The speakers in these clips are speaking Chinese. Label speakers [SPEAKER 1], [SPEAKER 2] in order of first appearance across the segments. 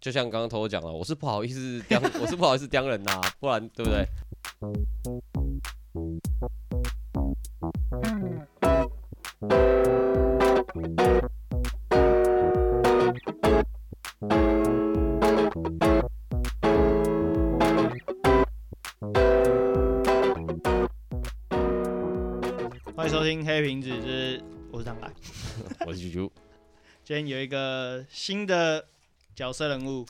[SPEAKER 1] 就像刚刚偷偷讲了，我是不好意思刁， 我是不好意思刁人呐、不然对不 对？
[SPEAKER 2] 欢迎收听黑瓶子，就是我是张凯。
[SPEAKER 1] 我是啾啾，
[SPEAKER 2] 今天有一个新的角色人物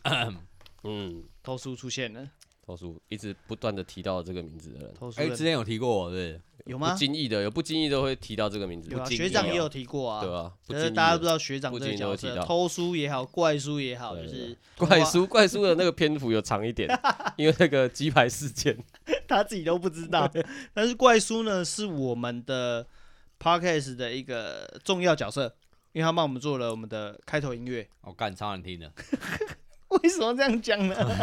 [SPEAKER 1] 嗯，
[SPEAKER 2] 偷叔出现了，
[SPEAKER 1] 偷叔一直不断的提到这个名字的人，
[SPEAKER 2] 偷叔
[SPEAKER 3] 哎、
[SPEAKER 2] 的
[SPEAKER 3] 之前有提过我是
[SPEAKER 2] 有
[SPEAKER 1] 不
[SPEAKER 2] 吗？
[SPEAKER 1] 经意的有不经意的会提到这个名字，
[SPEAKER 2] 有啊，
[SPEAKER 1] 不经意
[SPEAKER 2] 学长
[SPEAKER 1] 的
[SPEAKER 2] 也有提过啊。
[SPEAKER 1] 对啊，不
[SPEAKER 2] 可
[SPEAKER 1] 经
[SPEAKER 2] 是
[SPEAKER 1] 意
[SPEAKER 2] 大家
[SPEAKER 1] 的
[SPEAKER 2] 不知道学长这
[SPEAKER 1] 不
[SPEAKER 2] 个
[SPEAKER 1] 经意都
[SPEAKER 2] 角
[SPEAKER 1] 会提
[SPEAKER 2] 色
[SPEAKER 1] 到，
[SPEAKER 2] 偷书也好，怪书也好，
[SPEAKER 1] 对
[SPEAKER 2] 就
[SPEAKER 1] 对
[SPEAKER 2] 是
[SPEAKER 1] 怪叔怪叔的那个篇幅有长一点，因为那个鸡排事件，
[SPEAKER 2] 他自己都不 知道。但是怪叔呢，是我们的 podcast 的一个重要角色，因为他帮我们做了我们的开头音 乐。
[SPEAKER 3] 我哦干超难听的，
[SPEAKER 2] 为什么这样讲呢？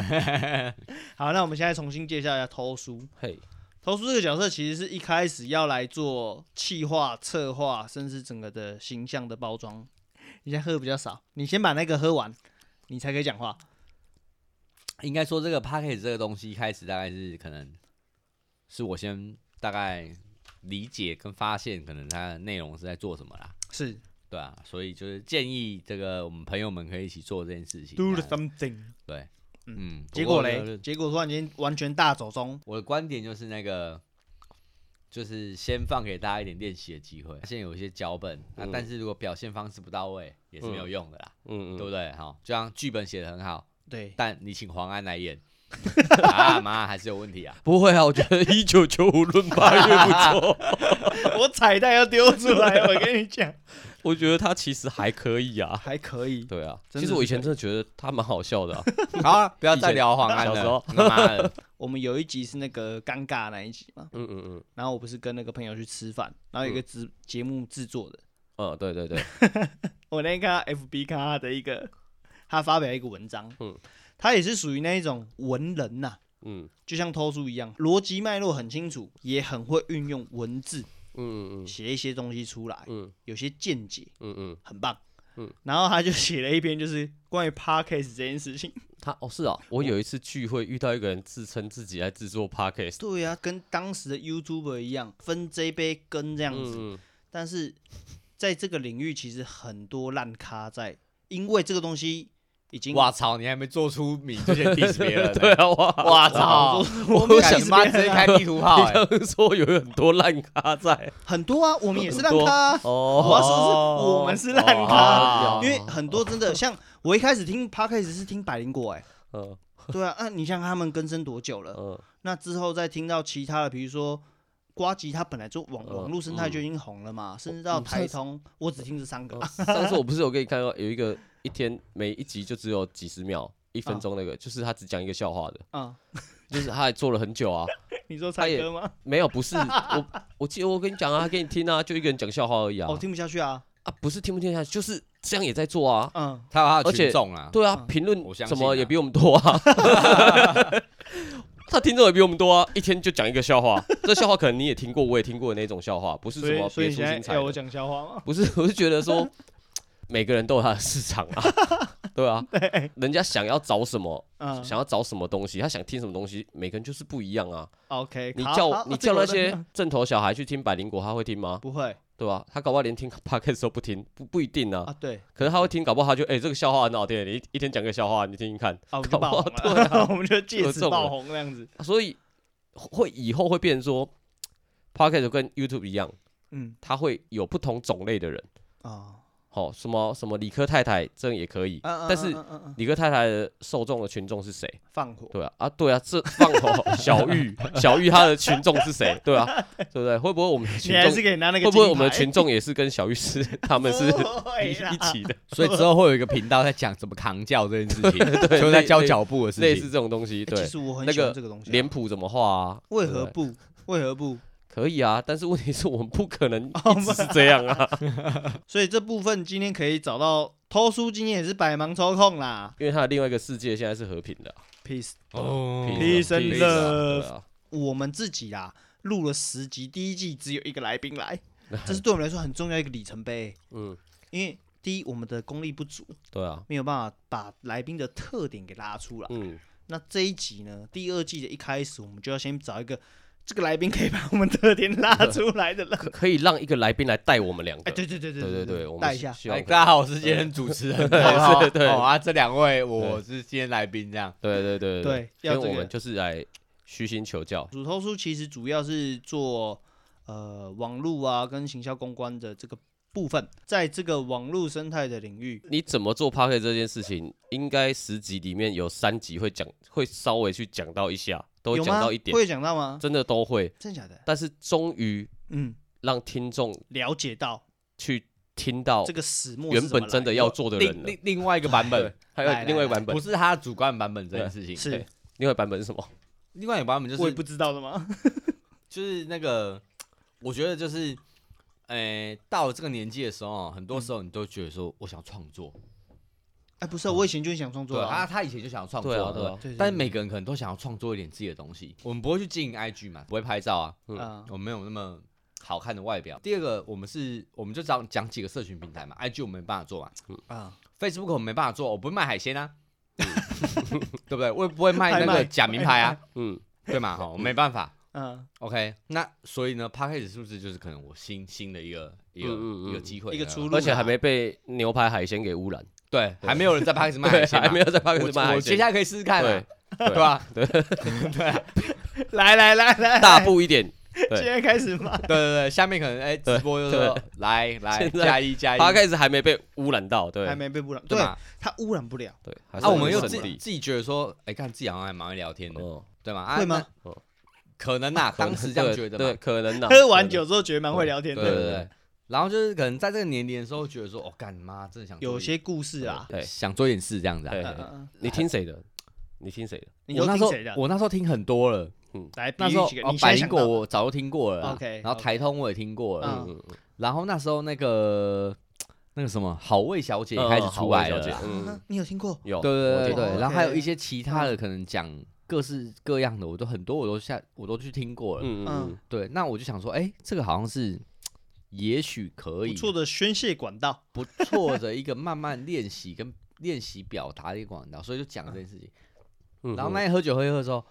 [SPEAKER 2] 好，那我们现在重新介绍一下偷书。
[SPEAKER 1] 嘿，
[SPEAKER 2] 投叔这个角色其实是一开始要来做企划、策划，甚至整个的形象的包装。你现在喝的比较少，你先把那个喝完，你才可以讲话。
[SPEAKER 3] 应该说这个 p a c k a g e 这个东西一开始大概是可能是我先大概理解跟发现，可能它的内容是在做什么啦，
[SPEAKER 2] 是
[SPEAKER 3] 对啊，所以就是建议这个我们朋友们可以一起做这件事情。
[SPEAKER 2] do
[SPEAKER 3] 那
[SPEAKER 2] something。
[SPEAKER 3] 对，嗯，
[SPEAKER 2] 结果
[SPEAKER 3] 不过
[SPEAKER 2] 嘞，
[SPEAKER 3] 就，
[SPEAKER 2] 结果突然间完全大走中。
[SPEAKER 3] 我的观点就是那个。就是先放给大家一点练习的机会，现在有一些脚本，那、
[SPEAKER 1] 嗯
[SPEAKER 3] 但是如果表现方式不到位，也是没有用的啦，
[SPEAKER 1] 嗯
[SPEAKER 3] 对不
[SPEAKER 1] 嗯，
[SPEAKER 3] 对？好，就像剧本写的很好，
[SPEAKER 2] 对，
[SPEAKER 3] 但你请黄安来演，啊妈还是有问题啊。
[SPEAKER 1] 不会啊，我觉得一九九五论八月不错，
[SPEAKER 2] 我彩蛋要丢出来，我跟你讲，
[SPEAKER 1] 我觉得他其实还可以啊。
[SPEAKER 2] 还可以。
[SPEAKER 1] 对啊，
[SPEAKER 2] 真
[SPEAKER 1] 其
[SPEAKER 2] 的
[SPEAKER 1] 实我
[SPEAKER 2] 是
[SPEAKER 1] 以前真的觉得他蛮好笑的啊、
[SPEAKER 3] 好啊，不要再聊黄安
[SPEAKER 1] 以前小时候
[SPEAKER 3] 了，他妈的，
[SPEAKER 2] 我们有一集是那个尴尬那一集嘛，
[SPEAKER 1] 嗯嗯嗯，
[SPEAKER 2] 然后我不是跟那个朋友去吃饭，然后有一个制节目制作的，
[SPEAKER 1] 嗯，对对对，
[SPEAKER 2] 我那天看到 FB 看他的一个，他发表一个文章，
[SPEAKER 1] 嗯
[SPEAKER 2] 他也是属于那一种文人呐、
[SPEAKER 1] 嗯
[SPEAKER 2] 就像偷书一样，逻辑脉络很清楚，也很会运用文字
[SPEAKER 1] 嗯嗯
[SPEAKER 2] 写一些东西出来，
[SPEAKER 1] 嗯
[SPEAKER 2] 有些见解
[SPEAKER 1] 嗯嗯，
[SPEAKER 2] 很棒。
[SPEAKER 1] 嗯
[SPEAKER 2] 然后他就写了一篇，就是关于 podcast 这件事情。
[SPEAKER 1] 他哦是啊，我有一次聚会遇到一个人自称自己来制作 podcast，
[SPEAKER 2] 对啊，跟当时的 YouTuber 一样，分这杯羹这样子。
[SPEAKER 1] 嗯嗯
[SPEAKER 2] 但是在这个领域，其实很多烂咖在，因为这个东西已经
[SPEAKER 3] 哇操，你还没做出名就先 diss 别 人呢，欸
[SPEAKER 1] 对啊，哇
[SPEAKER 3] 哇操，
[SPEAKER 2] 我
[SPEAKER 3] 我
[SPEAKER 2] 们
[SPEAKER 3] 想妈直接开地图炮
[SPEAKER 1] 你
[SPEAKER 3] 哎，
[SPEAKER 1] 刚刚说有很多烂咖在
[SPEAKER 2] 很多啊，我们也是烂
[SPEAKER 1] 很多
[SPEAKER 2] 咖啊。
[SPEAKER 1] 哦，
[SPEAKER 2] 我要说是我们是烂咖，
[SPEAKER 1] 啊
[SPEAKER 3] 哦
[SPEAKER 2] 因为很多真的像我一开始听 podcast 是听百灵果，哎，
[SPEAKER 1] 嗯
[SPEAKER 2] 对啊，啊，你像他们更生多久 了？
[SPEAKER 1] 嗯
[SPEAKER 2] 那之后再听到其他的，比如说瓜吉，他本来就网
[SPEAKER 1] 嗯
[SPEAKER 2] 网络生态就已经红了嘛，甚至到台通，我只听这三个
[SPEAKER 1] 嗯，，上次我不是有给你看到有一个一天每一集就只有几十秒。一分钟那个，就是他只讲一个笑话的，
[SPEAKER 2] 嗯，
[SPEAKER 1] 就是他还做了很久啊，
[SPEAKER 2] 你说
[SPEAKER 1] 他
[SPEAKER 2] 猜
[SPEAKER 1] 也
[SPEAKER 2] 歌吗？
[SPEAKER 1] 没有，不是我，我记得我跟你讲啊，给你听啊，就一个人讲笑话而已啊。
[SPEAKER 2] 哦，听不下去啊，
[SPEAKER 1] 啊，不是听不听得下去，就是这样也在做啊。
[SPEAKER 2] 嗯，
[SPEAKER 3] 他有他
[SPEAKER 1] 而
[SPEAKER 3] 的
[SPEAKER 1] 且
[SPEAKER 3] 群众啊，
[SPEAKER 1] 对啊
[SPEAKER 2] 嗯，
[SPEAKER 1] 评论
[SPEAKER 3] 我相
[SPEAKER 1] 什
[SPEAKER 3] 信
[SPEAKER 1] 么
[SPEAKER 3] 啊
[SPEAKER 1] 也比我们多啊。 他听众也比我们多啊，一天就讲一个笑话，这笑话可能你也听过，我也听过的那种笑话，不是
[SPEAKER 2] 所
[SPEAKER 1] 什么
[SPEAKER 2] 以所以
[SPEAKER 1] 别出
[SPEAKER 2] 你现在哎
[SPEAKER 1] 心裁
[SPEAKER 2] 要我
[SPEAKER 1] 的。
[SPEAKER 2] 讲笑 话吗？
[SPEAKER 1] 不是，我是觉得说每个人都有他的市场 啊，对啊，人家想要找什么，
[SPEAKER 2] 嗯
[SPEAKER 1] 想要找什么东西，他想听什么东西，每个人就是不一样啊。
[SPEAKER 2] ，OK，
[SPEAKER 1] 你
[SPEAKER 2] 好
[SPEAKER 1] 叫
[SPEAKER 2] 好啊
[SPEAKER 1] 你
[SPEAKER 2] 哎这
[SPEAKER 1] 叫那
[SPEAKER 2] 个我认
[SPEAKER 1] 些正头小孩去听百灵果，他会听吗？
[SPEAKER 2] 不会
[SPEAKER 1] 对吧、他搞不好连听 podcast 都不听，不不一定啊
[SPEAKER 2] 啊，。对，
[SPEAKER 1] 可是他会听，搞不好他就哎、欸这个笑话很好听，你一一天讲个笑话，你听听看。
[SPEAKER 2] 啊，我们
[SPEAKER 1] 搞
[SPEAKER 2] 就
[SPEAKER 1] 不
[SPEAKER 2] 爆
[SPEAKER 1] 好
[SPEAKER 2] 红了， 我们就
[SPEAKER 1] 有
[SPEAKER 2] 借
[SPEAKER 1] 这
[SPEAKER 2] 此
[SPEAKER 1] 种
[SPEAKER 2] 爆
[SPEAKER 1] 人
[SPEAKER 2] 红这样子，
[SPEAKER 1] 所以会以后会变成说 p o c a s t 跟 YouTube 一样，
[SPEAKER 2] 嗯，
[SPEAKER 1] 它会有不同种类的人。
[SPEAKER 2] 哦，
[SPEAKER 1] 好、什么什么理科太太这样也可以，
[SPEAKER 2] 嗯嗯
[SPEAKER 1] 但是
[SPEAKER 2] 嗯嗯嗯嗯
[SPEAKER 1] 理科太太的受众的群众是谁？
[SPEAKER 2] 放火，
[SPEAKER 1] 对啊，啊对啊，这放火小玉，小玉她的群众是谁？对啊，对不对？会不会我们的
[SPEAKER 2] 你
[SPEAKER 1] 群
[SPEAKER 2] 还
[SPEAKER 1] 众
[SPEAKER 2] 是可以拿那个
[SPEAKER 1] 会不会我们的
[SPEAKER 2] 金牌哦
[SPEAKER 1] 群众也是跟小玉是他们是
[SPEAKER 2] 不会
[SPEAKER 1] 一
[SPEAKER 2] 啦
[SPEAKER 1] 一起 的，
[SPEAKER 3] 所以之后会有一个频道在讲怎么扛教这件事情，就是在
[SPEAKER 1] 类
[SPEAKER 3] 教
[SPEAKER 1] 类
[SPEAKER 3] 脚步的事
[SPEAKER 1] 类似
[SPEAKER 3] 情。
[SPEAKER 1] 这种东西？
[SPEAKER 2] 欸其
[SPEAKER 1] 对，
[SPEAKER 2] 实我很
[SPEAKER 1] 那
[SPEAKER 2] 喜欢
[SPEAKER 1] 个
[SPEAKER 2] 这个东西啊，
[SPEAKER 1] 脸谱怎么画啊？
[SPEAKER 2] 为
[SPEAKER 1] 对
[SPEAKER 2] 何不？为何不？
[SPEAKER 1] 可以啊，但是问题是我们不可能
[SPEAKER 2] 哦
[SPEAKER 1] 一直是这样啊，
[SPEAKER 2] 所以这部分今天可以找到偷书，今天也是百忙抽空啦。
[SPEAKER 1] 因为它的另外一个世界现在是和平的啊、
[SPEAKER 2] Peace，
[SPEAKER 3] 哦
[SPEAKER 2] Peace and
[SPEAKER 1] 啊
[SPEAKER 2] love
[SPEAKER 1] 对啊
[SPEAKER 2] 我们自己啦，录了 十集，第一季只有一个来宾来，这是对我们来说很重要一个里程碑，
[SPEAKER 1] 嗯，
[SPEAKER 2] 因为第一，我们的功力不足，
[SPEAKER 1] 对
[SPEAKER 3] 嗯
[SPEAKER 1] 啊，
[SPEAKER 2] 没有办法把来宾的特点给拉出来。
[SPEAKER 1] 嗯，
[SPEAKER 2] 那这一集呢，第二季的一开始，我们就要先找一个这个来宾可以把我们特点拉出来的人。
[SPEAKER 1] 可可以让一个来宾来带我们两个
[SPEAKER 2] 哎，，对对对
[SPEAKER 1] 对
[SPEAKER 2] 对
[SPEAKER 1] 对对，我
[SPEAKER 2] 带
[SPEAKER 1] 们
[SPEAKER 2] 一
[SPEAKER 1] 希
[SPEAKER 2] 下。
[SPEAKER 1] 希
[SPEAKER 3] 哎，
[SPEAKER 1] 望可以
[SPEAKER 3] 大家好，我是今天主持人，
[SPEAKER 1] 是对
[SPEAKER 3] 好啊，这两位我是今天来宾，这样
[SPEAKER 1] 对对对
[SPEAKER 2] 对
[SPEAKER 1] 因
[SPEAKER 2] 要
[SPEAKER 1] 为
[SPEAKER 2] 这
[SPEAKER 1] 我
[SPEAKER 2] 个
[SPEAKER 1] 们就是来虚心求教，
[SPEAKER 2] 主投书其实主要是做呃网络啊跟行销公关的这个部分，在这个网络生态的领域，
[SPEAKER 1] 你怎么做 p a r k e t 这件事情，应该十集里面有三集会讲，会稍微去讲到一下，都会
[SPEAKER 2] 有
[SPEAKER 1] 讲
[SPEAKER 2] 吗？
[SPEAKER 1] 到一点，
[SPEAKER 2] 会讲到吗？
[SPEAKER 1] 真的都会。
[SPEAKER 2] 真假的？
[SPEAKER 1] 但是终于
[SPEAKER 2] 嗯，
[SPEAKER 1] 让听众
[SPEAKER 2] 了解到
[SPEAKER 1] 去听到
[SPEAKER 2] 这个始末是
[SPEAKER 1] 原
[SPEAKER 2] 怎么
[SPEAKER 1] 本真的
[SPEAKER 2] 来
[SPEAKER 1] 要做的人
[SPEAKER 3] 另
[SPEAKER 1] 了，
[SPEAKER 3] 另另外一个版本，
[SPEAKER 1] 还有
[SPEAKER 2] 来
[SPEAKER 1] 另外一个
[SPEAKER 2] 来
[SPEAKER 1] 版本
[SPEAKER 3] 不，是他主观版本这件事情，
[SPEAKER 2] 是
[SPEAKER 1] 对另外一个版本是什么？
[SPEAKER 3] 另外一个版本就
[SPEAKER 2] 我也
[SPEAKER 3] 是
[SPEAKER 2] 不知道的吗？
[SPEAKER 1] 嗯
[SPEAKER 3] 就是那个，我觉得就是，呃，到了这个年纪的时候，很多时候你都觉得说我想创作，
[SPEAKER 1] 嗯
[SPEAKER 2] 哎，不是啊，我以前就很想创作
[SPEAKER 3] 对啊，
[SPEAKER 2] 啊，
[SPEAKER 3] 他以前就想要创作，
[SPEAKER 1] 对啊，
[SPEAKER 3] 对
[SPEAKER 1] 对
[SPEAKER 3] 吧
[SPEAKER 1] 啊，
[SPEAKER 2] 对对
[SPEAKER 3] 但
[SPEAKER 2] 对
[SPEAKER 3] 每个人可能都想要创作一点自己的东西。我们不会去经营 IG 嘛，不会拍照啊，
[SPEAKER 1] 嗯
[SPEAKER 2] 啊
[SPEAKER 3] 我们没有那么好看的外表。第二个，我们是我们就讲讲几个社群平台嘛，IG 我们没办法做嘛
[SPEAKER 2] 啊，
[SPEAKER 3] ，Facebook 我们没办法做，我不会卖海鲜啊，
[SPEAKER 1] 嗯
[SPEAKER 3] 对不对？我也不会卖那
[SPEAKER 2] 拍
[SPEAKER 3] 个
[SPEAKER 2] 卖
[SPEAKER 3] 假名牌啊，
[SPEAKER 1] 嗯，
[SPEAKER 3] 对嘛？哈，我没办法。
[SPEAKER 2] 嗯，
[SPEAKER 3] OK，那所以呢 p a c k a g e 是不是就是可能我新新的一个一个、
[SPEAKER 1] 嗯嗯嗯
[SPEAKER 3] 一个机会，
[SPEAKER 2] 一个出路啊
[SPEAKER 1] 而且还没被牛排海鲜给污染，
[SPEAKER 3] 对，还没有人在 p a c k a g e 卖海
[SPEAKER 1] 对，
[SPEAKER 3] 鲜嘛，
[SPEAKER 1] 还没有在 p a r k e t 卖
[SPEAKER 3] 我我
[SPEAKER 1] 海
[SPEAKER 3] 接
[SPEAKER 1] 鲜，
[SPEAKER 3] 下来可以试试看、啊
[SPEAKER 1] 对，对
[SPEAKER 3] 对吧？啊
[SPEAKER 2] 来来来来，
[SPEAKER 1] 大步一点。对
[SPEAKER 2] 现在开始吗？
[SPEAKER 3] 对对对，下面可能哎、直播就说来来
[SPEAKER 1] 现在
[SPEAKER 3] 加一加一，
[SPEAKER 1] p 开始还没被污染到， 对，
[SPEAKER 2] 还没被污染，
[SPEAKER 3] 对
[SPEAKER 2] 对
[SPEAKER 3] 嘛？
[SPEAKER 2] 它污染不了，
[SPEAKER 1] 对，还是
[SPEAKER 3] 啊，我们
[SPEAKER 1] 很
[SPEAKER 3] 又
[SPEAKER 1] 圣
[SPEAKER 3] 自
[SPEAKER 1] 地
[SPEAKER 3] 自己觉得说，哎，看自己好像还蛮会聊天的，
[SPEAKER 1] 哦，
[SPEAKER 3] 对吗？啊
[SPEAKER 2] 会吗？啊
[SPEAKER 3] 那
[SPEAKER 1] 哦
[SPEAKER 3] 可能呐，
[SPEAKER 1] 可能
[SPEAKER 3] 当时这样觉
[SPEAKER 1] 啊
[SPEAKER 3] 得
[SPEAKER 1] 对，
[SPEAKER 3] 嘛，
[SPEAKER 1] 可能 呐
[SPEAKER 2] 喝完酒，之后觉得蛮会聊天
[SPEAKER 3] 对
[SPEAKER 2] 的，
[SPEAKER 3] 对
[SPEAKER 1] 对对
[SPEAKER 3] 对。然后就是可能在这个年龄的时候，觉得说，哦，干妈真的想做
[SPEAKER 2] 有
[SPEAKER 3] 一
[SPEAKER 2] 些故事啊，
[SPEAKER 1] 对，
[SPEAKER 3] 想做一点事这样子啊。
[SPEAKER 1] 对
[SPEAKER 2] 嗯嗯嗯
[SPEAKER 1] 你听谁的？你听谁的？
[SPEAKER 2] 你
[SPEAKER 3] 我
[SPEAKER 2] 都
[SPEAKER 3] 那
[SPEAKER 2] 听
[SPEAKER 3] 时候
[SPEAKER 2] 谁的？
[SPEAKER 3] 我那时候听很多了，
[SPEAKER 2] 来比
[SPEAKER 3] 那
[SPEAKER 2] 喻
[SPEAKER 3] 时候
[SPEAKER 2] 几个，
[SPEAKER 3] 哦
[SPEAKER 2] 你现在
[SPEAKER 3] 百灵
[SPEAKER 2] 想
[SPEAKER 3] 果
[SPEAKER 2] 到的
[SPEAKER 3] 我早就听过了啦
[SPEAKER 2] OK，
[SPEAKER 3] 然后
[SPEAKER 2] OK
[SPEAKER 3] 台通我也听过了，
[SPEAKER 2] 嗯
[SPEAKER 1] 嗯嗯，
[SPEAKER 3] 然后那时候那个那个什么好味小姐也开
[SPEAKER 1] 哦
[SPEAKER 3] 始出来了啦，
[SPEAKER 1] 嗯，
[SPEAKER 2] 啊你有听过？
[SPEAKER 1] 有，
[SPEAKER 3] 对对对
[SPEAKER 2] 我
[SPEAKER 3] 对，
[SPEAKER 2] 听过
[SPEAKER 3] 然后
[SPEAKER 2] 嗯
[SPEAKER 3] 还有一些其他的可能讲各式各样的，我都很多我都下我都去听过了。
[SPEAKER 1] 嗯嗯，
[SPEAKER 3] 对，那我就想说，哎，这个好像是也许可
[SPEAKER 2] 不
[SPEAKER 3] 以
[SPEAKER 2] 错的宣泄管道，
[SPEAKER 3] 不错的一个慢慢练习跟练习表达的一个管道，所以就讲这件事情。
[SPEAKER 1] 嗯，
[SPEAKER 3] 然后那天喝酒喝一喝的时候，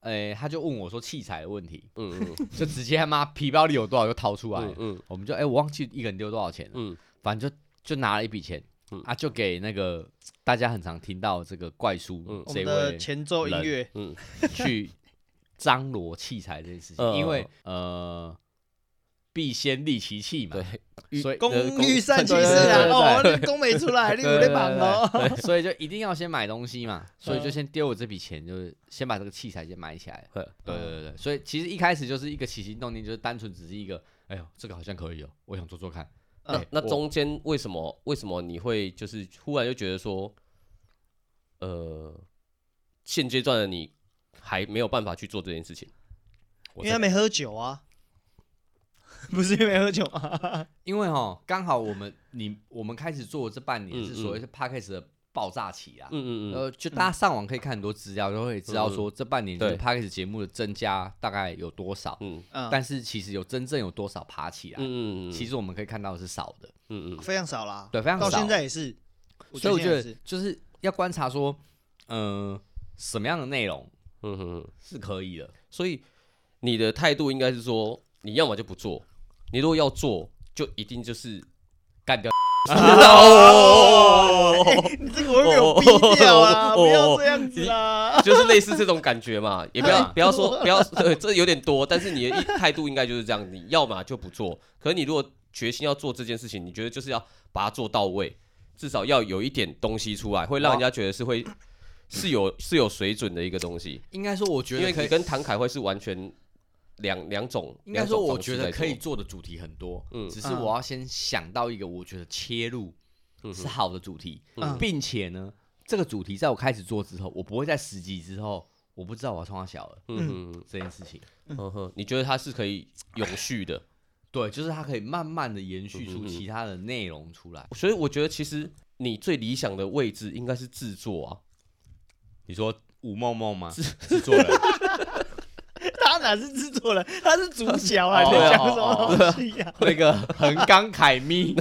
[SPEAKER 3] 哎，他就问我说器材的问题，
[SPEAKER 1] 嗯嗯
[SPEAKER 3] 就直接他妈皮包里有多少就掏出来了，
[SPEAKER 1] 嗯
[SPEAKER 3] 我们就哎我忘记一个人丢多少钱了，
[SPEAKER 1] 嗯
[SPEAKER 3] 反正就就拿了一笔钱
[SPEAKER 1] 嗯。
[SPEAKER 3] 啊，就给那个大家很常听到这个怪叔
[SPEAKER 1] 嗯
[SPEAKER 2] 我
[SPEAKER 3] 这
[SPEAKER 2] 们
[SPEAKER 3] 位
[SPEAKER 2] 的前奏音乐，
[SPEAKER 1] 嗯
[SPEAKER 3] 去张罗器材这件事情，
[SPEAKER 1] 嗯
[SPEAKER 3] 因为呃，必先利其器嘛，
[SPEAKER 1] 嗯，
[SPEAKER 3] 所以
[SPEAKER 2] 工
[SPEAKER 1] 呃
[SPEAKER 2] 欲善其
[SPEAKER 1] 对
[SPEAKER 2] 事
[SPEAKER 1] 对对
[SPEAKER 2] 啊！
[SPEAKER 3] 对
[SPEAKER 2] 哦，你工没出来，你有在忙哦。
[SPEAKER 3] 对所以就一定要先买东西嘛，所以就先丢我这笔钱，就是先把这个器材先买起来。
[SPEAKER 1] 对
[SPEAKER 3] 对对对，所以其实一开始就是一个起心动念，就是单纯只是一个，哎呦，这个好像可以哦，我想做做看。
[SPEAKER 1] 那
[SPEAKER 3] 哎
[SPEAKER 1] 那
[SPEAKER 3] 我
[SPEAKER 1] 中间为什么为什么你会就是忽然就觉得说，呃，现阶段的你还没有办法去做这件事情？
[SPEAKER 2] 因
[SPEAKER 3] 我
[SPEAKER 2] 为他
[SPEAKER 3] 在
[SPEAKER 2] 没喝酒啊，不是因为没喝酒啊，
[SPEAKER 3] 因为哈，刚好我们你我们开始做这半年
[SPEAKER 1] 嗯
[SPEAKER 3] 是所谓
[SPEAKER 1] 嗯
[SPEAKER 3] 是 p a c k a g e 的爆炸期啊，
[SPEAKER 1] 嗯嗯嗯，
[SPEAKER 3] 呃，就大家上网可以看很多资料，都会知道说这半年就是
[SPEAKER 1] 对
[SPEAKER 3] p a c k a g e 节目的增加大概有多少，
[SPEAKER 1] 嗯
[SPEAKER 2] 嗯，
[SPEAKER 3] 但是其实有真正有多少爬起来，
[SPEAKER 1] 嗯嗯，
[SPEAKER 3] 其实我们可以看到的是少的，
[SPEAKER 1] 嗯嗯
[SPEAKER 2] 非常少啦，
[SPEAKER 3] 对，非常
[SPEAKER 2] 到
[SPEAKER 3] 少
[SPEAKER 2] 现。在也是。
[SPEAKER 3] 所以我觉
[SPEAKER 2] 现在也
[SPEAKER 3] 得
[SPEAKER 2] 是
[SPEAKER 3] 就是要观察说，嗯、什么样的内容
[SPEAKER 1] 嗯嗯。
[SPEAKER 3] 是可以的，
[SPEAKER 1] 所以你的态度应该是说，你要么就不做，你如果要做，就一定就是哦
[SPEAKER 3] 干掉。
[SPEAKER 2] 哎你这个会被我逼掉啊！
[SPEAKER 1] 哦
[SPEAKER 2] 不要这样子啊！
[SPEAKER 1] 就是类似这种感觉嘛。也不要
[SPEAKER 3] 对
[SPEAKER 1] 不要说不要，对，这有点多，但是你的一态度应该就是这样，你要么就不做。可是你如果决心要做这件事情，你觉得就是要把它做到位，至少要有一点东西出来，会让人家觉得是会。是有是有水准的一个东西，
[SPEAKER 3] 应该说，我觉
[SPEAKER 1] 因为
[SPEAKER 3] 得可
[SPEAKER 1] 你
[SPEAKER 3] 以，
[SPEAKER 1] 跟唐凯会是完全两两种。
[SPEAKER 3] 应该说，
[SPEAKER 1] 两种
[SPEAKER 3] 我
[SPEAKER 1] 方式
[SPEAKER 3] 觉得
[SPEAKER 1] 在做
[SPEAKER 3] 可以做的主题很多，
[SPEAKER 1] 嗯
[SPEAKER 3] 只是我要先想到一个我觉得切入
[SPEAKER 1] 嗯
[SPEAKER 3] 是好的主题，
[SPEAKER 2] 嗯
[SPEAKER 3] 并且呢，这个主题在我开始做之后，我不会在十集之后，我不知道我要冲它小了
[SPEAKER 1] 嗯嗯嗯
[SPEAKER 3] 这件事情。
[SPEAKER 1] 嗯哼，你觉得它是可以永续的？
[SPEAKER 3] 对，就是它可以慢慢的延续
[SPEAKER 1] 嗯
[SPEAKER 3] 出
[SPEAKER 1] 嗯嗯
[SPEAKER 3] 其他的内容出来。
[SPEAKER 1] 所以我觉得其实你最理想的位置应该是制作 啊，
[SPEAKER 3] 你说吴梦梦吗？制 作人，
[SPEAKER 2] 他哪是制作人，他是主角啊！
[SPEAKER 3] 哦
[SPEAKER 2] 你在讲什
[SPEAKER 3] 哦
[SPEAKER 2] 么东西呀？
[SPEAKER 3] 那个横纲凯咪，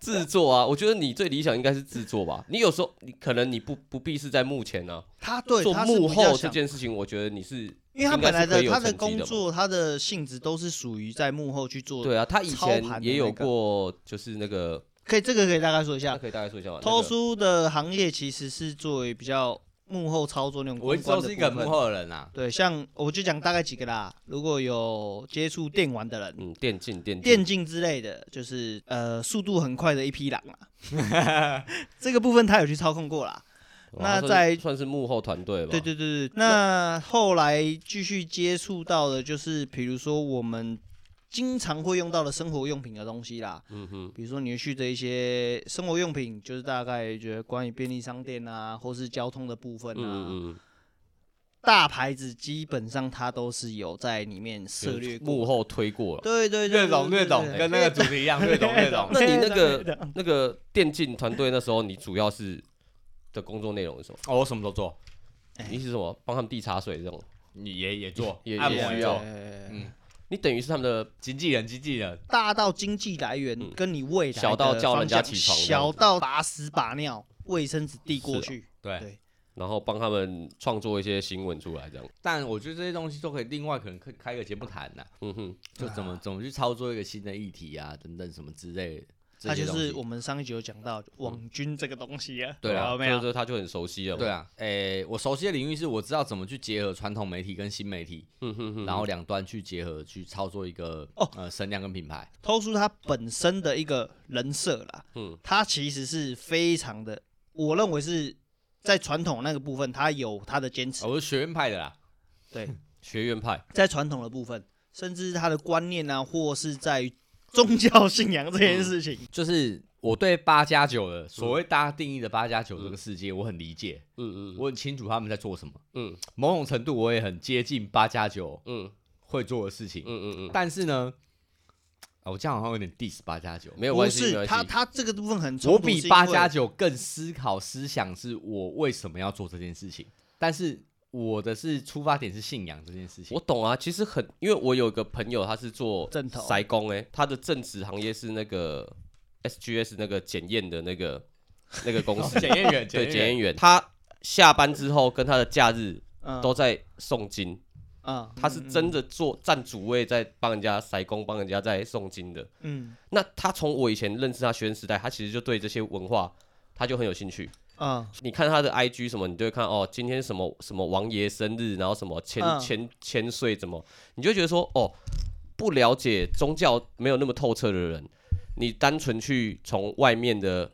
[SPEAKER 1] 制作啊，我觉得你最理想应该是制作吧。你有时候你可能你不不必是在幕前啊，
[SPEAKER 2] 他对
[SPEAKER 1] 做
[SPEAKER 2] 他是
[SPEAKER 1] 幕
[SPEAKER 2] 比较
[SPEAKER 1] 后这
[SPEAKER 2] 想
[SPEAKER 1] 件事情，我觉得你是
[SPEAKER 2] 因为他
[SPEAKER 1] 应该
[SPEAKER 2] 本
[SPEAKER 1] 是
[SPEAKER 2] 来
[SPEAKER 1] 可以有
[SPEAKER 2] 他
[SPEAKER 1] 成
[SPEAKER 2] 的
[SPEAKER 1] 绩
[SPEAKER 2] 工
[SPEAKER 1] 嘛
[SPEAKER 2] 作，他的性质都是属于在幕后去做。，
[SPEAKER 1] 对啊。他以
[SPEAKER 2] 操
[SPEAKER 1] 前
[SPEAKER 2] 盘的
[SPEAKER 1] 也有
[SPEAKER 2] 那个
[SPEAKER 1] 过，就是那个，
[SPEAKER 2] 可以这个可以大概说一
[SPEAKER 1] 那
[SPEAKER 2] 下，
[SPEAKER 1] 可以大概说一下吗？
[SPEAKER 2] 偷
[SPEAKER 1] 那个
[SPEAKER 2] 书的行业其实是作为比较幕后操作那种
[SPEAKER 3] 我
[SPEAKER 2] 公
[SPEAKER 3] 一直
[SPEAKER 2] 关
[SPEAKER 3] 都
[SPEAKER 2] 的
[SPEAKER 3] 是一个
[SPEAKER 2] 部
[SPEAKER 3] 幕
[SPEAKER 2] 分。
[SPEAKER 3] 后的人啊，
[SPEAKER 2] 对，像我就讲大概几个啦。如果有接触电玩的人，
[SPEAKER 1] 嗯，电竞电竞
[SPEAKER 2] 电竞之类的，就是呃速度很快的一匹狼啊， 这个部分他有去操控过啦。
[SPEAKER 1] 哦他
[SPEAKER 2] 那
[SPEAKER 1] 算是
[SPEAKER 2] 在
[SPEAKER 1] 算是幕后团队吧。
[SPEAKER 2] 对对对对，那后来继续接触到的就是，比如说我们经常会用到的生活用品的东西啦，
[SPEAKER 1] 嗯哼，
[SPEAKER 2] 比如说你会去的一些生活用品，就是大概觉得关于便利商店啊，或是交通的部分
[SPEAKER 1] 嗯
[SPEAKER 2] 啊，
[SPEAKER 1] 嗯嗯
[SPEAKER 2] 大牌子基本上它都是有在里面涉
[SPEAKER 1] 嗯，
[SPEAKER 2] 略
[SPEAKER 1] 有幕
[SPEAKER 2] 过。
[SPEAKER 1] 后推过了。
[SPEAKER 2] 对对对，
[SPEAKER 3] 略懂略懂，
[SPEAKER 2] 对
[SPEAKER 3] 跟那个主题一 样，略懂略 懂。
[SPEAKER 1] 那你那
[SPEAKER 2] 对
[SPEAKER 1] 个那个电竞团队那时候，你主要是的工作内容是什么？
[SPEAKER 3] 哦，我什么都做，哎
[SPEAKER 1] 你是什么？帮他们递茶水这种？
[SPEAKER 3] 你也也做
[SPEAKER 1] 也，
[SPEAKER 3] 按
[SPEAKER 1] 也
[SPEAKER 3] 摩
[SPEAKER 1] 需
[SPEAKER 3] 也
[SPEAKER 1] 要
[SPEAKER 3] 做，
[SPEAKER 2] 对
[SPEAKER 3] 嗯，
[SPEAKER 1] 你等于是他们的
[SPEAKER 3] 经纪人经纪人，
[SPEAKER 2] 大到经济来源
[SPEAKER 1] 嗯
[SPEAKER 2] 跟你未来的
[SPEAKER 1] 小到叫人家
[SPEAKER 2] 方向
[SPEAKER 1] 起床这样
[SPEAKER 2] 小
[SPEAKER 1] 子
[SPEAKER 2] 到把屎把尿，卫生纸递过去。
[SPEAKER 3] 对。
[SPEAKER 2] 对
[SPEAKER 1] 然后帮他们创作一些新闻出来，这样。
[SPEAKER 3] 但我觉得这些东西都可以另外可能可以开个节目谈呐、
[SPEAKER 1] 嗯哼，
[SPEAKER 3] 就怎么怎么去操作一个新的议题啊，等等什么之类的。
[SPEAKER 2] 它
[SPEAKER 1] 啊
[SPEAKER 3] 这些
[SPEAKER 2] 就
[SPEAKER 3] 东
[SPEAKER 2] 是
[SPEAKER 3] 西
[SPEAKER 2] 我们上一集有讲到网军这个东西啊，
[SPEAKER 3] 对啊
[SPEAKER 2] 有没
[SPEAKER 1] 这
[SPEAKER 2] 有？
[SPEAKER 1] 这他就很熟悉了嘛。
[SPEAKER 3] 对啊，诶、我熟悉的领域是我知道怎么去结合传统媒体跟新媒体，
[SPEAKER 1] 嗯哼哼，
[SPEAKER 3] 然后两端去结合去操作一个
[SPEAKER 2] 哦
[SPEAKER 3] 呃声量跟品牌。
[SPEAKER 2] 偷出他本身的一个人设啦，
[SPEAKER 1] 嗯
[SPEAKER 2] 他其实是非常的，我认为是在传统那个部分，他有他的坚持
[SPEAKER 3] 哦，我是学院派的啦，
[SPEAKER 2] 对，
[SPEAKER 1] 学院派，
[SPEAKER 2] 在传统的部分，甚至他的观念啊，或是在宗教信仰这件事
[SPEAKER 1] 嗯
[SPEAKER 2] 情，
[SPEAKER 3] 就是我对八加九的所谓大家定义的八加九这个世界，我很理解，
[SPEAKER 1] 嗯嗯
[SPEAKER 3] 我很清楚他们在做什么，
[SPEAKER 1] 嗯
[SPEAKER 3] 某种程度我也很接近八加九
[SPEAKER 1] 嗯
[SPEAKER 3] 会做的事情
[SPEAKER 1] 嗯。嗯嗯，
[SPEAKER 3] 但是呢，啊，我这样好像有点 diss 八加九。
[SPEAKER 1] 没有
[SPEAKER 2] 不
[SPEAKER 1] 关系，没
[SPEAKER 2] 是
[SPEAKER 1] 关
[SPEAKER 2] 他
[SPEAKER 1] 系。
[SPEAKER 2] 他这个部分很冲
[SPEAKER 3] 我
[SPEAKER 2] 突
[SPEAKER 3] 比
[SPEAKER 2] 是因
[SPEAKER 3] 八
[SPEAKER 2] 为
[SPEAKER 3] 加九更思考思想，是我为什么要做这件事情。但是我的是出发点是信仰这件事情。
[SPEAKER 1] 我懂啊，其实很，因为我有一个朋友，他是做
[SPEAKER 2] 正头
[SPEAKER 1] 筛工哎，他的正职行业是那个 SGS 那个检验的那个那个公司，
[SPEAKER 3] 哦检验员，
[SPEAKER 1] 对检
[SPEAKER 3] 验
[SPEAKER 1] 验
[SPEAKER 3] 员，
[SPEAKER 1] 员，他下班之后跟他的假日
[SPEAKER 2] 嗯
[SPEAKER 1] 都在诵经，
[SPEAKER 2] 嗯，
[SPEAKER 1] 他是真的做站主位在帮人家筛工，帮人家在诵经的。
[SPEAKER 2] 嗯
[SPEAKER 1] 那他从我以前认识他学生时代，他其实就对这些文化他就很有兴趣。
[SPEAKER 2] 嗯
[SPEAKER 1] 你看他的 IG 什么，你就会看哦，今天什么什么王爷生日，然后什么千、
[SPEAKER 2] 嗯
[SPEAKER 1] 千千岁怎么，你就会觉得说哦，不了解宗教没有那么透彻的人，你单纯去从外面的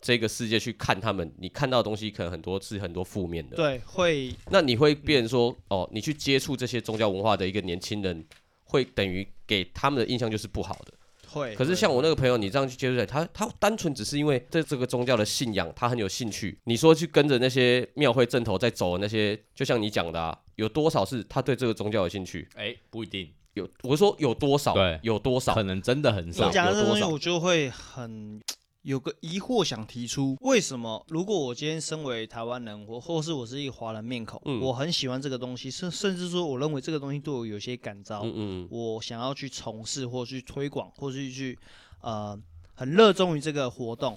[SPEAKER 1] 这个世界去看他们，你看到的东西可能很多是很多负面的。
[SPEAKER 2] 对，会
[SPEAKER 1] 那你会变成说，哦，你去接触这些宗教文化的一个年轻人，会等于给他们的印象就是不好的。
[SPEAKER 2] 会。
[SPEAKER 1] 可是像我那个朋友，你这样去接触他，他单纯只是因为对这个宗教的信仰，他很有兴趣。你说去跟着那些庙会正头在走的那些，就像你讲的啊，有多少是他对这个宗教有兴趣？
[SPEAKER 3] 哎，不一定，
[SPEAKER 1] 有，我说有多少？
[SPEAKER 3] 对
[SPEAKER 1] 有多少
[SPEAKER 3] 可？能真的很
[SPEAKER 2] 我
[SPEAKER 3] 少。
[SPEAKER 1] 对
[SPEAKER 2] 讲的
[SPEAKER 1] 有
[SPEAKER 2] 这个
[SPEAKER 1] 多
[SPEAKER 2] 东西，
[SPEAKER 1] 少
[SPEAKER 2] 我就会很有个疑惑想提出，为什么如果我今天身为台湾人，或或是我是一个华人面孔，
[SPEAKER 1] 嗯
[SPEAKER 2] 我很喜欢这个东西，甚甚至说我认为这个东西对我有些感召，
[SPEAKER 1] 嗯嗯
[SPEAKER 2] 我想要去从事或去推广，或是去呃很热衷于这个活动，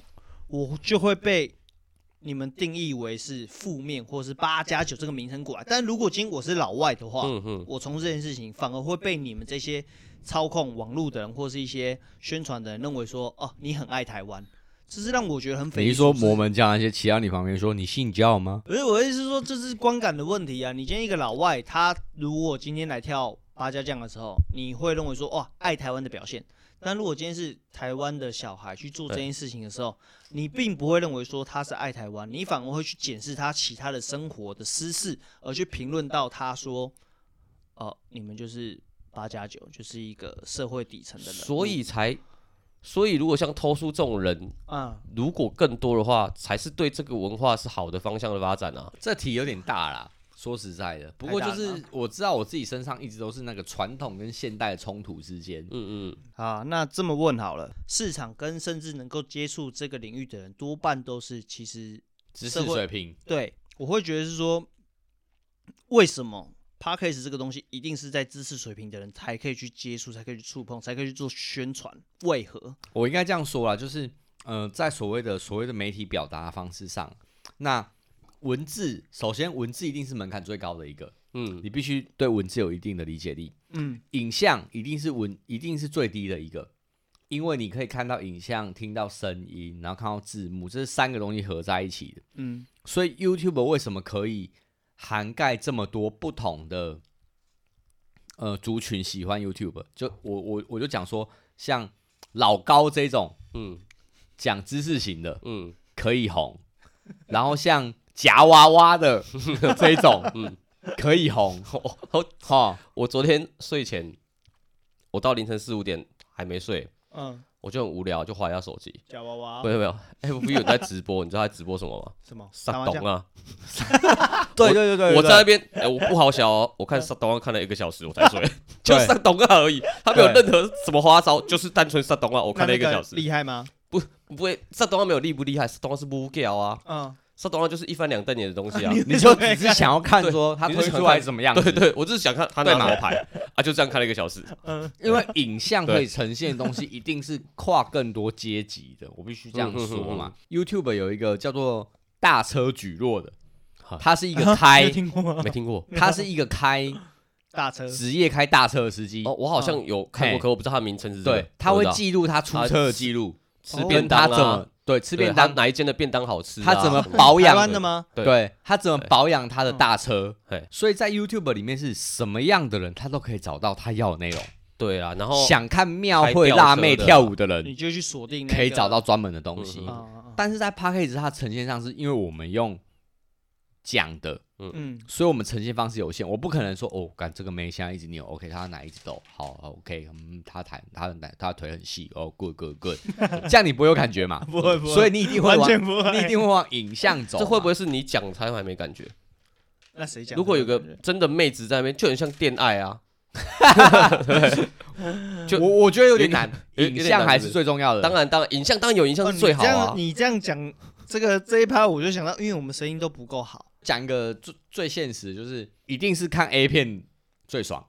[SPEAKER 2] 我就会被你们定义为是负面或是八加九这个名称过来。但如果今天我是老外的话，
[SPEAKER 1] 嗯嗯
[SPEAKER 2] 我从事这件事情，反而会被你们这些操控网络的人或是一些宣传的人认为说，哦，你很爱台湾，这是让我觉得很匪夷
[SPEAKER 3] 你是说
[SPEAKER 2] 所思
[SPEAKER 3] 摩门教那些骑到你旁边说你信教吗？
[SPEAKER 2] 不是我的意思是说，这是观感的问题啊。你今天一个老外，他如果今天来跳八家将的时候，你会认为说哇，爱台湾的表现。但如果今天是台湾的小孩去做这件事情的时候，你并不会认为说他是爱台湾，你反而会去检视他其他的生活的私事，而去评论到他说，哦，你们就是八加九，就是一个社会底层的人。
[SPEAKER 1] 所，以才，所以如果像偷书这种人，
[SPEAKER 2] 嗯，
[SPEAKER 1] 如果更多的话，才是对这个文化是好的方向的发展啊。
[SPEAKER 3] 这题有点大啦。说实在的，不过
[SPEAKER 2] 太
[SPEAKER 3] 就
[SPEAKER 2] 大了
[SPEAKER 3] 是我知道我自己身上一直都是那个传统跟现代的冲突之间，
[SPEAKER 1] 嗯嗯，
[SPEAKER 2] 啊，那这么问好了，市场跟甚至能够接触这个领域的人，多半都是其实
[SPEAKER 3] 知识
[SPEAKER 2] 社会
[SPEAKER 3] 水平
[SPEAKER 2] 对，我会觉得是说，为什么 p a c k a g e 这个东西一定是在知识水平的人才可以去接触，才可以去触碰，才可以去做宣传？为何？
[SPEAKER 3] 我应该这样说啦，就是呃，在所谓的所谓的媒体表达方式上，那文字首先文字一定是门槛最高的一个，
[SPEAKER 1] 嗯，
[SPEAKER 3] 你必须对文字有一定的理解力。
[SPEAKER 2] 嗯，
[SPEAKER 3] 影像一定是文一定是最低的一个，因为你可以看到影像、听到声音，然后看到字幕，这是三个东西合在一起的。
[SPEAKER 2] 嗯，
[SPEAKER 3] 所以 YouTube 为什么可以涵盖这么多不同的呃族群喜欢 YouTube？就我我我就讲说，像老高这种
[SPEAKER 1] 嗯
[SPEAKER 3] 讲知识型的
[SPEAKER 1] 嗯
[SPEAKER 3] 可以红，然后像夹娃 娃的这种
[SPEAKER 1] 嗯，哦
[SPEAKER 3] 可以红，
[SPEAKER 1] 我我
[SPEAKER 3] 哈，
[SPEAKER 1] 我昨天睡前，我到凌晨四五点还没睡，
[SPEAKER 2] 嗯，
[SPEAKER 1] 我就很无聊，就划一下手机。
[SPEAKER 2] 假娃娃
[SPEAKER 1] 没有没有，FB 有在直播，你知道他在直播什么吗？
[SPEAKER 2] 什么打
[SPEAKER 1] 杀
[SPEAKER 2] 麻
[SPEAKER 1] 懂
[SPEAKER 2] 将？
[SPEAKER 1] 啊！
[SPEAKER 3] 对对对对，
[SPEAKER 1] 我
[SPEAKER 3] 对
[SPEAKER 1] 在 那边，哎，我不好小哦，我看上东岸看了一个小时，我才 睡，就
[SPEAKER 3] 对
[SPEAKER 1] 上东岸而已，他没有任何什么花招，就是单纯上东岸，我
[SPEAKER 2] 我
[SPEAKER 1] 看了一个小时。
[SPEAKER 2] 厉害吗？
[SPEAKER 1] 不会，上东岸没有厉不厉害，上东岸是不 g 啊，
[SPEAKER 2] 嗯，
[SPEAKER 1] 上东岸就是一翻两瞪眼的东西啊。
[SPEAKER 3] 你就只是想要看
[SPEAKER 1] 对
[SPEAKER 3] 说他
[SPEAKER 1] 你
[SPEAKER 3] 推
[SPEAKER 1] 是想
[SPEAKER 3] 出来
[SPEAKER 1] 看
[SPEAKER 3] 怎么样
[SPEAKER 1] 对
[SPEAKER 3] 子，
[SPEAKER 1] 对，我就是想看他拿
[SPEAKER 3] 对
[SPEAKER 1] 什
[SPEAKER 3] 嘛
[SPEAKER 1] 么牌啊，就这样看了一个小时。
[SPEAKER 2] 嗯，
[SPEAKER 3] 因为影像
[SPEAKER 1] 对
[SPEAKER 3] 可以呈现的东 西一定是跨更多阶级的，我必须这样说
[SPEAKER 1] 嗯
[SPEAKER 3] 嘛。YouTube 有一个叫做大车举落的
[SPEAKER 1] 哈，
[SPEAKER 3] 他是一个开
[SPEAKER 2] 有，听过吗
[SPEAKER 1] 没？听过
[SPEAKER 3] 他是一个开
[SPEAKER 2] 大车，
[SPEAKER 3] 职业开大车的司机
[SPEAKER 1] 哦，，我好像有看过，
[SPEAKER 3] 嘿
[SPEAKER 1] 可我不知道他的名称是什么。
[SPEAKER 3] 对，他
[SPEAKER 1] 我
[SPEAKER 3] 会
[SPEAKER 1] 知道
[SPEAKER 3] 记录他出车的记录，
[SPEAKER 1] 吃
[SPEAKER 3] 跟
[SPEAKER 1] 便
[SPEAKER 3] 哦他
[SPEAKER 1] 当
[SPEAKER 3] 怎
[SPEAKER 1] 啊
[SPEAKER 3] 么，对吃
[SPEAKER 1] 对
[SPEAKER 3] 便
[SPEAKER 1] 他
[SPEAKER 3] 当，
[SPEAKER 1] 哪一间的便当好吃啊？
[SPEAKER 3] 他怎么
[SPEAKER 1] 什的
[SPEAKER 3] 保
[SPEAKER 2] 嗯台
[SPEAKER 3] 养
[SPEAKER 2] 湾的吗？嗯
[SPEAKER 1] 对
[SPEAKER 3] 对他怎么
[SPEAKER 1] 对
[SPEAKER 3] 保养他的大车
[SPEAKER 1] 对，
[SPEAKER 3] 所以在 YouTube 里面是什么样的人，他都可以找到他要的内容。
[SPEAKER 1] 对啊，然后
[SPEAKER 3] 想看庙会辣妹跳舞的人，
[SPEAKER 2] 你就去锁定那个，
[SPEAKER 3] 可以找到专门的东西
[SPEAKER 1] 嗯。
[SPEAKER 2] 啊，
[SPEAKER 3] 但是在 p a c k a g e 它呈现上，是因为我们用讲的，
[SPEAKER 2] 嗯
[SPEAKER 3] 所以我们呈现方式有限。我不可能说哦，干这个妹现在一直扭，OK，她奶一直抖，好好，OK，嗯，她腿她的奶她的腿很细，哦，good good good，这 样你不会有感觉嘛？
[SPEAKER 2] 不会不会
[SPEAKER 3] 所以你一定会
[SPEAKER 2] 完
[SPEAKER 3] 往，
[SPEAKER 2] 全不
[SPEAKER 1] 啊
[SPEAKER 3] 你一
[SPEAKER 2] 会。
[SPEAKER 3] 定会往影像走嘛。
[SPEAKER 1] 这会不会是你讲才还没感觉？
[SPEAKER 2] 那谁讲？
[SPEAKER 1] 如果有个真的妹子在那边，就很像恋爱啊。就
[SPEAKER 3] 我我觉得有点
[SPEAKER 1] 有
[SPEAKER 3] 难
[SPEAKER 1] 点，有有
[SPEAKER 3] 影
[SPEAKER 1] 点
[SPEAKER 3] 像
[SPEAKER 1] 难
[SPEAKER 3] 还
[SPEAKER 1] 是不
[SPEAKER 3] 是
[SPEAKER 1] 是
[SPEAKER 3] 最重要的。
[SPEAKER 1] 当然，当然，影像当然有影像
[SPEAKER 2] 哦
[SPEAKER 1] 是
[SPEAKER 2] 你
[SPEAKER 1] 最好
[SPEAKER 2] 这
[SPEAKER 1] 啊
[SPEAKER 2] 样。你这样讲，这个这一趴我就想到，因为我们声音都不够好，
[SPEAKER 3] 讲一个最最现实，就是一定是看 A 片最爽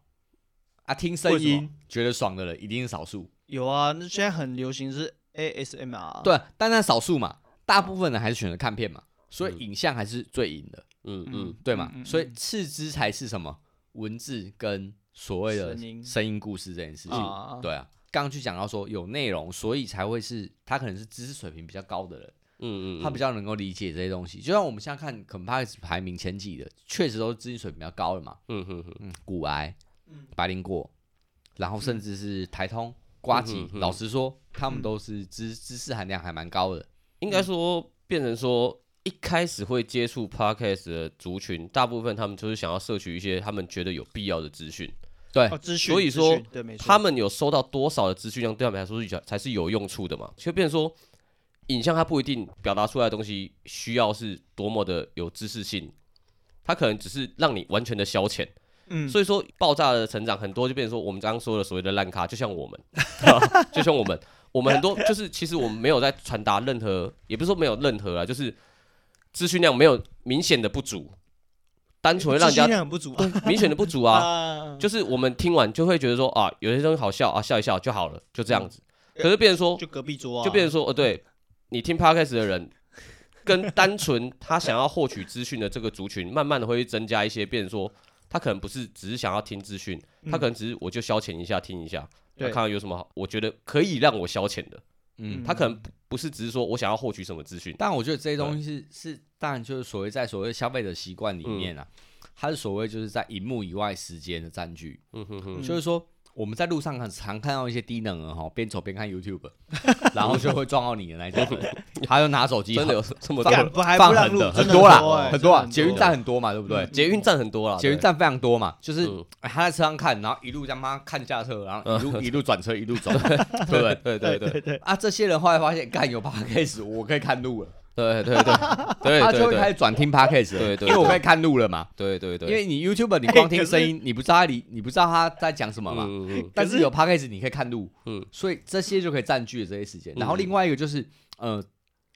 [SPEAKER 3] 啊，听声
[SPEAKER 2] 为什
[SPEAKER 3] 音觉得爽的人一定是少数，
[SPEAKER 2] 有啊，那现在很流行是 ASMR，，
[SPEAKER 3] 对，但那少数嘛，大部分人还是选择看片嘛，所以
[SPEAKER 1] 嗯
[SPEAKER 3] 影像还是最赢的，
[SPEAKER 1] 嗯嗯
[SPEAKER 2] 嗯，
[SPEAKER 3] 对嘛？
[SPEAKER 2] 嗯嗯
[SPEAKER 3] 所以次之才是什么文字跟所谓的
[SPEAKER 2] 声音
[SPEAKER 3] 声音故事这件事情，
[SPEAKER 2] 啊
[SPEAKER 3] 对啊。刚刚去讲到说有内容，所以才会是他可能是知识水平比较高的人，
[SPEAKER 1] 嗯嗯，
[SPEAKER 3] 他比较能够理解这些东西。就像我们现在看，可能他是排名前几的，确实都是知识水平比较高的嘛。
[SPEAKER 1] 嗯嗯嗯
[SPEAKER 3] 嗯，骨癌
[SPEAKER 2] 嗯、
[SPEAKER 3] 白灵果，然后甚至是台通、瓜
[SPEAKER 1] 嗯
[SPEAKER 3] 吉
[SPEAKER 1] 哼，哼
[SPEAKER 3] 老实说，他们都是知知识含量还蛮高的。
[SPEAKER 1] 应该说变成说一开始会接触 podcast 的族群，大部分他们就是想要摄取一些他们觉得有必要的资讯。
[SPEAKER 3] 对
[SPEAKER 2] 哦，资讯，
[SPEAKER 1] 所以
[SPEAKER 2] 资
[SPEAKER 1] 说
[SPEAKER 2] 讯对，没错，
[SPEAKER 1] 他们有收到多少的资讯量，对他们来说是才是有用处的嘛？就变成说，影像它不一定表达出来的东西需要是多么的有知识性，它可能只是让你完全的消遣。
[SPEAKER 2] 嗯，
[SPEAKER 1] 所以说，爆炸的成长很多就变成说，我们刚刚说的所谓的烂咖，就像我们， 就像我们，我们很多就是其实我们没有在传达任何，也不是说没有任何啊，就是资讯量没有明显的不足，单纯会让
[SPEAKER 2] 资
[SPEAKER 1] 人
[SPEAKER 2] 讯
[SPEAKER 1] 家
[SPEAKER 2] 量很不足啊
[SPEAKER 1] 明显的不足啊。
[SPEAKER 2] 啊，
[SPEAKER 1] 就是我们听完就会觉得说啊，有些东西好笑啊，笑一笑就好了，就这样子。可是变成说，
[SPEAKER 2] 就隔壁桌啊，
[SPEAKER 1] 就变成说，哦，对你听 podcast 的人，跟单纯他想要获取资讯的这个族群，慢慢的会增加一些，变成说他可能不是只是想要听资讯，他可能只是我就消遣一下听一下，那
[SPEAKER 2] 对
[SPEAKER 1] 看看有什么好，我觉得可以让我消遣的。
[SPEAKER 3] 嗯
[SPEAKER 2] 嗯
[SPEAKER 1] 他可能不不是只是说我想要获取什么资讯，
[SPEAKER 3] 但我觉得这些东西是是，当然就是所谓在所谓消费者习惯
[SPEAKER 1] 嗯
[SPEAKER 3] 里面啊，它是所谓就是在荧幕以外时间的占据，
[SPEAKER 1] 嗯哼哼，
[SPEAKER 2] 嗯
[SPEAKER 3] 就是说。我们在路上很常看到一些低能儿哈，边走边看 YouTube，然后就会撞到你的那一种人，他就拿手机
[SPEAKER 1] 真的有这么多
[SPEAKER 3] 放
[SPEAKER 2] 干不还哎不
[SPEAKER 3] 放
[SPEAKER 2] 让
[SPEAKER 3] 很
[SPEAKER 2] 路
[SPEAKER 3] 的，
[SPEAKER 2] 真
[SPEAKER 3] 很
[SPEAKER 2] 的
[SPEAKER 3] 多
[SPEAKER 2] 多
[SPEAKER 3] 啦，
[SPEAKER 2] 欸
[SPEAKER 3] 很多
[SPEAKER 1] 啊
[SPEAKER 3] 啦，
[SPEAKER 2] 真的
[SPEAKER 3] 捷运站很多嘛，对不对？
[SPEAKER 1] 捷运站很多啦，
[SPEAKER 3] 捷运站非常多嘛，就是
[SPEAKER 1] 嗯
[SPEAKER 3] 哎他在车上看，然后一路他妈看下车，然后一路一路转车，一路走，对不对？
[SPEAKER 1] 对对对对
[SPEAKER 3] 啊，这些人后来发现，干有 podcast，我可以看路了，
[SPEAKER 1] 对对对对对
[SPEAKER 3] 他
[SPEAKER 1] 对
[SPEAKER 3] 就会开
[SPEAKER 1] 对
[SPEAKER 3] 始转听 podcast，了
[SPEAKER 1] 对对
[SPEAKER 3] 因为我可以看路了嘛。
[SPEAKER 1] 对对对，
[SPEAKER 3] 因为你 YouTube 你
[SPEAKER 2] 哎
[SPEAKER 3] 光听
[SPEAKER 2] 可是
[SPEAKER 3] 声音，你不知道他你你不知道他在讲什么嘛，
[SPEAKER 1] 嗯嗯嗯
[SPEAKER 3] 但是有 podcast 你可以看路，
[SPEAKER 1] 嗯
[SPEAKER 3] 所以这些就可以占据了这些时间。
[SPEAKER 1] 嗯
[SPEAKER 3] 然后另外一个就是，呃，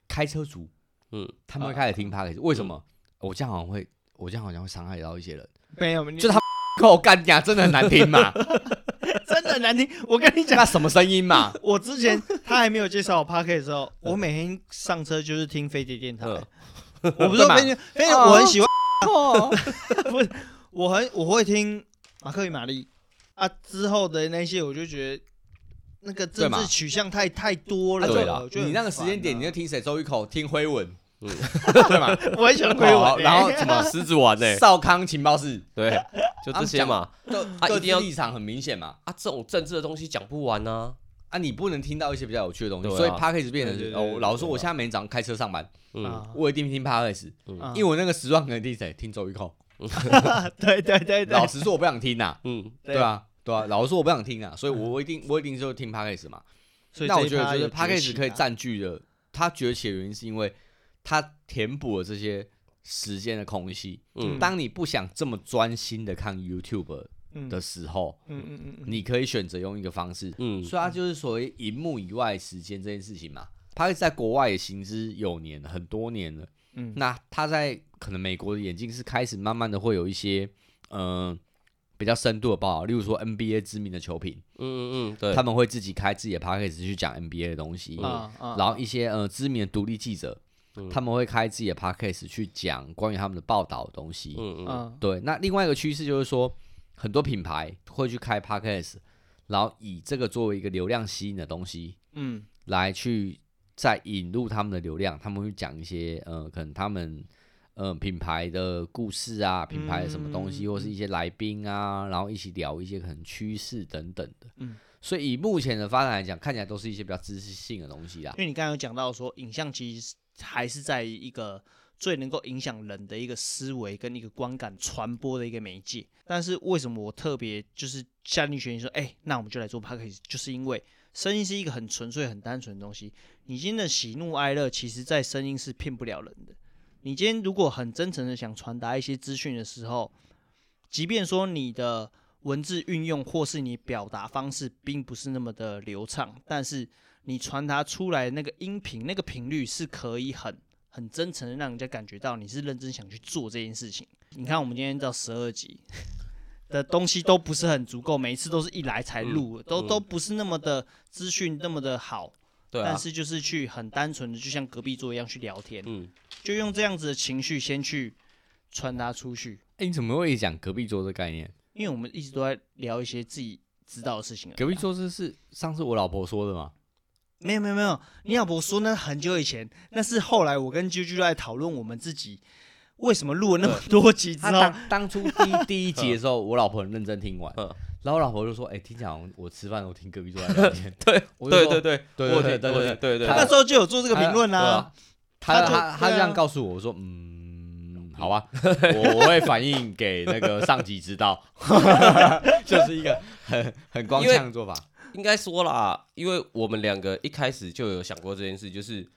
[SPEAKER 3] 开车族
[SPEAKER 1] 嗯。
[SPEAKER 3] 他们会开始听 podcast，为什么？我这样好像会，我这样好像会伤害到一些人，
[SPEAKER 2] 没有，你
[SPEAKER 3] 啊就他。我干讲真的很难听嘛，
[SPEAKER 2] 真的很难听。我跟你讲，
[SPEAKER 3] 那什么声音嘛？
[SPEAKER 2] 我之 前他还没有介绍我 p a r k 的时候，我每天上车就是听飞碟电台。
[SPEAKER 1] 嗯
[SPEAKER 2] 我不是说
[SPEAKER 3] 干嘛
[SPEAKER 2] 飞碟，飞碟我很喜欢，
[SPEAKER 3] 哦，
[SPEAKER 2] 我很我会听马克与玛丽啊，之后的那些我就觉得那个
[SPEAKER 3] 对
[SPEAKER 2] 政
[SPEAKER 3] 嘛
[SPEAKER 2] 治取向太太多了。
[SPEAKER 3] 啊对
[SPEAKER 2] 了，
[SPEAKER 3] 了
[SPEAKER 2] 我，觉得
[SPEAKER 3] 你那个
[SPEAKER 2] 很
[SPEAKER 3] 时
[SPEAKER 2] 烦
[SPEAKER 3] 间点，
[SPEAKER 2] 啊
[SPEAKER 3] 你就听谁周一口，听辉文， 对嘛？
[SPEAKER 2] 我很喜欢归
[SPEAKER 3] 好
[SPEAKER 2] 我，欸
[SPEAKER 3] 然 后
[SPEAKER 1] 什么狮子丸 呢？
[SPEAKER 3] 少康情报室，
[SPEAKER 1] 对，就这些嘛。
[SPEAKER 3] 就
[SPEAKER 1] 啊
[SPEAKER 3] 各
[SPEAKER 1] 一
[SPEAKER 3] 自
[SPEAKER 1] 定要
[SPEAKER 3] 立场很明显嘛。
[SPEAKER 1] 啊，这种政治的东西讲不完啊。
[SPEAKER 3] 啊，你不能听到一些比较有趣的东西，
[SPEAKER 1] 对啊
[SPEAKER 3] 所以 podcast 变成
[SPEAKER 2] 对对对
[SPEAKER 3] 是
[SPEAKER 2] 对
[SPEAKER 3] 哦，老实说，
[SPEAKER 1] 对啊
[SPEAKER 3] 我现在每天早上开车上班，
[SPEAKER 1] 嗯，
[SPEAKER 2] 啊
[SPEAKER 3] 我一定听 podcast，
[SPEAKER 2] 啊
[SPEAKER 3] 嗯因为我那个时段可能听谁听周一口。
[SPEAKER 2] 对对对对
[SPEAKER 3] 老，实说，我不想听呐，
[SPEAKER 1] 嗯，
[SPEAKER 2] 对嗯
[SPEAKER 3] 对啊，对啊，老实说我不想听啊，所以我我一定我一定就听 podcast 嘛。
[SPEAKER 2] 所以
[SPEAKER 3] 那
[SPEAKER 2] 这
[SPEAKER 3] 我
[SPEAKER 2] 一
[SPEAKER 3] 觉得
[SPEAKER 2] 趴
[SPEAKER 3] 就是
[SPEAKER 2] 有
[SPEAKER 3] p a c k a
[SPEAKER 2] 崛
[SPEAKER 3] g
[SPEAKER 2] 起
[SPEAKER 3] e 可以
[SPEAKER 2] 啊
[SPEAKER 3] 占据了它崛起的原因，是因为它填补了这些时间的空隙。
[SPEAKER 1] 嗯
[SPEAKER 3] 当你不想这么专心的看 YouTube
[SPEAKER 2] 嗯
[SPEAKER 3] 的时候，
[SPEAKER 2] 嗯嗯嗯嗯，
[SPEAKER 3] 你可以选择用一个方式，
[SPEAKER 1] 嗯
[SPEAKER 3] 所以它就是所谓荧幕以外时间这件事情嘛。p a c k a g e 在国外也行之有年，很多年了。
[SPEAKER 2] 嗯
[SPEAKER 3] 那它在可能美国的眼镜是开始慢慢的会有一些，嗯、比较深度的报道，例如说 NBA 知名的球评，
[SPEAKER 1] 嗯嗯嗯，对，
[SPEAKER 3] 他们会自己开自己的 p a c k a g e 去讲 NBA 的东西。
[SPEAKER 2] 啊啊，
[SPEAKER 3] 嗯然后一些呃知名的独立记者，
[SPEAKER 1] 嗯
[SPEAKER 3] 他们会开自己的 podcast 去讲关于他们的报道的东西。
[SPEAKER 1] 嗯嗯
[SPEAKER 2] 嗯
[SPEAKER 3] 对，那另外一个趋势就是说，很多品牌会去开 podcast，然后以这个作为一个流量吸引的东西，
[SPEAKER 2] 嗯
[SPEAKER 3] 来去再引入他们的流量，他们会讲一些呃，可能他们呃品牌的故事啊，品牌的什么东西，
[SPEAKER 2] 嗯
[SPEAKER 3] 或是一些来宾啊，然后一起聊一些可能趋势等等的。
[SPEAKER 2] 嗯，
[SPEAKER 3] 所以以目前的发展来讲，看起来都是一些比较知识性的东西啦
[SPEAKER 2] 因。为你刚才有讲到说，影像其实还是在一个最能够影响人的一个思维跟一个观感传播的一个媒介。但是为什么我特别就是下定决心说，哎、那我们就来做 p a c k a g e 就是因为声音是一个很纯粹、很单纯的东西。你今天的喜怒哀乐，其实在声音是骗不了人的。你今天如果很真诚的想传达一些资讯的时候，即便说你的文字运用或是你表达方式并不是那么的流畅，但是你传达出来的那个音频、那个频率是可以很很真诚的让人家感觉到你是认真想去做这件事情。你看，我们今天到十二 集的东西都不是很足够，每一次都是一来才
[SPEAKER 1] 嗯
[SPEAKER 2] 录，都都不是那么的资讯那么的好，
[SPEAKER 1] 对啊
[SPEAKER 2] 但，是就是去很单纯的，就像隔壁桌一样去聊天，
[SPEAKER 1] 嗯，
[SPEAKER 2] 就用这样子的情绪先去传达出去。
[SPEAKER 3] 哎，你怎么会讲隔壁桌的概念？
[SPEAKER 2] 因为我们一直都在聊一些自己知道的事情而已啊。
[SPEAKER 3] 隔壁桌是是上次我老婆说的嘛？
[SPEAKER 2] 没有没有没有，你老婆说那很久以前，那是后来我跟啾啾在讨论我们自己为什么录了那么多集之
[SPEAKER 3] 她
[SPEAKER 2] 后，
[SPEAKER 3] 当当 初第一 第一集的时候，我老婆很认真听完
[SPEAKER 1] 嗯，
[SPEAKER 3] 然后我老婆就说：“哎，听讲我吃饭都听隔壁桌在聊天。
[SPEAKER 1] 对
[SPEAKER 3] 我就
[SPEAKER 1] 对
[SPEAKER 3] 说”
[SPEAKER 1] 对对，
[SPEAKER 3] 对
[SPEAKER 1] 我
[SPEAKER 3] 对
[SPEAKER 1] 听我听对对，
[SPEAKER 2] 他那时候就有做这
[SPEAKER 3] 这
[SPEAKER 2] 个评论啊。，
[SPEAKER 3] 她
[SPEAKER 2] 她就
[SPEAKER 3] 她
[SPEAKER 2] 对
[SPEAKER 3] 她
[SPEAKER 2] 啊
[SPEAKER 3] 这样告诉我，我说：“嗯，好吧，我我会反映给那个上级知道。” 就是一个很很光
[SPEAKER 1] 因
[SPEAKER 3] 呛的做法。
[SPEAKER 1] 应该说啦，因为我们两个一开始就有想过这件事，就是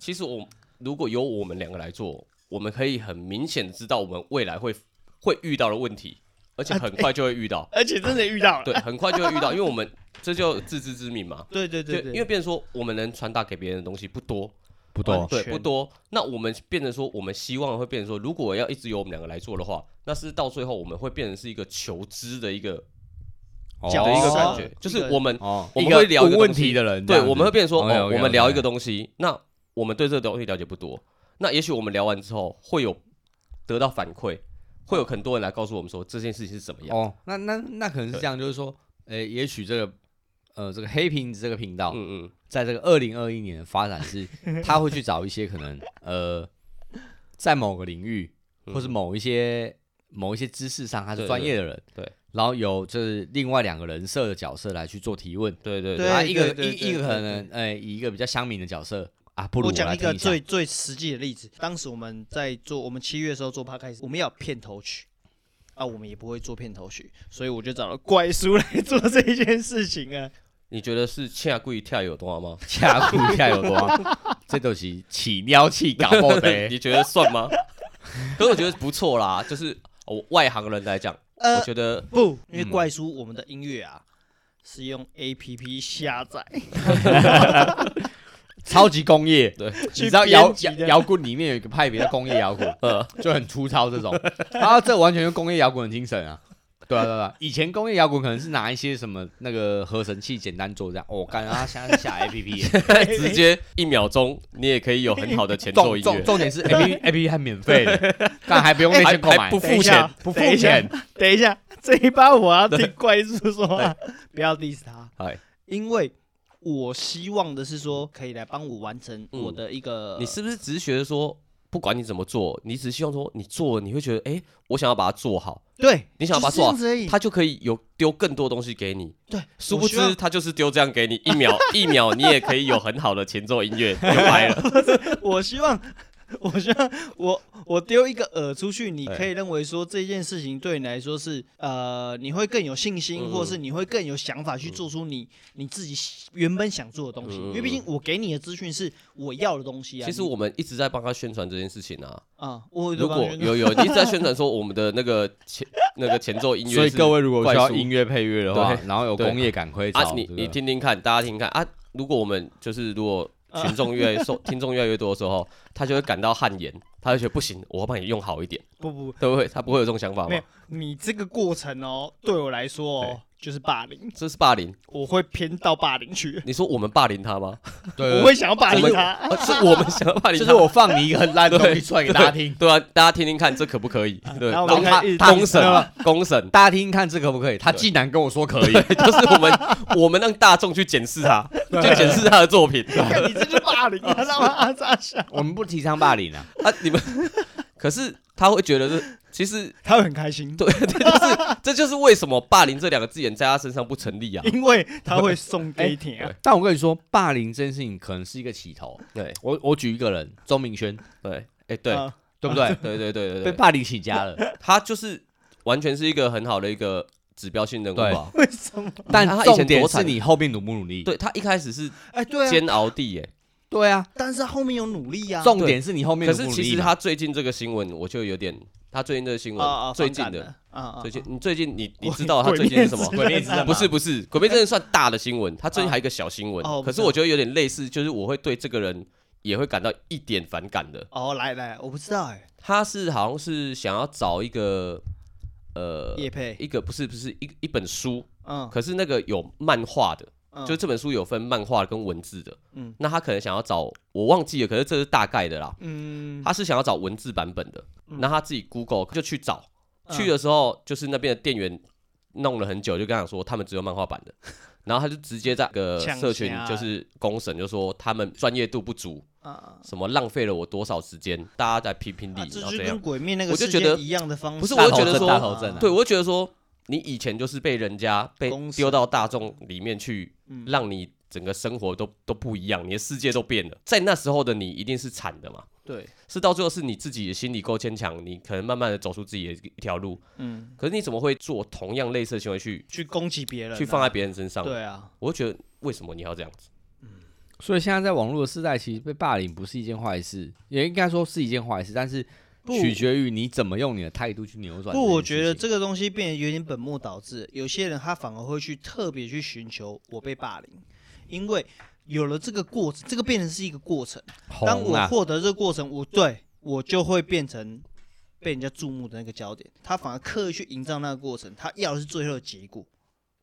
[SPEAKER 1] 其实我如果由我们两个来做，我们可以很明显地知道我们未来会会遇到的问题，而
[SPEAKER 3] 啊
[SPEAKER 1] 且很快就会遇到，
[SPEAKER 2] 而且真的遇到了，
[SPEAKER 1] 对，很快就会遇到，因为我们这就自知之明嘛。
[SPEAKER 2] 对对对
[SPEAKER 1] 就
[SPEAKER 2] 对，
[SPEAKER 1] 因为变成说我们能传达给别人的东西不多，嗯
[SPEAKER 3] 不
[SPEAKER 2] 多
[SPEAKER 1] 对，
[SPEAKER 2] 全
[SPEAKER 1] 不多。那我们变成说，我们希望会变成说，如果要一直由我们两个来做的话，那是到最后我们会变成是一个求知的一个
[SPEAKER 2] 角
[SPEAKER 1] 的一个
[SPEAKER 2] 色
[SPEAKER 1] 感
[SPEAKER 2] 哦
[SPEAKER 1] 觉，就
[SPEAKER 2] 一
[SPEAKER 1] 是
[SPEAKER 2] 个
[SPEAKER 1] 我们
[SPEAKER 3] 哦，
[SPEAKER 1] 我们会聊一个
[SPEAKER 3] 问
[SPEAKER 1] 东西
[SPEAKER 3] 题的人，
[SPEAKER 1] 对，我们会变成说，哦，
[SPEAKER 3] OK，OK，OK
[SPEAKER 1] 我们聊一个东西，那我们对这个东西了解不多，那也许我们聊完之后会有得到反馈，会有很多人来告诉我们说这件事情是怎么样。
[SPEAKER 3] 哦，那那那可能是这样，就是说，呃，也许这个呃这个黑瓶子这个频道，
[SPEAKER 1] 嗯嗯，
[SPEAKER 3] 在这个二零二一年的发 展是，他会去找一些可能呃，在某个领域
[SPEAKER 2] 嗯
[SPEAKER 3] 或是某一些某一些知识上他是
[SPEAKER 1] 对
[SPEAKER 3] 专业的人，
[SPEAKER 1] 对
[SPEAKER 3] 然后有就是另外两个人设的角色来去做提问，
[SPEAKER 1] 对对
[SPEAKER 2] 对
[SPEAKER 3] 啊，一个
[SPEAKER 2] 对
[SPEAKER 3] 一
[SPEAKER 2] 对
[SPEAKER 3] 一个可
[SPEAKER 2] 对
[SPEAKER 3] 能呃以一个比较乡民的角色啊，不如
[SPEAKER 2] 我
[SPEAKER 3] 来
[SPEAKER 2] 讲一
[SPEAKER 3] 听
[SPEAKER 2] 个
[SPEAKER 3] 一下
[SPEAKER 2] 最最实际的例子，当时我们在做，我们七月的时候做 p 开始，我们要有片头曲啊，我们也不会做片头曲，所以我就找了怪叔来做这一件事情啊。
[SPEAKER 1] 你觉得是恰故意跳有多吗？
[SPEAKER 3] 下哭一下有 多啊，这都是起尿气搞爆的，
[SPEAKER 1] 你觉得算吗？可是我觉得不错啦，就是我外行人来讲，
[SPEAKER 2] 呃
[SPEAKER 1] 我觉 得
[SPEAKER 2] 不，因为
[SPEAKER 3] 嗯
[SPEAKER 2] 怪叔我们的音乐啊是用 A P P 下载，
[SPEAKER 1] 嗯
[SPEAKER 3] 超级工业。
[SPEAKER 1] 对，
[SPEAKER 3] 你知道摇
[SPEAKER 2] 去
[SPEAKER 3] 摇
[SPEAKER 2] 编辑的
[SPEAKER 3] 摇滚里面有一个 派别叫工业摇滚，呃，就很粗糙这种，然后这完全是工业摇滚的精神啊，对啊对啊对啊，以前工业摇滚可能是拿一些什么那个合成器简单做这样，哦，感觉他现在下 A P P，
[SPEAKER 1] 直接一秒钟你也可以有很好的前奏
[SPEAKER 3] 重
[SPEAKER 1] 音
[SPEAKER 3] 重
[SPEAKER 1] 乐，
[SPEAKER 3] 重点是 A P P A P P 还免费 的，但还不用内
[SPEAKER 1] 还
[SPEAKER 3] 线购
[SPEAKER 1] 还
[SPEAKER 3] 买
[SPEAKER 1] 不，
[SPEAKER 2] 等
[SPEAKER 1] 付
[SPEAKER 2] 一
[SPEAKER 1] 钱
[SPEAKER 2] 下，
[SPEAKER 3] 不付
[SPEAKER 2] 等一下
[SPEAKER 3] 钱，
[SPEAKER 2] 等一下，这一趴我要听怪叔说话，不要 diss 他，
[SPEAKER 3] 哎，
[SPEAKER 2] 因为我希望的是说可以来帮我完成我的一个，
[SPEAKER 1] 嗯你是不是只是觉得说，不管你怎么做，你只希望说你做了你会觉得，哎、我想要把它做好，
[SPEAKER 2] 对，
[SPEAKER 1] 你想要把它
[SPEAKER 2] 就是这
[SPEAKER 1] 做
[SPEAKER 2] 样
[SPEAKER 1] 好
[SPEAKER 2] 子而已，
[SPEAKER 1] 他就可以有丢更多东西给你。
[SPEAKER 2] 对，
[SPEAKER 1] 殊
[SPEAKER 2] 嗯我
[SPEAKER 1] 不
[SPEAKER 2] 希望
[SPEAKER 1] 知他就是丢这样给你，一 秒一秒你也可以有很好的前奏音乐，就掰 了。
[SPEAKER 2] 我希望， 我希望我我丢一个饵出去，你
[SPEAKER 1] 哎
[SPEAKER 2] 可以认为说这件事情对你来说是呃，你会更有信心，
[SPEAKER 1] 嗯
[SPEAKER 2] 或者是你会更有想法去做出你你自己喜原本想做的东西。
[SPEAKER 1] 嗯
[SPEAKER 2] 因为毕竟我给你的资讯是我要的东西啊。
[SPEAKER 1] 其实
[SPEAKER 2] 你
[SPEAKER 1] 我们一直在帮他宣传这件事情啊。
[SPEAKER 2] 啊，我
[SPEAKER 1] 如
[SPEAKER 2] 有
[SPEAKER 1] 果
[SPEAKER 2] 感觉
[SPEAKER 1] 有有，你一直在宣传说我们的那个前那个前奏音乐是，
[SPEAKER 3] 所以各位如果需要音
[SPEAKER 1] 乐
[SPEAKER 3] 乐配乐的话，
[SPEAKER 1] 对
[SPEAKER 3] 然后有工业感可以
[SPEAKER 1] 啊
[SPEAKER 3] 找，
[SPEAKER 1] 你
[SPEAKER 3] 这个
[SPEAKER 1] 你听听看，大家听听看啊。如果我们就是如果群众越来 越受听众越来越多的时候，他就会感到汗颜，他就觉得不行，我要帮你用好一点，
[SPEAKER 2] 不不
[SPEAKER 1] 对不对？他不会有这种想法
[SPEAKER 2] 没
[SPEAKER 1] 吗
[SPEAKER 2] 有？，你这个过程哦，对我来说哦
[SPEAKER 1] 哎
[SPEAKER 2] 就是霸凌，
[SPEAKER 1] 这是霸凌，
[SPEAKER 2] 我会偏到霸凌去，
[SPEAKER 1] 你说我们霸凌他 吗？
[SPEAKER 3] 对
[SPEAKER 1] 呃
[SPEAKER 3] 对
[SPEAKER 2] 我会想要霸凌
[SPEAKER 1] 我们
[SPEAKER 2] 他。
[SPEAKER 1] 啊是我们想要霸凌
[SPEAKER 3] 就
[SPEAKER 1] 他，
[SPEAKER 3] 是我放你一个很烂的东西出来给大家听，
[SPEAKER 1] 对啊，大家听听看，这可不可以？对，
[SPEAKER 2] 然后
[SPEAKER 1] 然
[SPEAKER 2] 我们
[SPEAKER 1] 后他
[SPEAKER 2] 开始
[SPEAKER 1] 他公
[SPEAKER 3] 对
[SPEAKER 1] 审
[SPEAKER 3] 吧，
[SPEAKER 1] 公审，
[SPEAKER 3] 大家听听看这可不可以？他竟然跟我说可以，
[SPEAKER 1] 就是我们我们让大众去检视他，去检视他的作品
[SPEAKER 2] 看你这就霸 凌啊，让他咋想？
[SPEAKER 3] 我们不提倡霸凌啊，
[SPEAKER 1] 啊！你们可是他会觉得是，其实
[SPEAKER 2] 他会很开 心。
[SPEAKER 1] 对，这就是这就是为什么霸凌这两个字眼在他身上不成立啊！
[SPEAKER 2] 因为他会送给你啊。
[SPEAKER 3] 但我跟你说，霸凌这件事情可能是一个起头。
[SPEAKER 1] 对
[SPEAKER 3] 我我举一个人，钟明轩，
[SPEAKER 1] 对，哎对
[SPEAKER 2] 啊
[SPEAKER 3] 对不对？
[SPEAKER 1] 对对对
[SPEAKER 3] 被
[SPEAKER 1] 对对，
[SPEAKER 3] 霸凌起 家了，
[SPEAKER 1] 他就是完全是一个很好的一个指标性人物吧？
[SPEAKER 2] 为什么？
[SPEAKER 3] 但
[SPEAKER 1] 他以前
[SPEAKER 3] 重点
[SPEAKER 1] 多惨
[SPEAKER 3] 是你后面努不努力。
[SPEAKER 1] 对他一开始是
[SPEAKER 2] 哎，对啊，
[SPEAKER 1] 煎熬地 耶，
[SPEAKER 3] 对啊，
[SPEAKER 2] 但是他后面有努力呀、啊。
[SPEAKER 3] 重点是你后面
[SPEAKER 1] 可
[SPEAKER 3] 努不
[SPEAKER 1] 是
[SPEAKER 3] 努力
[SPEAKER 1] 其实
[SPEAKER 3] 嘛
[SPEAKER 1] 他最近这个新闻我就有点，他最近这个新
[SPEAKER 2] 啊啊，
[SPEAKER 1] 闻最近
[SPEAKER 2] 反感
[SPEAKER 1] 的
[SPEAKER 2] 了。啊啊，
[SPEAKER 1] 最近你最近你你
[SPEAKER 2] 我
[SPEAKER 1] 知道他最近是什么？
[SPEAKER 3] 鬼灭之刃 吗
[SPEAKER 1] 不是不是，鬼灭真的算大的新闻，他最近还有一个小新闻
[SPEAKER 2] 哦，
[SPEAKER 1] 可是我觉得有点类似，就是我会对这个人也会感到一点反感的。
[SPEAKER 2] 哦，来来，我不知道哎、
[SPEAKER 1] 他是好像是想要找一个呃
[SPEAKER 2] 叶佩，
[SPEAKER 1] 一个不是不是一一本书，
[SPEAKER 2] 嗯，
[SPEAKER 1] 可是那个有漫画的，
[SPEAKER 2] 嗯
[SPEAKER 1] 就这本书有分漫画跟文字的，
[SPEAKER 2] 嗯
[SPEAKER 1] 那他可能想要找我忘记了，可是这是大概的啦，
[SPEAKER 2] 嗯，
[SPEAKER 1] 他是想要找文字版本的，那他自己 Google 就去找。
[SPEAKER 2] 嗯
[SPEAKER 1] 去的时候，就是那边的店员弄了很久，就跟他讲说他们只有漫画版 的，然后他就直接在个
[SPEAKER 2] 呛
[SPEAKER 1] 社群
[SPEAKER 2] 虾
[SPEAKER 1] 就是公审，就说他们专业度不足，
[SPEAKER 2] 啊啊，
[SPEAKER 1] 什么浪费了我多少时间，大家在评评理，
[SPEAKER 2] 啊这
[SPEAKER 1] 然后
[SPEAKER 2] 就
[SPEAKER 1] 这
[SPEAKER 2] 跟
[SPEAKER 1] 样。
[SPEAKER 2] 鬼面那个
[SPEAKER 1] 我就
[SPEAKER 2] 事
[SPEAKER 1] 觉得
[SPEAKER 2] 件一样的方式。
[SPEAKER 1] 不是
[SPEAKER 3] 大
[SPEAKER 1] 我就
[SPEAKER 3] 头
[SPEAKER 1] 觉得
[SPEAKER 3] 阵
[SPEAKER 1] 说
[SPEAKER 3] 大头阵啊，
[SPEAKER 1] 对，我就觉得说你以前就是被人家被
[SPEAKER 2] 公审
[SPEAKER 1] 丢到大众里面去，
[SPEAKER 2] 嗯
[SPEAKER 1] 让你整个生活都都不一样，你的世界都变了。在那时候的你一定是惨的嘛，
[SPEAKER 2] 对，
[SPEAKER 1] 是到最后是你自己的心理够坚强，你可能慢慢的走出自己的一一条路。
[SPEAKER 2] 嗯，
[SPEAKER 1] 可是你怎么会做同样类似的行为去
[SPEAKER 2] 去攻击别人啊、
[SPEAKER 1] 去放在别人身上。
[SPEAKER 2] 对啊，
[SPEAKER 1] 我就觉得为什么你要这样子？
[SPEAKER 3] 所以现在在网络的时代，其实被霸凌不是一件坏事，也应该说是一件坏事，但是
[SPEAKER 2] 不
[SPEAKER 3] 取决于你怎么用你的态度去扭转件事情。
[SPEAKER 2] 不，我觉得这个东西变得有点本末倒置。有些人他反而会去特别去寻求我被霸凌，因为有了这个过程，这个变成是一个过程。当
[SPEAKER 3] 红
[SPEAKER 2] 我
[SPEAKER 3] 啊，
[SPEAKER 2] 获得这个过程，我对我就会变成被人家注目的那个焦点。他反而刻意去营造那个过程，他要的是最后的结果。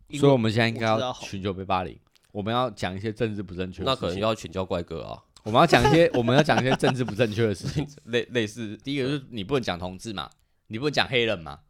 [SPEAKER 2] 因
[SPEAKER 3] 所以我
[SPEAKER 2] 为
[SPEAKER 3] 们现在应该
[SPEAKER 2] 我知道
[SPEAKER 3] 要
[SPEAKER 2] 红
[SPEAKER 3] 寻求被霸凌，我们要讲一些政治不正确的
[SPEAKER 1] 那
[SPEAKER 3] 事情。
[SPEAKER 1] 可能要请教怪哥啊，
[SPEAKER 3] 我们要讲一些，我们要讲一些政治不正确的事 情。
[SPEAKER 1] 类类似
[SPEAKER 3] 第一个就是你不能讲同志嘛，你不能讲黑人嘛，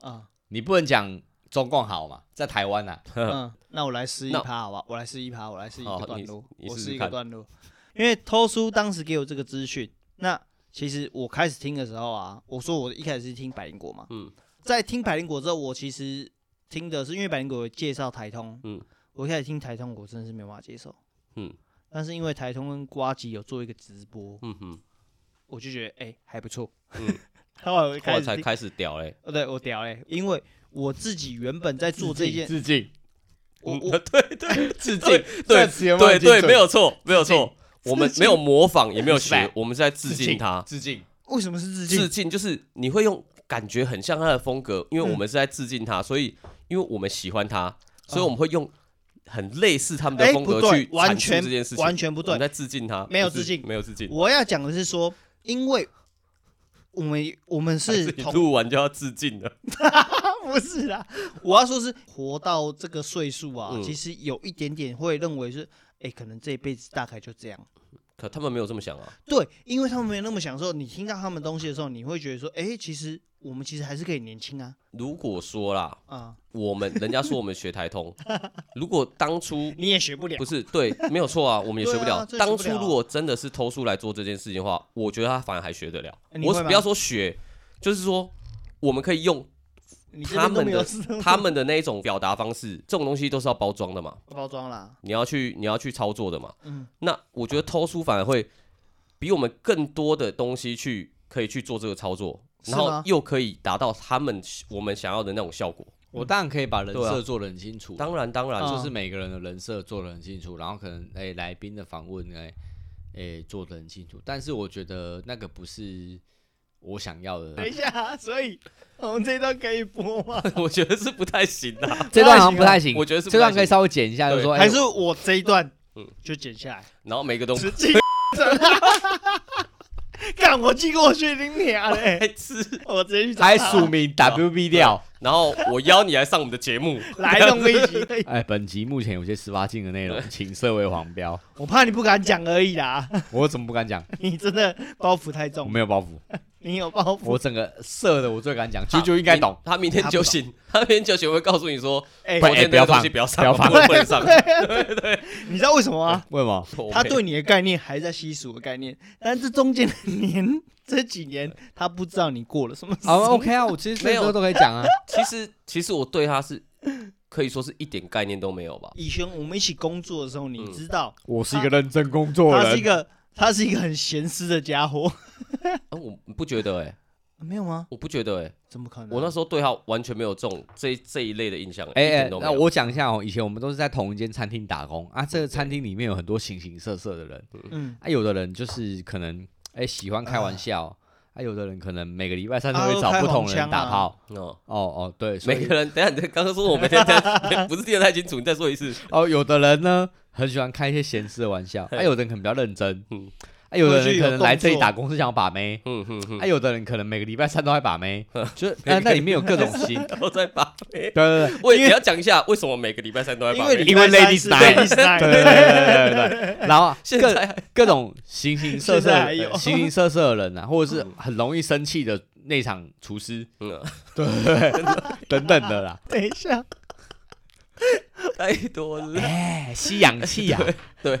[SPEAKER 2] 啊，
[SPEAKER 3] 你不能讲中共好嘛，在台湾啊，
[SPEAKER 2] 嗯，那我来试一
[SPEAKER 1] 那
[SPEAKER 2] 趴好吧，我来试一趴，我来试一
[SPEAKER 1] 好
[SPEAKER 2] 个段落，
[SPEAKER 1] 你
[SPEAKER 2] 我
[SPEAKER 1] 你试试
[SPEAKER 2] 试一个
[SPEAKER 1] 看
[SPEAKER 2] 段落。因为偷书当时给我这个资讯，那其实我开始听的时候啊，我说我一开始是听百灵果嘛，
[SPEAKER 1] 嗯，
[SPEAKER 2] 在听百灵果之后，我其实听的是因为百灵果有介绍台通，
[SPEAKER 1] 嗯，
[SPEAKER 2] 我一开始听台通，我真的是没办法接受，
[SPEAKER 1] 嗯，
[SPEAKER 2] 但是因为台通跟瓜吉有做一个直播，
[SPEAKER 1] 嗯哼，
[SPEAKER 2] 我就觉得哎、还不错，
[SPEAKER 1] 嗯，
[SPEAKER 2] 后来我就
[SPEAKER 1] 后
[SPEAKER 2] 开
[SPEAKER 1] 来
[SPEAKER 2] 始
[SPEAKER 1] 才
[SPEAKER 2] 听，
[SPEAKER 1] 开始屌 嘞，
[SPEAKER 2] 哦对我屌嘞，因为我自己原本在做这 件，
[SPEAKER 3] 致敬，
[SPEAKER 2] 我我
[SPEAKER 3] 致敬，
[SPEAKER 1] 对
[SPEAKER 3] 这
[SPEAKER 1] 对
[SPEAKER 3] 个词有
[SPEAKER 1] 对
[SPEAKER 3] 有精
[SPEAKER 1] 对，
[SPEAKER 3] 准
[SPEAKER 1] 没有错，没有错，我们没有模仿，也没有学
[SPEAKER 3] Respect，
[SPEAKER 1] 我们是在致敬他，
[SPEAKER 3] 致敬。
[SPEAKER 2] 为什么是致敬？
[SPEAKER 1] 致敬就是你会用感觉很像他的风格，因为
[SPEAKER 2] 嗯
[SPEAKER 1] 我们是在致敬他，所以因为我们喜欢他，所以我们会用很类似他们的
[SPEAKER 2] 哎
[SPEAKER 1] 风格
[SPEAKER 2] 不对
[SPEAKER 1] 去阐
[SPEAKER 2] 完
[SPEAKER 1] 述
[SPEAKER 2] 全
[SPEAKER 1] 这件事情，
[SPEAKER 2] 完全不
[SPEAKER 1] 我
[SPEAKER 2] 对
[SPEAKER 1] 们。在致敬他，
[SPEAKER 2] 没有
[SPEAKER 1] 不是
[SPEAKER 2] 致敬
[SPEAKER 1] 没有致敬，
[SPEAKER 2] 我要讲的是说，因为我们我们 是
[SPEAKER 1] 你
[SPEAKER 2] 同，
[SPEAKER 1] 录完就要致敬了。
[SPEAKER 2] 不是啦，我要说是活到这个岁数啊，
[SPEAKER 1] 嗯
[SPEAKER 2] 其实有一点点会认为是，哎、可能这一辈子大概就这样。
[SPEAKER 1] 可他们没有这么想啊，
[SPEAKER 2] 对，因为他们没有那么享受，你听到他们东西的时候，你会觉得说，哎、其实我们其实还是可以年轻啊，
[SPEAKER 1] 如果说啦，
[SPEAKER 2] 啊、
[SPEAKER 1] 我们人家说我们学台 通，如果当初
[SPEAKER 2] 你也学不了
[SPEAKER 1] 不，是对，没有错啊，我们也学不
[SPEAKER 2] 对
[SPEAKER 1] 了。
[SPEAKER 2] 啊这学不
[SPEAKER 1] 当
[SPEAKER 2] 了
[SPEAKER 1] 初如果真的是偷书来做这件事情的话，我觉得他反而还学得了。
[SPEAKER 2] 哎你
[SPEAKER 1] 我
[SPEAKER 2] 会吗
[SPEAKER 1] 不要说学，就是说我们可以用
[SPEAKER 2] 你这边都没有自动
[SPEAKER 1] 他们的那一种表达方式，这种东西都是要包装的嘛，
[SPEAKER 2] 包装啦，
[SPEAKER 1] 你要去你要去操作的嘛。
[SPEAKER 2] 嗯，
[SPEAKER 1] 那我觉得偷书反而会比我们更多的东西去可以去做这个操作，
[SPEAKER 2] 是
[SPEAKER 1] 然
[SPEAKER 2] 吗
[SPEAKER 1] 后又可以达到他们我们想要的那种效果。
[SPEAKER 3] 我当然可以把人
[SPEAKER 1] 对啊
[SPEAKER 3] 设做得很清楚，
[SPEAKER 1] 当然，当然，
[SPEAKER 2] 嗯
[SPEAKER 3] 就是每个人的人设做得很清楚，然后可能哎、来宾的访问哎哎、做得很清楚，但是我觉得那个不是我想要
[SPEAKER 2] 等
[SPEAKER 1] 嗯
[SPEAKER 3] 的。
[SPEAKER 2] 一下啊，所以我们这一段可以播吗？
[SPEAKER 1] 我觉得是不太行的、
[SPEAKER 3] 这段好像不太行，
[SPEAKER 1] 我觉得是不
[SPEAKER 3] 这
[SPEAKER 1] 太
[SPEAKER 3] 段可以
[SPEAKER 1] 行。
[SPEAKER 3] 稍微剪一下，就
[SPEAKER 1] 对
[SPEAKER 3] 说哎
[SPEAKER 2] 还是我这一段，
[SPEAKER 1] 嗯
[SPEAKER 2] 就剪下来，
[SPEAKER 1] 然后每个都
[SPEAKER 2] 直接。干，我寄过去你娘嘞！
[SPEAKER 1] 白痴。
[SPEAKER 2] 我直接去找
[SPEAKER 3] 还
[SPEAKER 2] 他
[SPEAKER 3] 署名 WB 掉。
[SPEAKER 1] 然后我邀你来上我们的节目，
[SPEAKER 2] 来弄一 集，
[SPEAKER 3] 哎，本集目前有些十八禁的内容，请设为黄标。
[SPEAKER 2] 我怕你不敢讲而已啦。
[SPEAKER 3] 我怎么不敢讲？
[SPEAKER 2] 你真的包袱太
[SPEAKER 3] 我
[SPEAKER 2] 重，
[SPEAKER 3] 没有包袱，
[SPEAKER 2] 你有包
[SPEAKER 3] 我
[SPEAKER 2] 袱。
[SPEAKER 3] 整个设的我最敢讲，啾啾应该懂。
[SPEAKER 1] 他明天酒醒，他明天酒醒会告诉你说，
[SPEAKER 2] 哎
[SPEAKER 1] 昨天
[SPEAKER 3] 不要
[SPEAKER 1] 那个东西
[SPEAKER 3] 放
[SPEAKER 1] 不要上，
[SPEAKER 3] 不要放
[SPEAKER 1] 不能不能 上。
[SPEAKER 2] 你知道为什么吗？
[SPEAKER 3] 为什么？
[SPEAKER 2] 他对你的概念还在习俗的概念，但这中间的年 这几年，他不知道你过了什么事。
[SPEAKER 3] 好，OK 啊，我其实
[SPEAKER 1] 没
[SPEAKER 3] 没
[SPEAKER 1] 有
[SPEAKER 3] 有都可以讲啊。
[SPEAKER 1] 其实 其实我对他是可以说是一点概念都没有吧。
[SPEAKER 2] 以前我们一起工作的时候，你
[SPEAKER 3] 嗯
[SPEAKER 2] 知道
[SPEAKER 3] 我是一个认真工作
[SPEAKER 2] 他
[SPEAKER 3] 的
[SPEAKER 2] 是一
[SPEAKER 3] 人，
[SPEAKER 2] 个他是一个很闲思的家伙，
[SPEAKER 1] 啊，我不觉得哎、
[SPEAKER 2] 没有吗？
[SPEAKER 1] 我不觉得
[SPEAKER 3] 啊
[SPEAKER 1] 哎、
[SPEAKER 2] 怎么可能？
[SPEAKER 1] 我那时候对他完全没有这种这这一类的印象、欸一
[SPEAKER 3] 哎哎
[SPEAKER 1] 点，都没
[SPEAKER 3] 那
[SPEAKER 1] 有。
[SPEAKER 3] 我讲一下哦，以前我们都是在同一间餐厅打工啊，这个餐厅里面有很多形形色色的人
[SPEAKER 2] 嗯，
[SPEAKER 3] 啊，有的人就是可能哎喜欢开玩笑，啊，有的人可能每个礼拜三都
[SPEAKER 2] 啊
[SPEAKER 3] 会
[SPEAKER 2] 都
[SPEAKER 3] 找
[SPEAKER 2] 开
[SPEAKER 3] 不同
[SPEAKER 2] 黄
[SPEAKER 3] 人
[SPEAKER 2] 腔
[SPEAKER 3] 打
[SPEAKER 2] 啊
[SPEAKER 3] 炮。
[SPEAKER 1] 哦，
[SPEAKER 3] 哦哦，对，所
[SPEAKER 1] 每
[SPEAKER 3] 以
[SPEAKER 1] 个人，等一下你在刚刚说我每天在，不是听得太清楚，你再说一 次。
[SPEAKER 3] 哦，有的人呢很喜欢开一些闲事的玩笑，
[SPEAKER 1] 嘿
[SPEAKER 3] 啊，有的人可能比较认真，
[SPEAKER 1] 嗯
[SPEAKER 3] 嗯，啊，有
[SPEAKER 2] 回
[SPEAKER 3] 的人
[SPEAKER 2] 去
[SPEAKER 3] 可
[SPEAKER 2] 有
[SPEAKER 3] 能来
[SPEAKER 2] 动
[SPEAKER 3] 这里
[SPEAKER 2] 作
[SPEAKER 3] 打工是想要把妹，
[SPEAKER 1] 嗯哼哼，
[SPEAKER 3] 啊，有的人可能每个礼拜三都在把 妹，就是
[SPEAKER 1] 每个
[SPEAKER 3] 那那里面有各种型，
[SPEAKER 1] 都在把妹。
[SPEAKER 3] 对对对
[SPEAKER 1] 喂，你要讲一下为什么每个礼拜三都在
[SPEAKER 2] 因
[SPEAKER 1] 把
[SPEAKER 2] 为
[SPEAKER 1] 妹？
[SPEAKER 2] 礼拜
[SPEAKER 3] 因为
[SPEAKER 2] 三
[SPEAKER 3] Ladies
[SPEAKER 2] 是
[SPEAKER 3] Night
[SPEAKER 2] Ladies
[SPEAKER 3] 对
[SPEAKER 2] Night，
[SPEAKER 3] 对对对对对，然后
[SPEAKER 1] 现
[SPEAKER 3] 各
[SPEAKER 1] 在
[SPEAKER 3] 各种形形色色
[SPEAKER 2] 现在还
[SPEAKER 3] 的
[SPEAKER 2] 有嗯
[SPEAKER 3] 人、形形色色的人啊，或者是很容易生气的内场厨 师
[SPEAKER 1] 嗯，
[SPEAKER 3] 等等的啦，
[SPEAKER 2] 等一下，
[SPEAKER 1] 太多了。
[SPEAKER 3] 哎，吸氧气啊，
[SPEAKER 1] 对，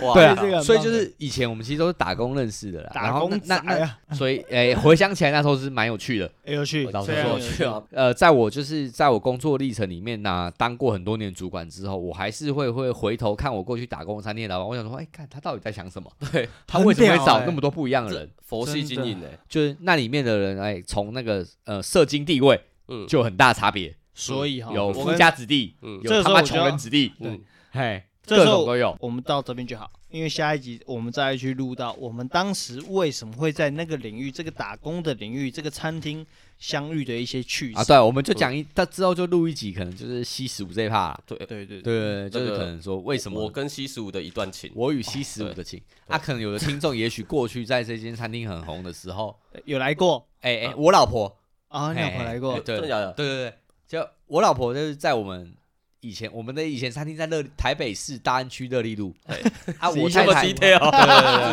[SPEAKER 1] 哇，
[SPEAKER 3] 对
[SPEAKER 2] 这个很
[SPEAKER 3] 啊，
[SPEAKER 2] 棒
[SPEAKER 3] 所以就是以前我们其实都是打工认识的啦，然
[SPEAKER 2] 打
[SPEAKER 3] 后那
[SPEAKER 2] 工仔
[SPEAKER 3] 那那
[SPEAKER 2] 啊，
[SPEAKER 3] 所以，哎、回想起来那时候是蛮有趣的。
[SPEAKER 2] 哎有趣，
[SPEAKER 3] 老实
[SPEAKER 2] 虽然有
[SPEAKER 3] 说
[SPEAKER 2] 趣
[SPEAKER 1] 去啊，
[SPEAKER 3] 呃，在我就是在我工作历程里面呢、当过很多年主管之后，我还是会会回头看我过去打工的餐厅的老板，我想说，哎、看他到底在想什么？
[SPEAKER 1] 对，
[SPEAKER 3] 他为什么
[SPEAKER 2] 很
[SPEAKER 3] 会
[SPEAKER 2] 屌
[SPEAKER 3] 找
[SPEAKER 2] 欸
[SPEAKER 3] 那么多不一样的人？
[SPEAKER 1] 佛系经营哎、
[SPEAKER 3] 就是那里面的人，哎、从那个呃社经地位
[SPEAKER 1] 嗯，
[SPEAKER 3] 就有很大差别，
[SPEAKER 2] 所以哈，
[SPEAKER 3] 有
[SPEAKER 2] 我
[SPEAKER 3] 富
[SPEAKER 2] 跟
[SPEAKER 3] 家子弟，
[SPEAKER 1] 嗯
[SPEAKER 2] 这
[SPEAKER 3] 有
[SPEAKER 2] 个时
[SPEAKER 3] 他
[SPEAKER 2] 候
[SPEAKER 3] 妈
[SPEAKER 2] 我就
[SPEAKER 3] 穷
[SPEAKER 2] 要
[SPEAKER 3] 人子弟，
[SPEAKER 1] 嗯，
[SPEAKER 3] 嘿，
[SPEAKER 2] 这
[SPEAKER 3] 各
[SPEAKER 2] 时候
[SPEAKER 3] 种都有。
[SPEAKER 2] 我们到这边就好，因为下一集我们再去录到我们当时为什么会在那个领域、这个打工的领域、这个餐厅相遇的一些趣事。
[SPEAKER 3] 啊，对，我们就
[SPEAKER 2] 嗯
[SPEAKER 3] 讲一，他之后就录一集，可能就是西十五这一趴啦，
[SPEAKER 1] 对，
[SPEAKER 2] 对对对，
[SPEAKER 3] 对，就
[SPEAKER 1] 那
[SPEAKER 3] 是
[SPEAKER 1] 个
[SPEAKER 3] 可能说为什
[SPEAKER 1] 嗯
[SPEAKER 3] 么
[SPEAKER 1] 我跟西十五的一段情，
[SPEAKER 3] 我与西十五的情。啊，可能有的听众也许过去在这间餐厅很红的 时候，
[SPEAKER 2] 有来过
[SPEAKER 3] 哎哎
[SPEAKER 1] 啊，
[SPEAKER 3] 我老婆，
[SPEAKER 2] 啊，你有没有来
[SPEAKER 3] 哎
[SPEAKER 2] 过
[SPEAKER 3] 哎？对
[SPEAKER 1] 真的假的？
[SPEAKER 3] 对对对，就我老婆就是在我们以前我们的以前餐厅在乐台北市大安区乐利路
[SPEAKER 1] 哎，
[SPEAKER 3] 啊，我
[SPEAKER 1] 这
[SPEAKER 3] 太
[SPEAKER 1] 么啊
[SPEAKER 3] 太
[SPEAKER 1] detail，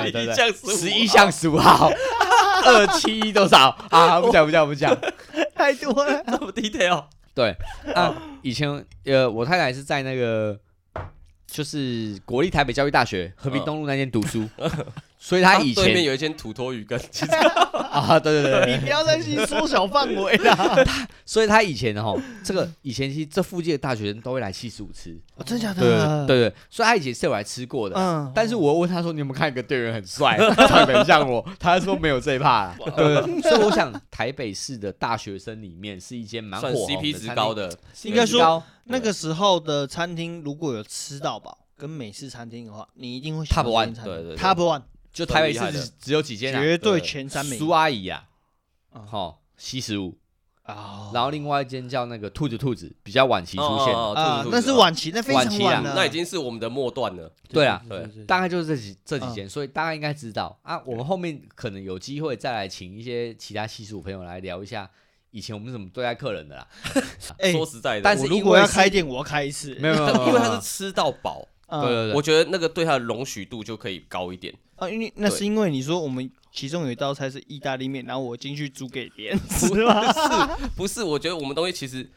[SPEAKER 3] 对对对对对
[SPEAKER 1] 像
[SPEAKER 3] 十一
[SPEAKER 1] 啊
[SPEAKER 3] 巷十五号 二七多少啊？不讲不讲不讲，
[SPEAKER 2] 太多 了，
[SPEAKER 1] 这么 detail，
[SPEAKER 3] 对啊，以前呃，我太太是在那个就是国立台北教育大学和平东路那间读 书，所以她以
[SPEAKER 1] 啊对面
[SPEAKER 3] 前
[SPEAKER 1] 有一间土托鱼羹，其实
[SPEAKER 3] 啊，对对对对
[SPEAKER 2] 你不要再去缩小范围了。
[SPEAKER 3] 所以他以前哈，这个以前其实这附近的大学生都会来七十五吃，
[SPEAKER 2] 哦真假
[SPEAKER 3] 对对
[SPEAKER 2] 的？
[SPEAKER 3] 对，对对，所以他以前是有来吃过的。
[SPEAKER 2] 嗯，
[SPEAKER 3] 但是我问他说：“你有没有看一个队员 很帅，长得很像我？”他说没有这一趴 啦，对对对所以我想，台北市的大学生里面是一间蛮火
[SPEAKER 1] 算
[SPEAKER 3] 红
[SPEAKER 1] CP 值高
[SPEAKER 3] 的
[SPEAKER 1] 的，
[SPEAKER 3] 餐厅，
[SPEAKER 2] 应该说
[SPEAKER 3] CP 高
[SPEAKER 2] 那个时候的餐厅如果有吃到饱跟美式餐厅的话，你一定会
[SPEAKER 3] Top one，
[SPEAKER 1] 对对对
[SPEAKER 2] Top One
[SPEAKER 3] 就台北市
[SPEAKER 1] 算厉害的
[SPEAKER 3] 只只有几间啊，
[SPEAKER 2] 绝对
[SPEAKER 1] 对
[SPEAKER 2] 前三名
[SPEAKER 1] 哦
[SPEAKER 3] 苏。阿姨啊，
[SPEAKER 2] 嗯
[SPEAKER 3] 好七十五，
[SPEAKER 2] 啊
[SPEAKER 3] 然后另外一间叫那个兔子兔子，比较晚期出现的，
[SPEAKER 1] 哦哦哦
[SPEAKER 2] 啊
[SPEAKER 1] 兔子兔，子
[SPEAKER 2] 那是晚期，那非常
[SPEAKER 3] 晚期啊
[SPEAKER 2] 晚了，
[SPEAKER 1] 那已经是我们的末段了。
[SPEAKER 3] 对啊
[SPEAKER 1] 对
[SPEAKER 3] 大概就是这几这几间，所以大家应该知道啊。我们后面可能有机会再来请一些其他西蜀朋友来聊一下，以前我们是怎么对待客人的啦。
[SPEAKER 2] 哎，
[SPEAKER 1] 说实在的，
[SPEAKER 3] 但
[SPEAKER 2] 我
[SPEAKER 3] 是
[SPEAKER 2] 如
[SPEAKER 3] 因
[SPEAKER 2] 果
[SPEAKER 3] 为
[SPEAKER 2] 要
[SPEAKER 3] 是
[SPEAKER 2] 开店，我要开一次，
[SPEAKER 3] 没有没有，
[SPEAKER 1] 但
[SPEAKER 3] 没有
[SPEAKER 1] 因为他是吃到饱，
[SPEAKER 2] 嗯
[SPEAKER 3] 对对对，
[SPEAKER 1] 我觉得那个对他的容许度就可以高一点。
[SPEAKER 2] 啊，因为那
[SPEAKER 1] 对
[SPEAKER 2] 是因为你说我们其中有一道菜是意大利面，然后我进去煮给别人吃吗？
[SPEAKER 1] 是不是？我觉得我们东西其实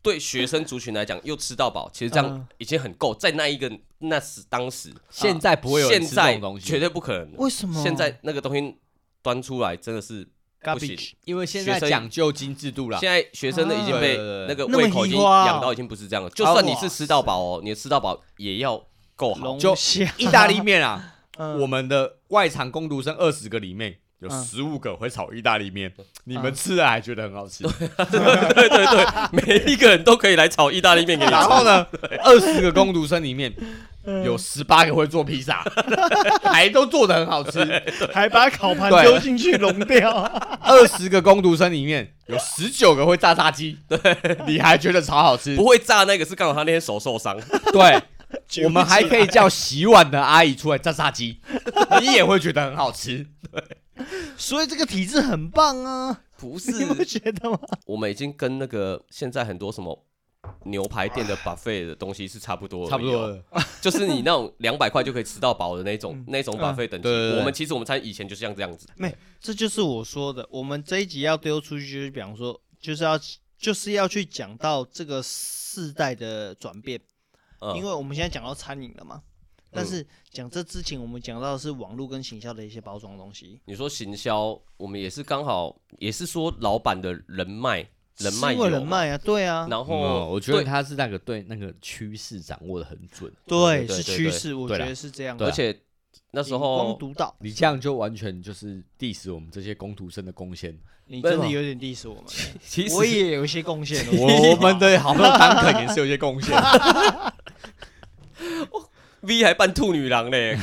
[SPEAKER 1] 对学生族群来讲又吃到饱，其实这样
[SPEAKER 2] 嗯
[SPEAKER 1] 已经很够。在那一个那时当时，啊
[SPEAKER 3] 现在不会有人
[SPEAKER 1] 现
[SPEAKER 3] 吃这
[SPEAKER 1] 在
[SPEAKER 3] 种东西，
[SPEAKER 1] 绝对不可能的。
[SPEAKER 2] 为什么？
[SPEAKER 1] 现在那个东西端出来真的是不行
[SPEAKER 2] garbage
[SPEAKER 3] 因为现在
[SPEAKER 1] 学生
[SPEAKER 3] 讲究精致度啦
[SPEAKER 1] 现。在学生的已经被
[SPEAKER 3] 啊对对对
[SPEAKER 1] 那个
[SPEAKER 2] 那么
[SPEAKER 1] 胃口已经
[SPEAKER 2] 移花哦
[SPEAKER 1] 养到已经啊不是这样了。就算你是吃到饱哦，你的吃到饱也要够好。
[SPEAKER 2] 龙
[SPEAKER 3] 就
[SPEAKER 2] 虾，
[SPEAKER 3] 意大利面啊，
[SPEAKER 2] 嗯
[SPEAKER 3] 我们的外场工读生二十个里面有
[SPEAKER 2] 嗯
[SPEAKER 3] 十五个会炒意大利面，你们吃了还觉得很好吃，
[SPEAKER 1] 对对对， 每一个人都可以来炒意大利面给你
[SPEAKER 3] 然
[SPEAKER 1] 吃。
[SPEAKER 3] 后呢，二十个工读生里面有十八个会做披萨， 还都做的很好吃。
[SPEAKER 2] 还把烤盘
[SPEAKER 3] 对
[SPEAKER 2] 丢进去融掉，啊
[SPEAKER 3] 二十个工读生里面有十九个会炸炸鸡，对，你还觉得超好吃
[SPEAKER 1] 不？会炸那个是刚好他那天手受伤，
[SPEAKER 3] 对，
[SPEAKER 2] 举不起来
[SPEAKER 3] 我们还可以叫洗碗的阿姨出来炸炸鸡，你也会觉得很好吃。
[SPEAKER 2] 所以这个体质很棒 啊，
[SPEAKER 1] 不是
[SPEAKER 2] 你不觉得吗？
[SPEAKER 1] 我们已经跟那个现在很多什么牛排店的 buffet 的东西是差不多，
[SPEAKER 3] 差不多，了，
[SPEAKER 1] 就是你那种两百块就可以吃到饱的那种
[SPEAKER 2] 嗯
[SPEAKER 1] 那种 buffet 等级。
[SPEAKER 3] 对对对
[SPEAKER 1] 我们其实我们餐以前就是像这样子，
[SPEAKER 2] 这就是我说的，我们这一集要丢出去，就是比方说，就是要就是要去讲到这个世代的转变，
[SPEAKER 1] 嗯，
[SPEAKER 2] 因为我们现在讲到餐饮了嘛。但是讲这之前，我们讲到的是网络跟行销的一些包装的东西。
[SPEAKER 1] 你说行销，我们也是刚好也是说老板的人脉人脉
[SPEAKER 2] 是因
[SPEAKER 1] 有
[SPEAKER 2] 为人脉啊，对啊，
[SPEAKER 1] 然后
[SPEAKER 3] 嗯，我觉得
[SPEAKER 1] 对
[SPEAKER 3] 他是那个对那个趋势掌握的很准。
[SPEAKER 1] 对
[SPEAKER 2] 对，
[SPEAKER 1] 对
[SPEAKER 2] 是
[SPEAKER 1] 对
[SPEAKER 2] 趋
[SPEAKER 1] 对
[SPEAKER 2] 势，我
[SPEAKER 3] 对
[SPEAKER 2] 觉
[SPEAKER 3] 啦
[SPEAKER 2] 得是这样。
[SPEAKER 3] 对啊
[SPEAKER 1] 而且那时
[SPEAKER 2] 光
[SPEAKER 1] 候
[SPEAKER 2] 独到，
[SPEAKER 3] 你这样就完全就是 diss 我们这些工读生的贡献。
[SPEAKER 2] 你
[SPEAKER 1] 不是
[SPEAKER 2] 真的
[SPEAKER 1] 吗
[SPEAKER 2] 有点 diss 我们欸，
[SPEAKER 1] 其
[SPEAKER 2] 我也有一些 贡献。
[SPEAKER 3] 我我们的好朋友当肯也是有些贡献。
[SPEAKER 1] V 还扮兔女郎嘞，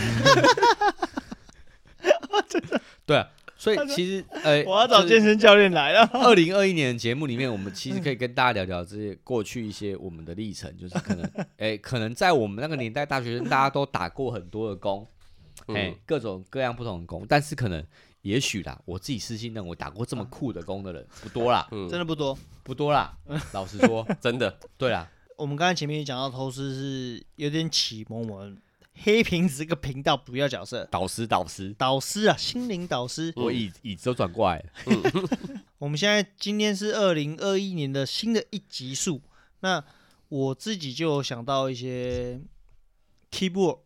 [SPEAKER 3] 对啊，所以其实 呃，
[SPEAKER 2] 我要找健身教练来了。
[SPEAKER 3] 二零二一年的节目里面，我们其实可以跟大家聊聊这些过去一些我们的历程，就是可能， 哎、可能在我们那个年代，大学生大家都打过很多的工，哎、
[SPEAKER 1] 嗯，
[SPEAKER 3] 各种各样不同的工，但是可能也许啦，我自己私信认为打过这么酷的工的人不多 啦，
[SPEAKER 1] 嗯
[SPEAKER 2] 真的不多。
[SPEAKER 3] 不多啦，老实说，
[SPEAKER 1] 真的
[SPEAKER 3] 对啊啦，
[SPEAKER 2] 我们刚才前面也讲到，偷师是有点启蒙我们黑瓶子这个频道不要角色
[SPEAKER 3] 导师导师，
[SPEAKER 2] 导师啊，心灵导师。
[SPEAKER 3] 我椅椅子都转过来了，
[SPEAKER 2] 我们现在今天是二零二一年的新的一集数，那我自己就有想到一些 keyboard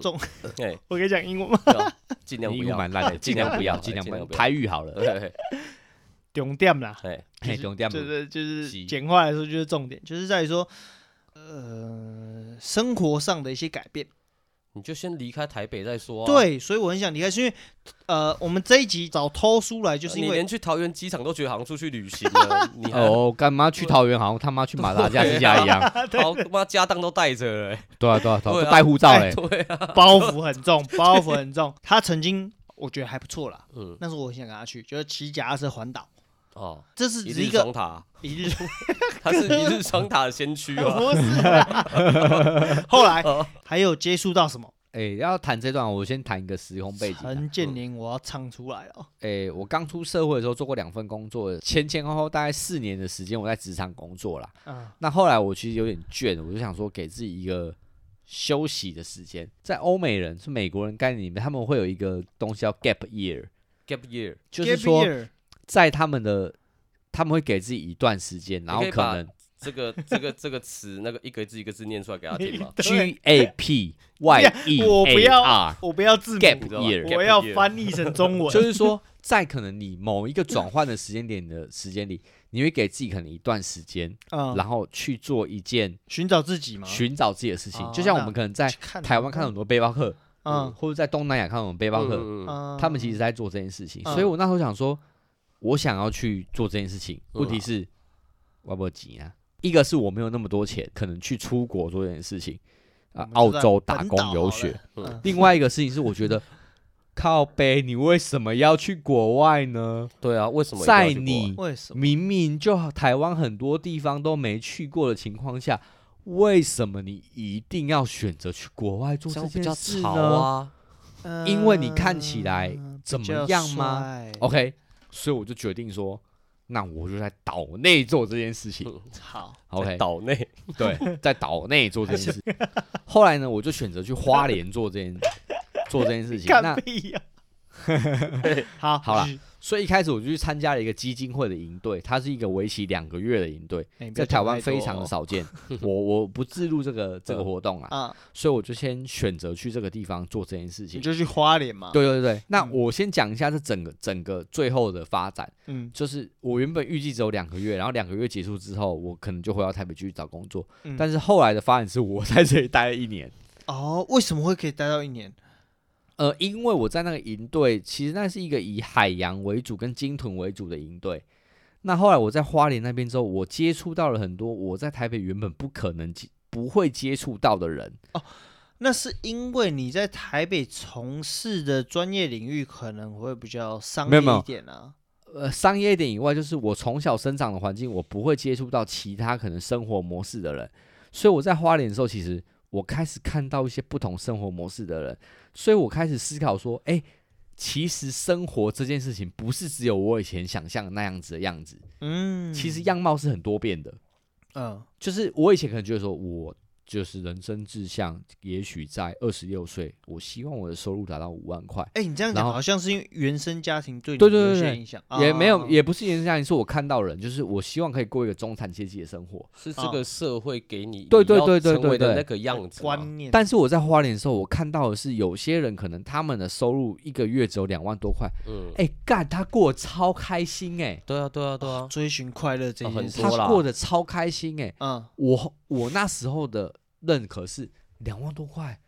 [SPEAKER 2] 中，
[SPEAKER 1] 哎，
[SPEAKER 2] 我可以讲英文吗？
[SPEAKER 1] 对啊尽量
[SPEAKER 3] 你
[SPEAKER 1] 不
[SPEAKER 3] 英文
[SPEAKER 1] 要
[SPEAKER 3] 蛮，烂的，
[SPEAKER 1] 尽量不要
[SPEAKER 3] 尽量
[SPEAKER 1] 尽
[SPEAKER 3] 不要，
[SPEAKER 1] 量不要
[SPEAKER 3] 台语好了，哎
[SPEAKER 1] 对哎对
[SPEAKER 2] 重点啦，
[SPEAKER 1] 对
[SPEAKER 3] 嘿，懂点
[SPEAKER 2] 对对，就是
[SPEAKER 3] 是
[SPEAKER 2] 简化来说就是重点，就是在于说，呃，生活上的一些改变。
[SPEAKER 1] 你就先离开台北再说啊。
[SPEAKER 2] 对，所以我很想离开，是因为呃，我们这一集找偷书来，就是因
[SPEAKER 1] 你
[SPEAKER 2] 为
[SPEAKER 1] 连去桃园机场都觉得好像出去旅行了， 你还
[SPEAKER 3] 哦，干嘛去桃园好像他妈去马达加斯加一样，
[SPEAKER 1] 好他妈家当都带着了、欸，
[SPEAKER 3] 对啊对啊对啊，
[SPEAKER 1] 对啊
[SPEAKER 3] 都带护照 嘞，
[SPEAKER 1] 对啊，
[SPEAKER 2] 包袱很重，包袱很重。 他曾经我觉得还不错啦，
[SPEAKER 1] 嗯，
[SPEAKER 2] 那时候我很想跟他去，就是骑脚踏车环岛，
[SPEAKER 1] 哦，
[SPEAKER 2] 这是
[SPEAKER 1] 一
[SPEAKER 2] 只是
[SPEAKER 1] 日
[SPEAKER 2] 一个
[SPEAKER 1] 双塔，
[SPEAKER 2] 一日，
[SPEAKER 1] 他是一日双塔的先 驱 啊，
[SPEAKER 2] 不是
[SPEAKER 3] 啊
[SPEAKER 2] 啦。 后来
[SPEAKER 3] 哦
[SPEAKER 2] 还有接触到什么？
[SPEAKER 3] 哎、要谈这段，我先谈一个时空背景啊。
[SPEAKER 2] 陈建宁，我要唱出来了。
[SPEAKER 3] 哎、我刚出社会的时候做过两份工作，前前后后大概四年的时间我在职场工作啦。
[SPEAKER 2] 嗯，
[SPEAKER 3] 那后来我其实有点倦了，我就想说给自己一个休息的时间。在欧美人是美国人概念里面，他们会有一个东西叫 gap year，
[SPEAKER 1] gap year，
[SPEAKER 3] 就是说在他们的他们会给自己一段时间，然后
[SPEAKER 1] 可以
[SPEAKER 3] 可
[SPEAKER 1] 把
[SPEAKER 3] 能
[SPEAKER 1] 这个这个这个词，那个一个字一个字念出来给他听 吧。
[SPEAKER 3] 啊 G A P Y E A R，
[SPEAKER 2] 我不要，我不要字母
[SPEAKER 3] gap
[SPEAKER 1] 知道吧
[SPEAKER 3] year，
[SPEAKER 2] 我要翻译成中文。
[SPEAKER 3] 就是说，在可能你某一个转换的时间点的时间里，你会给自己可能一段时间，
[SPEAKER 2] 嗯，
[SPEAKER 3] 然后去做一件
[SPEAKER 2] 寻找自己嘛，
[SPEAKER 3] 寻找自己的事情
[SPEAKER 2] 哦。
[SPEAKER 3] 就像我
[SPEAKER 2] 那
[SPEAKER 3] 们可能在
[SPEAKER 2] 去看
[SPEAKER 3] 台湾看到很多背包客，
[SPEAKER 2] 嗯
[SPEAKER 3] 或者在东南亚看到很多背包客，
[SPEAKER 1] 嗯嗯
[SPEAKER 2] 嗯，
[SPEAKER 3] 他们其实在做这件事情。
[SPEAKER 2] 嗯
[SPEAKER 3] 所以我那时候想说，我想要去做这件事情，
[SPEAKER 1] 嗯
[SPEAKER 3] 问题是我不急啊。一个是我没有那么多钱，可能去出国做这件事情啊
[SPEAKER 2] 我，们
[SPEAKER 3] 澳
[SPEAKER 2] 就在
[SPEAKER 3] 洲打
[SPEAKER 2] 本
[SPEAKER 3] 工
[SPEAKER 2] 岛好
[SPEAKER 3] 游学
[SPEAKER 2] 了。嗯
[SPEAKER 3] 另外一个事情是，我觉得靠背，你为什么要去国外呢？
[SPEAKER 1] 对啊，为什么一定要去
[SPEAKER 3] 在
[SPEAKER 1] 国外
[SPEAKER 3] 你
[SPEAKER 2] 为什么？
[SPEAKER 3] 明明就台湾很多地方都没去过的情况下，为什么你一定要选择去国外做
[SPEAKER 1] 这
[SPEAKER 3] 这
[SPEAKER 1] 样比
[SPEAKER 3] 件
[SPEAKER 1] 较
[SPEAKER 3] 事
[SPEAKER 1] 潮
[SPEAKER 3] 呢
[SPEAKER 1] 啊？
[SPEAKER 2] 嗯
[SPEAKER 3] 因为你看起来怎么样吗哦
[SPEAKER 2] 吗？
[SPEAKER 3] ？OK，所以我就决定说，那我就在岛内做这件事情。
[SPEAKER 2] 好，
[SPEAKER 1] 在
[SPEAKER 3] OK，
[SPEAKER 1] 岛内
[SPEAKER 3] 对，在岛内做 这件事。后来呢，我就选择去花莲做这件做这件事情。那
[SPEAKER 2] 干屁 呀！好，
[SPEAKER 3] 好啦
[SPEAKER 2] 继续，
[SPEAKER 3] 所以一开始我就去参加了一个基金会的营队，它是一个为期两个月的营队，
[SPEAKER 2] 哎你不
[SPEAKER 3] 在
[SPEAKER 2] 要
[SPEAKER 3] 台
[SPEAKER 2] 讲
[SPEAKER 3] 湾
[SPEAKER 2] 太多
[SPEAKER 3] 非常的
[SPEAKER 2] 哦
[SPEAKER 3] 少 见。我我不自入这个这个活动啊，
[SPEAKER 2] 啊，
[SPEAKER 3] 所以我就先选择去这个地方做这件事
[SPEAKER 2] 你
[SPEAKER 3] 情。
[SPEAKER 2] 就嗯去花莲嘛。，
[SPEAKER 3] 对对对，那我先讲一下这整个整个最后的发展，
[SPEAKER 2] 嗯
[SPEAKER 3] 就是我原本预计只有两个月，然后两个月结束之后，我可能就回到台北去找工作。
[SPEAKER 2] 嗯
[SPEAKER 3] 但是后来的发展是我在这里待了一年，
[SPEAKER 2] 哦，为什么会可以待到一年？
[SPEAKER 3] 呃，因为我在那个营队，其实那是一个以海洋为主跟鲸豚为主的营队。那后来我在花莲那边之后，我接触到了很多我在台北原本不可能接不会接触到的人。
[SPEAKER 2] 那是因为你在台北从事的专业领域可能会比较商
[SPEAKER 3] 没
[SPEAKER 2] 业
[SPEAKER 3] 有没有
[SPEAKER 2] 一点啊。
[SPEAKER 3] 呃，商业一点以外，就是我从小生长的环境，我不会接触到其他可能生活模式的人，所以我在花莲的时候，其实我开始看到一些不同生活模式的人，所以我开始思考说，哎、其实生活这件事情不是只有我以前想象的那样子的样子，
[SPEAKER 2] 嗯，
[SPEAKER 3] 其实样貌是很多变的。
[SPEAKER 2] 嗯
[SPEAKER 3] 就是我以前可能觉得说，我就是人生志向，也许在二十六岁，我希望我的收入达到五万块。
[SPEAKER 2] 哎、你这样
[SPEAKER 3] 然
[SPEAKER 2] 讲
[SPEAKER 3] 后
[SPEAKER 2] 好像是因为原生家庭对你
[SPEAKER 3] 对对
[SPEAKER 2] 有一
[SPEAKER 3] 对
[SPEAKER 2] 些
[SPEAKER 3] 对
[SPEAKER 2] 影响，
[SPEAKER 3] 也没有，
[SPEAKER 2] 啊
[SPEAKER 3] 也不是言之家庭，是我看到人，就是我希望可以过一个中产阶级的生活。
[SPEAKER 1] 是这个社会给你
[SPEAKER 3] 对
[SPEAKER 1] 你
[SPEAKER 3] 对
[SPEAKER 1] 要
[SPEAKER 3] 对对
[SPEAKER 1] 成为
[SPEAKER 3] 对
[SPEAKER 1] 的
[SPEAKER 3] 对
[SPEAKER 1] 那个样子嘛，
[SPEAKER 2] 观念，
[SPEAKER 3] 啊但是我在花莲的时候，我看到的是有些人可能他们的收入一个月只有两万多块，
[SPEAKER 1] 嗯，
[SPEAKER 3] 哎、干他过得超开心哎、
[SPEAKER 1] 对啊对啊对啊，
[SPEAKER 2] 追寻快乐
[SPEAKER 1] 哦
[SPEAKER 2] 这件
[SPEAKER 1] 很
[SPEAKER 2] 事
[SPEAKER 1] 多
[SPEAKER 2] 情，
[SPEAKER 1] 啦
[SPEAKER 3] 他过得超开心哎、
[SPEAKER 2] 嗯，
[SPEAKER 3] 我我那时候的认可是两万多块，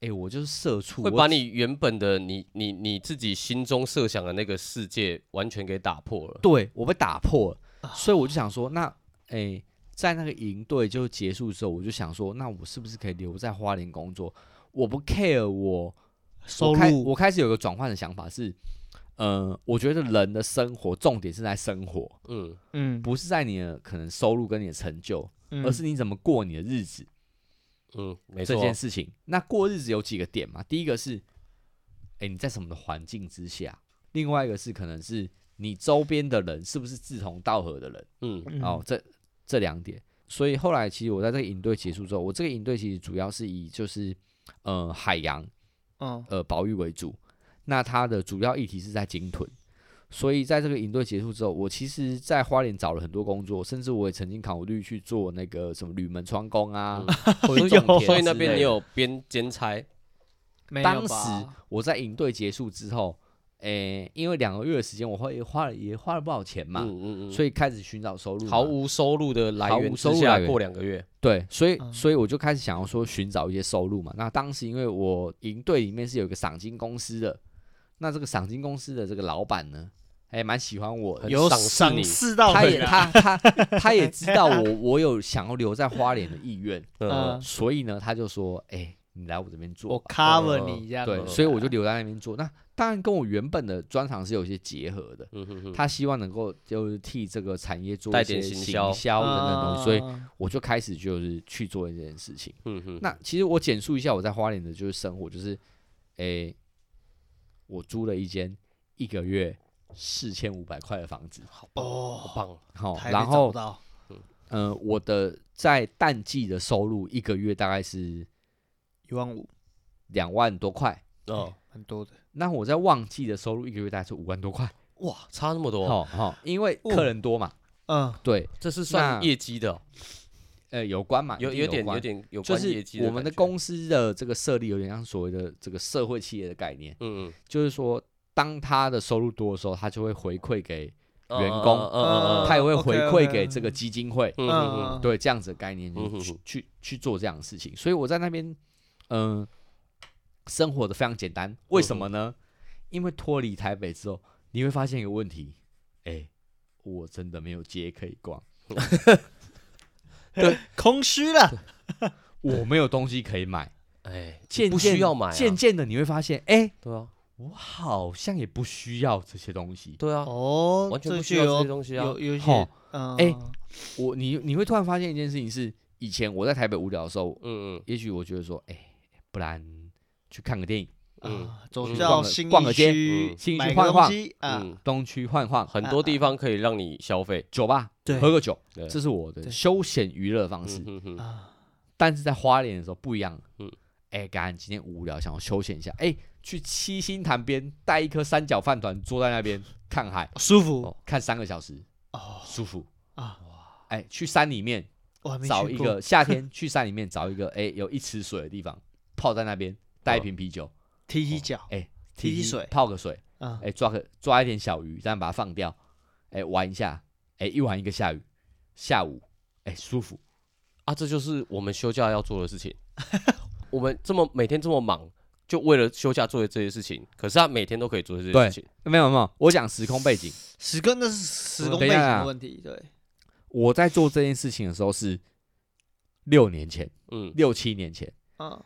[SPEAKER 3] 哎、我就是社畜，
[SPEAKER 1] 会
[SPEAKER 3] 我
[SPEAKER 1] 把
[SPEAKER 3] 只
[SPEAKER 1] 你原本的你你你自己心中设想的那个世界完全给打破了。
[SPEAKER 3] 对我被打破
[SPEAKER 2] 啊
[SPEAKER 3] 了，所以我就想说，那哎、在那个营队就结束之后，我就想说，那我是不是可以留在花莲工作？我不 care 我
[SPEAKER 2] 收
[SPEAKER 3] 我开
[SPEAKER 2] 入
[SPEAKER 3] 我开始有个转换的想法是，呃，我觉得人的生活重点是在生活，
[SPEAKER 1] 嗯，
[SPEAKER 2] 嗯
[SPEAKER 3] 不是在你的可能收入跟你的成就，
[SPEAKER 2] 嗯
[SPEAKER 3] 而是你怎么过你的日子
[SPEAKER 1] 嗯，没
[SPEAKER 3] 这
[SPEAKER 1] 错，
[SPEAKER 3] 件事情。那过日子有几个点嘛？第一个是，哎、你在什么的环境之下；另外一个是可能是你周边的人是不是志同道合的人。
[SPEAKER 1] 嗯
[SPEAKER 2] 嗯
[SPEAKER 3] 哦，这这两点。所以后来其实我在这个营队结束之后，我这个营队其实主要是以就是呃海洋
[SPEAKER 2] 嗯
[SPEAKER 3] 呃保育为主，那它的主要议题是在鲸豚。所以在这个营队结束之后，我其实，在花莲找了很多工作，甚至我也曾经考虑去做那个什么铝门窗工啊，或
[SPEAKER 1] 所以
[SPEAKER 3] 者种田
[SPEAKER 1] 嗯所以
[SPEAKER 3] 之
[SPEAKER 1] 那边
[SPEAKER 3] 类
[SPEAKER 1] 你
[SPEAKER 3] 的
[SPEAKER 1] 有边兼差，
[SPEAKER 2] 没有
[SPEAKER 3] 当时
[SPEAKER 2] 吧
[SPEAKER 3] 我在营队结束之后，诶、因为两个月的时间，我花也花了也花了不少钱嘛，
[SPEAKER 1] 嗯嗯
[SPEAKER 3] 所以开始寻找收入
[SPEAKER 1] 嗯，
[SPEAKER 3] 嘛，
[SPEAKER 1] 毫无收入的来
[SPEAKER 3] 毫
[SPEAKER 1] 源
[SPEAKER 3] 无
[SPEAKER 1] 之
[SPEAKER 3] 收入
[SPEAKER 1] 下
[SPEAKER 3] 来，源
[SPEAKER 1] 过两个月，
[SPEAKER 3] 对，所以
[SPEAKER 2] 嗯
[SPEAKER 3] 所以我就开始想要说寻找一些收入嘛。那当时因为我营队里面是有一个赏金公司的，那这个赏金公司的这个老板呢，还蛮喜欢我的，
[SPEAKER 1] 很
[SPEAKER 2] 有
[SPEAKER 1] 赏识啊
[SPEAKER 2] 赏
[SPEAKER 1] 你
[SPEAKER 2] 识到
[SPEAKER 3] 他
[SPEAKER 2] 你
[SPEAKER 3] 也
[SPEAKER 2] 啦
[SPEAKER 3] 他他他也知道我我有想要留在花莲的意愿，
[SPEAKER 1] 嗯
[SPEAKER 2] 嗯，
[SPEAKER 3] 所以呢，他就说，哎、你来我这边做
[SPEAKER 2] 我
[SPEAKER 3] 吧，
[SPEAKER 2] cover 你这样子，
[SPEAKER 3] 哦对，所以我就留在那边做。那当然跟我原本的专长是有一些结合的，
[SPEAKER 1] 嗯嗯嗯，
[SPEAKER 3] 他希望能够就是替这个产业做
[SPEAKER 1] 带
[SPEAKER 3] 一些
[SPEAKER 1] 点
[SPEAKER 3] 行
[SPEAKER 1] 行销
[SPEAKER 3] 销等等东西，所以
[SPEAKER 2] 啊
[SPEAKER 3] 我就开始就是去做这件事情。
[SPEAKER 1] 嗯嗯，
[SPEAKER 3] 那其实我简述一下我在花莲的就是生活，就是，诶、我租了一间一个月四千五百块的房子，
[SPEAKER 1] 好棒，好
[SPEAKER 2] 哦，
[SPEAKER 1] 棒，
[SPEAKER 3] 好、
[SPEAKER 2] 台北
[SPEAKER 3] 然
[SPEAKER 2] 找不
[SPEAKER 3] 后，
[SPEAKER 2] 到
[SPEAKER 3] 嗯、我的在淡季的收入一个月大概是
[SPEAKER 2] 一万五，
[SPEAKER 3] 两万多块，
[SPEAKER 1] 哦，
[SPEAKER 2] 蛮多的，
[SPEAKER 3] 那我在旺季的收入一个月大概是五万多块，
[SPEAKER 1] 哇，差那么多，
[SPEAKER 3] 好好、因为客人多嘛，
[SPEAKER 2] 嗯
[SPEAKER 3] 对，
[SPEAKER 1] 哦这是算
[SPEAKER 3] 那
[SPEAKER 1] 业绩的哦，
[SPEAKER 3] 呃，有关嘛，
[SPEAKER 1] 有
[SPEAKER 3] 一定
[SPEAKER 1] 有点
[SPEAKER 3] 关
[SPEAKER 1] 有点有
[SPEAKER 3] 就
[SPEAKER 1] 关业
[SPEAKER 3] 是
[SPEAKER 1] 绩，
[SPEAKER 3] 我们的，公司的这个设立有点像所谓的这个社会企业的概念，
[SPEAKER 1] 嗯
[SPEAKER 3] 就是说，当他的收入多的时候，他就会回馈给
[SPEAKER 1] 嗯，
[SPEAKER 3] 员工
[SPEAKER 1] 嗯嗯嗯
[SPEAKER 3] 他也会回
[SPEAKER 2] OK，OK
[SPEAKER 3] 馈给这个基金会，
[SPEAKER 1] 嗯嗯
[SPEAKER 2] 嗯
[SPEAKER 3] 对这样子的概念
[SPEAKER 1] 嗯
[SPEAKER 3] 就
[SPEAKER 1] 嗯
[SPEAKER 3] 去
[SPEAKER 1] 嗯
[SPEAKER 3] 去去做这样的事情。所以我在那边，嗯、生活的非常简单。为什么
[SPEAKER 1] 嗯
[SPEAKER 3] 呢？因为脱离台北之后，你会发现一个问题，哎、我真的没有街可以逛，
[SPEAKER 2] 空虚了，
[SPEAKER 3] 我没有东西可以买。
[SPEAKER 1] 嗯，哎，
[SPEAKER 3] 渐
[SPEAKER 1] 不
[SPEAKER 3] 渐
[SPEAKER 1] 需要买啊，
[SPEAKER 3] 渐渐的你会发现，哎、
[SPEAKER 1] 对啊，
[SPEAKER 3] 我好像也不需要这些东西。
[SPEAKER 1] 对啊，
[SPEAKER 2] 哦，
[SPEAKER 1] 完全
[SPEAKER 2] 这
[SPEAKER 1] 不需要
[SPEAKER 2] 就
[SPEAKER 1] 这
[SPEAKER 2] 有
[SPEAKER 1] 些东西啊。
[SPEAKER 2] 有有一
[SPEAKER 3] 吼
[SPEAKER 2] 些，嗯，
[SPEAKER 3] 哎我你你会突然发现一件事情是，以前我在台北无聊的时候，
[SPEAKER 1] 嗯嗯
[SPEAKER 3] 也许我觉得说，哎、不然去看个电影，
[SPEAKER 1] 嗯
[SPEAKER 2] 啊，走
[SPEAKER 1] 嗯
[SPEAKER 2] 到
[SPEAKER 3] 逛个
[SPEAKER 2] 新
[SPEAKER 3] 逛
[SPEAKER 2] 一
[SPEAKER 3] 个街
[SPEAKER 2] 区
[SPEAKER 1] 嗯
[SPEAKER 3] 新一
[SPEAKER 2] 买
[SPEAKER 3] 区
[SPEAKER 2] 个
[SPEAKER 3] 晃一
[SPEAKER 2] 东
[SPEAKER 3] 晃
[SPEAKER 2] 西啊，
[SPEAKER 1] 嗯，
[SPEAKER 3] 东区晃一晃，
[SPEAKER 1] 很多地方可以让你消费。
[SPEAKER 3] 酒吧
[SPEAKER 2] 对
[SPEAKER 3] 喝个酒
[SPEAKER 1] 对，
[SPEAKER 3] 这是我的
[SPEAKER 2] 对
[SPEAKER 3] 休闲娱乐方式
[SPEAKER 1] 嗯。嗯嗯，
[SPEAKER 2] 啊，
[SPEAKER 3] 但是在花莲的时候不一样，
[SPEAKER 1] 嗯
[SPEAKER 3] 嗯，哎，赶今天无聊，想要休闲一下，哎，去七星潭边带一颗三角饭团，坐在那边看海，
[SPEAKER 2] 舒服
[SPEAKER 3] 哦，看三个小时，
[SPEAKER 2] 哦
[SPEAKER 3] 舒服。
[SPEAKER 2] 啊，
[SPEAKER 3] 哎，去山里面
[SPEAKER 2] 我还没
[SPEAKER 3] 找
[SPEAKER 2] 去
[SPEAKER 3] 一
[SPEAKER 2] 过
[SPEAKER 3] 个夏天 去山里面找一个哎有一池水的地方，泡在那边，带一瓶啤酒，
[SPEAKER 2] 踢踢脚 提提水
[SPEAKER 3] 泡个水，
[SPEAKER 2] 啊，
[SPEAKER 3] 哎，抓个抓一点小鱼，这样把它放掉，哎，玩一下，哎，一玩一个下午，下午，哎，舒服。
[SPEAKER 1] 啊，这就是我们休假要做的事情。 我们这么每天这么忙，就为了休假做的这些事情，可是他每天都可以做这些
[SPEAKER 3] 对
[SPEAKER 1] 事情。
[SPEAKER 3] 没有没有，我讲时空背景。
[SPEAKER 2] 时跟那是时
[SPEAKER 3] 嗯
[SPEAKER 2] 空背
[SPEAKER 3] 等一
[SPEAKER 2] 景
[SPEAKER 3] 下啊
[SPEAKER 2] 的问题，对，
[SPEAKER 3] 我在做这件事情的时候是六年前，
[SPEAKER 1] 嗯，
[SPEAKER 3] 六七年前，
[SPEAKER 2] 啊，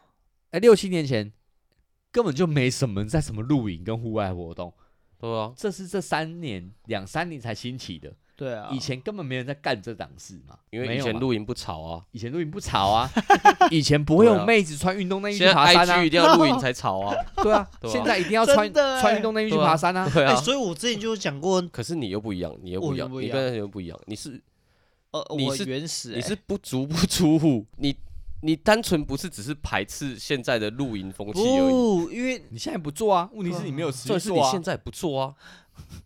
[SPEAKER 3] 哎，六七年前根本就没什么人在什么露营跟户外活动，
[SPEAKER 1] 对啊，
[SPEAKER 3] 这是这三年两三年才兴起的，
[SPEAKER 2] 对啊，
[SPEAKER 3] 以前根本没人在干这档事嘛，
[SPEAKER 1] 因为
[SPEAKER 3] 没
[SPEAKER 1] 以
[SPEAKER 3] 有
[SPEAKER 1] 前
[SPEAKER 3] 嘛
[SPEAKER 1] 露营不吵啊，
[SPEAKER 3] 以前露营不 吵啊，以前不会
[SPEAKER 1] 对啊
[SPEAKER 3] 有妹子穿运动内衣
[SPEAKER 1] 现在
[SPEAKER 3] 去爬山
[SPEAKER 1] IG 一
[SPEAKER 3] 啊，
[SPEAKER 1] 定要 露营才吵啊。
[SPEAKER 3] 对啊，
[SPEAKER 1] 对啊
[SPEAKER 3] 现在一定要穿
[SPEAKER 2] 真的欸
[SPEAKER 3] 穿运动内衣去
[SPEAKER 1] 对啊
[SPEAKER 3] 爬山啊，
[SPEAKER 1] 对
[SPEAKER 2] 哎，
[SPEAKER 1] 啊，
[SPEAKER 2] 所以我之前就讲过，
[SPEAKER 1] 可是你又不一样，你又不一样，
[SPEAKER 2] 我又不一
[SPEAKER 1] 你
[SPEAKER 2] 样
[SPEAKER 1] 跟人又不一样，你是
[SPEAKER 2] 呃，
[SPEAKER 1] 你
[SPEAKER 2] 我
[SPEAKER 1] 是
[SPEAKER 2] 原始
[SPEAKER 1] 你
[SPEAKER 2] 欸
[SPEAKER 1] 是不足不出户，你你单纯不是只是排斥现在的露营风气而已，
[SPEAKER 2] 不，因为
[SPEAKER 3] 你现在不做啊，问题是你没有
[SPEAKER 1] 重
[SPEAKER 3] 持续
[SPEAKER 1] 点是
[SPEAKER 3] 做
[SPEAKER 1] 你
[SPEAKER 3] 啊
[SPEAKER 1] 现，在不做啊，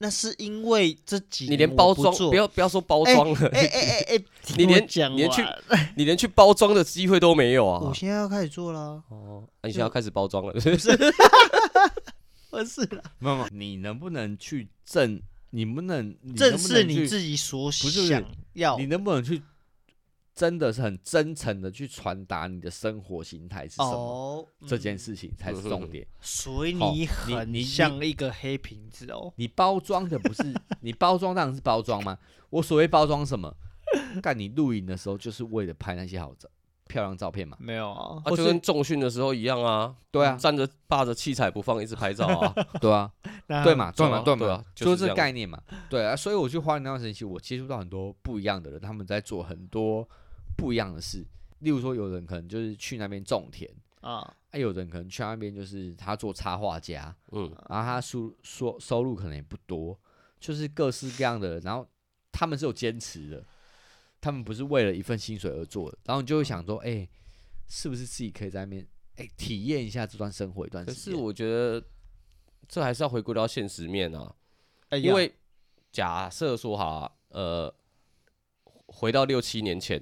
[SPEAKER 2] 那是因为这几
[SPEAKER 1] 你
[SPEAKER 2] 年
[SPEAKER 1] 连
[SPEAKER 2] 我
[SPEAKER 1] 包
[SPEAKER 2] 不
[SPEAKER 1] 装
[SPEAKER 2] 做
[SPEAKER 1] 不，要不要说包装了，
[SPEAKER 2] 哎哎哎哎，
[SPEAKER 1] 你
[SPEAKER 2] 听我
[SPEAKER 1] 连
[SPEAKER 2] 讲
[SPEAKER 1] 你连 去
[SPEAKER 2] 完
[SPEAKER 1] 你连去包装的机会都没有啊
[SPEAKER 2] 我。现在要开始做了，
[SPEAKER 1] 哦，那你现在要开始包装了，
[SPEAKER 2] 我是啦
[SPEAKER 3] 没有没有，你能不能去正？你不能你能
[SPEAKER 2] 正
[SPEAKER 3] 不
[SPEAKER 2] 是
[SPEAKER 3] 能
[SPEAKER 2] 你
[SPEAKER 3] 去
[SPEAKER 2] 自己所
[SPEAKER 3] 不是
[SPEAKER 2] 想要
[SPEAKER 3] 你能不能去真的是很真诚的去传达你的生活形态是什么？
[SPEAKER 2] 哦
[SPEAKER 3] 这件
[SPEAKER 2] 嗯
[SPEAKER 3] 事情才是重点。
[SPEAKER 2] 所以
[SPEAKER 3] 好
[SPEAKER 2] 你
[SPEAKER 3] 你
[SPEAKER 2] 很
[SPEAKER 3] 你
[SPEAKER 2] 像一个黑瓶子哦。
[SPEAKER 3] 你包装的不 是你包装，当然是包装嘛。我所谓包装什么？干你露营的时候就是为了拍那些好照漂亮照片嘛。
[SPEAKER 2] 没有啊，
[SPEAKER 1] 啊
[SPEAKER 3] 或
[SPEAKER 1] 就是跟重训的时候一样啊，
[SPEAKER 3] 对啊，
[SPEAKER 1] 站着霸着器材不放，一直拍照啊，
[SPEAKER 3] 对啊，
[SPEAKER 2] 那
[SPEAKER 3] 对嘛，
[SPEAKER 1] 对
[SPEAKER 3] 对
[SPEAKER 1] 啊
[SPEAKER 3] 嘛，对
[SPEAKER 1] 对
[SPEAKER 3] 嘛
[SPEAKER 1] 啊，就是
[SPEAKER 3] 就
[SPEAKER 1] 这
[SPEAKER 3] 这
[SPEAKER 1] 样
[SPEAKER 3] 概念嘛。对啊，所以我去花莲那段时间，其实我接触到很多不一样的人，他们在做很多不一样的事。例如说，有人可能就是去那边种田，
[SPEAKER 2] 啊，
[SPEAKER 3] 哎，有人可能去那边就是他做插画家，
[SPEAKER 1] 嗯，
[SPEAKER 3] 然后他收收收入可能也不多，就是各式各样的。然后他们是有坚持的，他们不是为了一份薪水而做的。然后你就会想说，哎、是不是自己可以在那边哎、体验一下这段生活一段
[SPEAKER 1] 可
[SPEAKER 3] 时间？
[SPEAKER 1] 是我觉得这还是要回归到现实面啊，
[SPEAKER 2] 哎
[SPEAKER 1] 因
[SPEAKER 2] 呀
[SPEAKER 1] 为假设说哈，呃，回到六七年前，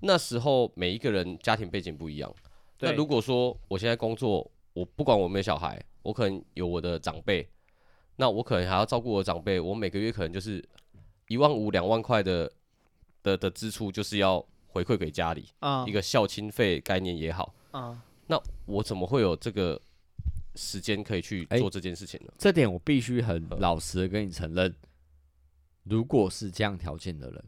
[SPEAKER 1] 那时候每一个人家庭背景不一样。那
[SPEAKER 2] 对
[SPEAKER 1] 如果说我现在工作，我不管我有没有小孩，我可能有我的长辈，那我可能还要照顾我的长辈，我每个月可能就是一万五、两万块的的的支出，就是要回馈给家里，
[SPEAKER 2] 啊
[SPEAKER 1] 一个孝亲费概念也好。
[SPEAKER 2] 啊，
[SPEAKER 1] 那我怎么会有这个时间可以去
[SPEAKER 3] 哎
[SPEAKER 1] 做这件事情呢？
[SPEAKER 3] 这点我必须很
[SPEAKER 1] 呃
[SPEAKER 3] 老实的跟你承认，如果是这样条件的人，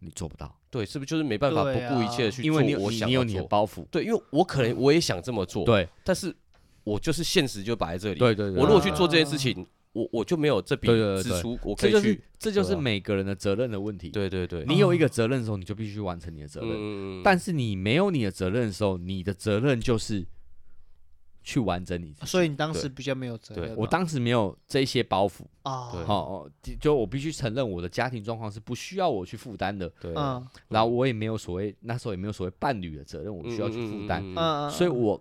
[SPEAKER 3] 你做不到，
[SPEAKER 1] 对，是不是就是没办法不
[SPEAKER 2] 对啊
[SPEAKER 1] 顾一切地去
[SPEAKER 3] 因为你
[SPEAKER 1] 做
[SPEAKER 3] 有
[SPEAKER 1] 我
[SPEAKER 3] 你
[SPEAKER 1] 想
[SPEAKER 3] 你有
[SPEAKER 1] 要
[SPEAKER 3] 你的
[SPEAKER 1] 做？
[SPEAKER 3] 包袱。
[SPEAKER 1] 对，因为我可能我也想这么做，，
[SPEAKER 3] 对
[SPEAKER 1] 但是我就是现实就摆在这里。
[SPEAKER 3] 对对对，
[SPEAKER 1] 我如果去
[SPEAKER 3] 对
[SPEAKER 1] 做
[SPEAKER 2] 啊
[SPEAKER 1] 这件事情，我我就没有这笔
[SPEAKER 3] 对对对
[SPEAKER 1] 支
[SPEAKER 3] 对
[SPEAKER 1] 出，我可
[SPEAKER 3] 这
[SPEAKER 1] 以
[SPEAKER 3] 就是
[SPEAKER 1] 去。
[SPEAKER 3] 这就是
[SPEAKER 1] 对啊
[SPEAKER 3] 每个人的责任的问题。
[SPEAKER 1] 对对对，
[SPEAKER 3] 你有一个责任的时候，你就必须完成你的责任。
[SPEAKER 1] 嗯
[SPEAKER 3] 但是你没有你的责任的时候，你的责任就是去完
[SPEAKER 1] 啊
[SPEAKER 3] 整你自己。
[SPEAKER 2] 所以你当时
[SPEAKER 1] 对
[SPEAKER 2] 比较没有责
[SPEAKER 1] 对
[SPEAKER 2] 任嘛。
[SPEAKER 3] 我当时没有这些包袱，
[SPEAKER 2] 啊，
[SPEAKER 1] 对
[SPEAKER 3] 哦哦，就我必须承认我的家庭状况是不需要我去负担的，
[SPEAKER 1] 对，
[SPEAKER 2] 嗯
[SPEAKER 3] 然后我也没有所谓那时候也没有所谓伴侣的责任，我需要去负担，
[SPEAKER 1] 嗯嗯嗯嗯嗯
[SPEAKER 2] 嗯，
[SPEAKER 3] 所以我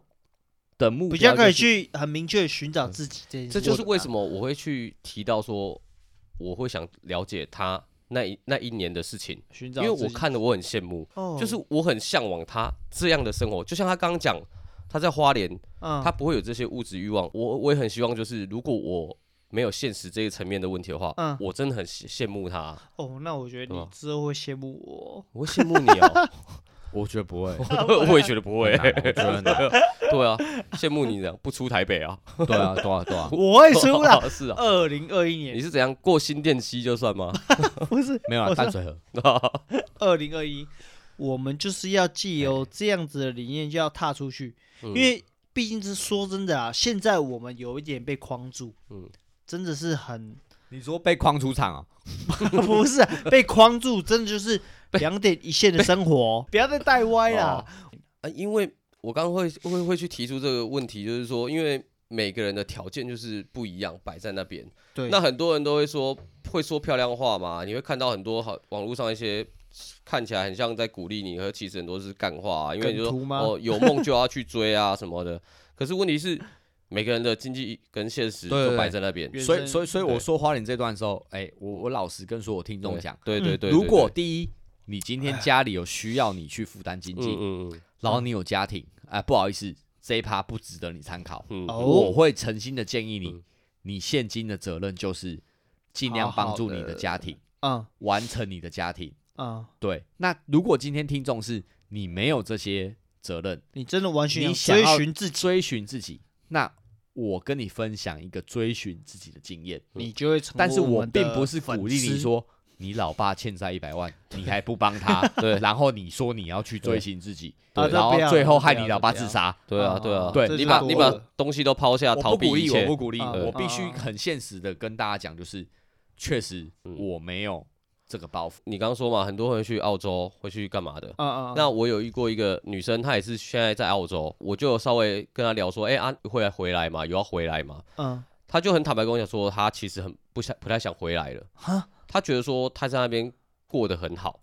[SPEAKER 3] 的目标、
[SPEAKER 2] 比较可以
[SPEAKER 3] 去，
[SPEAKER 2] 去很明确地寻找自己这件
[SPEAKER 1] 这
[SPEAKER 2] 事情。啊
[SPEAKER 1] 就是为什
[SPEAKER 2] 么
[SPEAKER 1] 么我会去提到说，我会想了解他那一那一年的事情，
[SPEAKER 2] 寻找
[SPEAKER 1] 因
[SPEAKER 2] 自
[SPEAKER 1] 为
[SPEAKER 2] 己，
[SPEAKER 1] 我看了我很羡慕，
[SPEAKER 2] 哦，
[SPEAKER 1] 就是我很向往他这样的生活，就像他刚刚讲，他在花莲，他
[SPEAKER 2] 他
[SPEAKER 1] 不会有这些物质欲望。我我也很希望，就是如果我没有现实这一层面的问题的话，
[SPEAKER 2] 嗯
[SPEAKER 1] 我真的很羡羡慕他、
[SPEAKER 2] 哦，那我觉得
[SPEAKER 1] 对
[SPEAKER 2] 你
[SPEAKER 1] 吧
[SPEAKER 2] 之后会羡慕我。
[SPEAKER 1] 我会羡慕你哦、
[SPEAKER 3] 我觉得不会，
[SPEAKER 1] 我也觉得不会、
[SPEAKER 3] 很难哦我觉得很难
[SPEAKER 1] 对啊，羡慕你的不出台北 啊，
[SPEAKER 3] 对啊，对啊，对啊，
[SPEAKER 2] 我会输 了。
[SPEAKER 1] 是啊，
[SPEAKER 2] 二零二 一
[SPEAKER 1] 你
[SPEAKER 2] 年
[SPEAKER 1] 是怎样过新店溪就算吗？ 啊
[SPEAKER 2] 不是
[SPEAKER 3] 没有啦，
[SPEAKER 2] 我
[SPEAKER 3] 淡水河，
[SPEAKER 2] 二零
[SPEAKER 3] 哎嗯
[SPEAKER 2] 二一，我们就是要借由这样子的理念就要踏出去，
[SPEAKER 1] 因
[SPEAKER 2] 因为毕竟是说真的啊，现在我们有一点被框住，
[SPEAKER 1] 嗯
[SPEAKER 2] 真的是很
[SPEAKER 3] 你说被框出场啊？
[SPEAKER 2] 不是啊被框住，真的就是 两点一线的生活，不要再带歪
[SPEAKER 3] 哦
[SPEAKER 2] 啦。
[SPEAKER 1] 啊，因为我刚刚会会会去提出这个问题，就是说，因为每个人的条件就是不一样，摆在那边。
[SPEAKER 2] 对，
[SPEAKER 1] 那很多人都会说会说漂亮话嘛，你会看到很多好网络上一些看起来很像在鼓励你，和其实很多是干话、啊，因为你就
[SPEAKER 2] 梗图
[SPEAKER 1] 说
[SPEAKER 2] 吗
[SPEAKER 1] 哦有梦就要去追啊什么的。可是问题是，每个人的经济跟现实
[SPEAKER 3] 对对
[SPEAKER 1] 都
[SPEAKER 3] 对
[SPEAKER 1] 摆在那边。
[SPEAKER 2] 原
[SPEAKER 3] 所以
[SPEAKER 2] 生
[SPEAKER 3] 所以所以我
[SPEAKER 1] 对
[SPEAKER 3] 说花莲这段的时候，哎、我我老实跟所有听众讲，
[SPEAKER 1] 对
[SPEAKER 2] 嗯
[SPEAKER 1] 对对对，
[SPEAKER 3] 如
[SPEAKER 1] 对
[SPEAKER 3] 果第一你今天家里有需要你去负担经济，
[SPEAKER 1] 嗯嗯
[SPEAKER 3] 然后你有家庭，哎、不好意思，这一趴不值得你参考。
[SPEAKER 1] 嗯
[SPEAKER 2] 哦
[SPEAKER 1] 嗯，
[SPEAKER 3] 我会诚心的建议你
[SPEAKER 1] 嗯，
[SPEAKER 3] 你现今的责任就是尽量帮助你的家庭，
[SPEAKER 2] 嗯
[SPEAKER 3] 完成你的家庭。
[SPEAKER 2] 嗯，
[SPEAKER 3] 对，那如果今天听众是你没有这些责任，
[SPEAKER 2] 你真的完全
[SPEAKER 3] 你想
[SPEAKER 2] 追
[SPEAKER 3] 要
[SPEAKER 2] 寻自己，
[SPEAKER 3] 追寻自己，那我跟你分享一个追寻自己的经验，
[SPEAKER 2] 你就会成为
[SPEAKER 3] 嗯但是
[SPEAKER 2] 我
[SPEAKER 3] 我
[SPEAKER 2] 们的
[SPEAKER 3] 并不是鼓励
[SPEAKER 2] 粉
[SPEAKER 3] 你
[SPEAKER 2] 丝
[SPEAKER 3] 说。你老爸欠债一百 万，你还不帮他，
[SPEAKER 1] 对
[SPEAKER 3] 然后你说你要去追寻自己，
[SPEAKER 2] 对啊这
[SPEAKER 3] 然后
[SPEAKER 2] 不要
[SPEAKER 3] 最后
[SPEAKER 2] 这不
[SPEAKER 3] 害
[SPEAKER 2] 要
[SPEAKER 3] 你
[SPEAKER 2] 这
[SPEAKER 3] 老爸
[SPEAKER 2] 不要
[SPEAKER 3] 自杀，
[SPEAKER 1] 对啊
[SPEAKER 2] 哦
[SPEAKER 1] 对啊，
[SPEAKER 3] 对
[SPEAKER 2] 这
[SPEAKER 1] 你
[SPEAKER 2] 是
[SPEAKER 1] 把
[SPEAKER 2] 多
[SPEAKER 1] 你把
[SPEAKER 2] 了
[SPEAKER 1] 东西都抛下，
[SPEAKER 3] 我
[SPEAKER 1] 逃
[SPEAKER 3] 不
[SPEAKER 1] 避
[SPEAKER 3] 鼓
[SPEAKER 1] 一
[SPEAKER 3] 励，我
[SPEAKER 1] 切
[SPEAKER 3] 不。鼓励，
[SPEAKER 2] 啊
[SPEAKER 3] 呃我
[SPEAKER 2] 对
[SPEAKER 3] 必须很现实的跟大家讲，就是确实
[SPEAKER 2] 嗯
[SPEAKER 3] 我没有这个包袱。
[SPEAKER 1] 你刚刚说嘛，很多人去澳洲会去干嘛的？
[SPEAKER 2] 嗯嗯，嗯
[SPEAKER 1] 那我有遇过一个女生，她也是现在在澳洲，我就有稍微跟她聊说，哎、啊，会来回来吗？有要回来吗？
[SPEAKER 2] 嗯
[SPEAKER 1] 她就很坦白跟我讲说，她其实很不想不太想回来了，
[SPEAKER 2] 哈，
[SPEAKER 1] 她觉得说她在那边过得很好，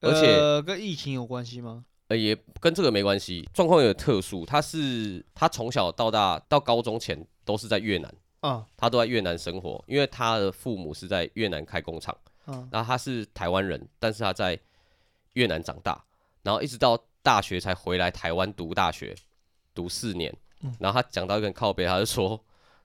[SPEAKER 1] 而且、
[SPEAKER 2] 呃跟疫情有关系吗？
[SPEAKER 1] 呃也跟这个没关系，状况有点特殊，她是她从小到大到高中前都是在越南，
[SPEAKER 2] 嗯
[SPEAKER 1] 她都在越南生活，因为她的父母是在越南开工厂。
[SPEAKER 2] 嗯
[SPEAKER 1] 然后他是台湾人，但是他在越南长大，然后一直到大学才回来台湾读大学，读四年
[SPEAKER 2] 嗯。
[SPEAKER 1] 然后他讲到一个很靠背，他就说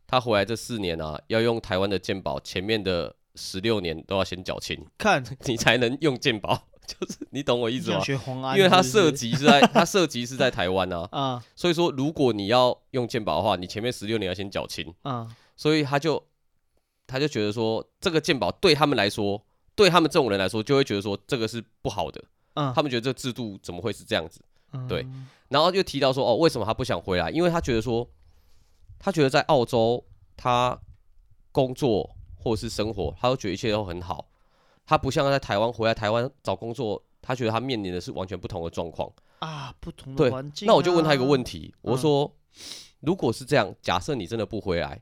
[SPEAKER 1] 他回来这四年啊，要用台湾的健保，前面的十六年都要先缴清，
[SPEAKER 2] 看
[SPEAKER 1] 你才能用健保。 就是你懂我意
[SPEAKER 2] 你
[SPEAKER 1] 思
[SPEAKER 2] 想
[SPEAKER 1] 吗？
[SPEAKER 2] 学黄安，
[SPEAKER 1] 因为他
[SPEAKER 2] 是不是
[SPEAKER 1] 涉及是在他涉及是在台湾啊，
[SPEAKER 2] 啊
[SPEAKER 1] 所以说如果你要用健保的话，你前面十六年要先缴清。
[SPEAKER 2] 啊
[SPEAKER 1] 所以他就他就觉得说，这个鉴宝对他们来说，对他们这种人来说，就会觉得说这个是不好的，
[SPEAKER 2] 啊
[SPEAKER 1] 他们觉得这制度怎么会是这样子？
[SPEAKER 2] 嗯
[SPEAKER 1] 对然后就提到说，哦，为什么他不想回来？因为他觉得说，他觉得在澳洲他工作或者是生活，他都觉得一切都很好，他不像在台湾回来台湾找工作。他觉得他面临的是完全不同的状况，
[SPEAKER 2] 啊不同的
[SPEAKER 1] 对
[SPEAKER 2] 环境啊。
[SPEAKER 1] 那我就问他一个问题，
[SPEAKER 2] 嗯
[SPEAKER 1] 我说，如果是这样，假设你真的不回来，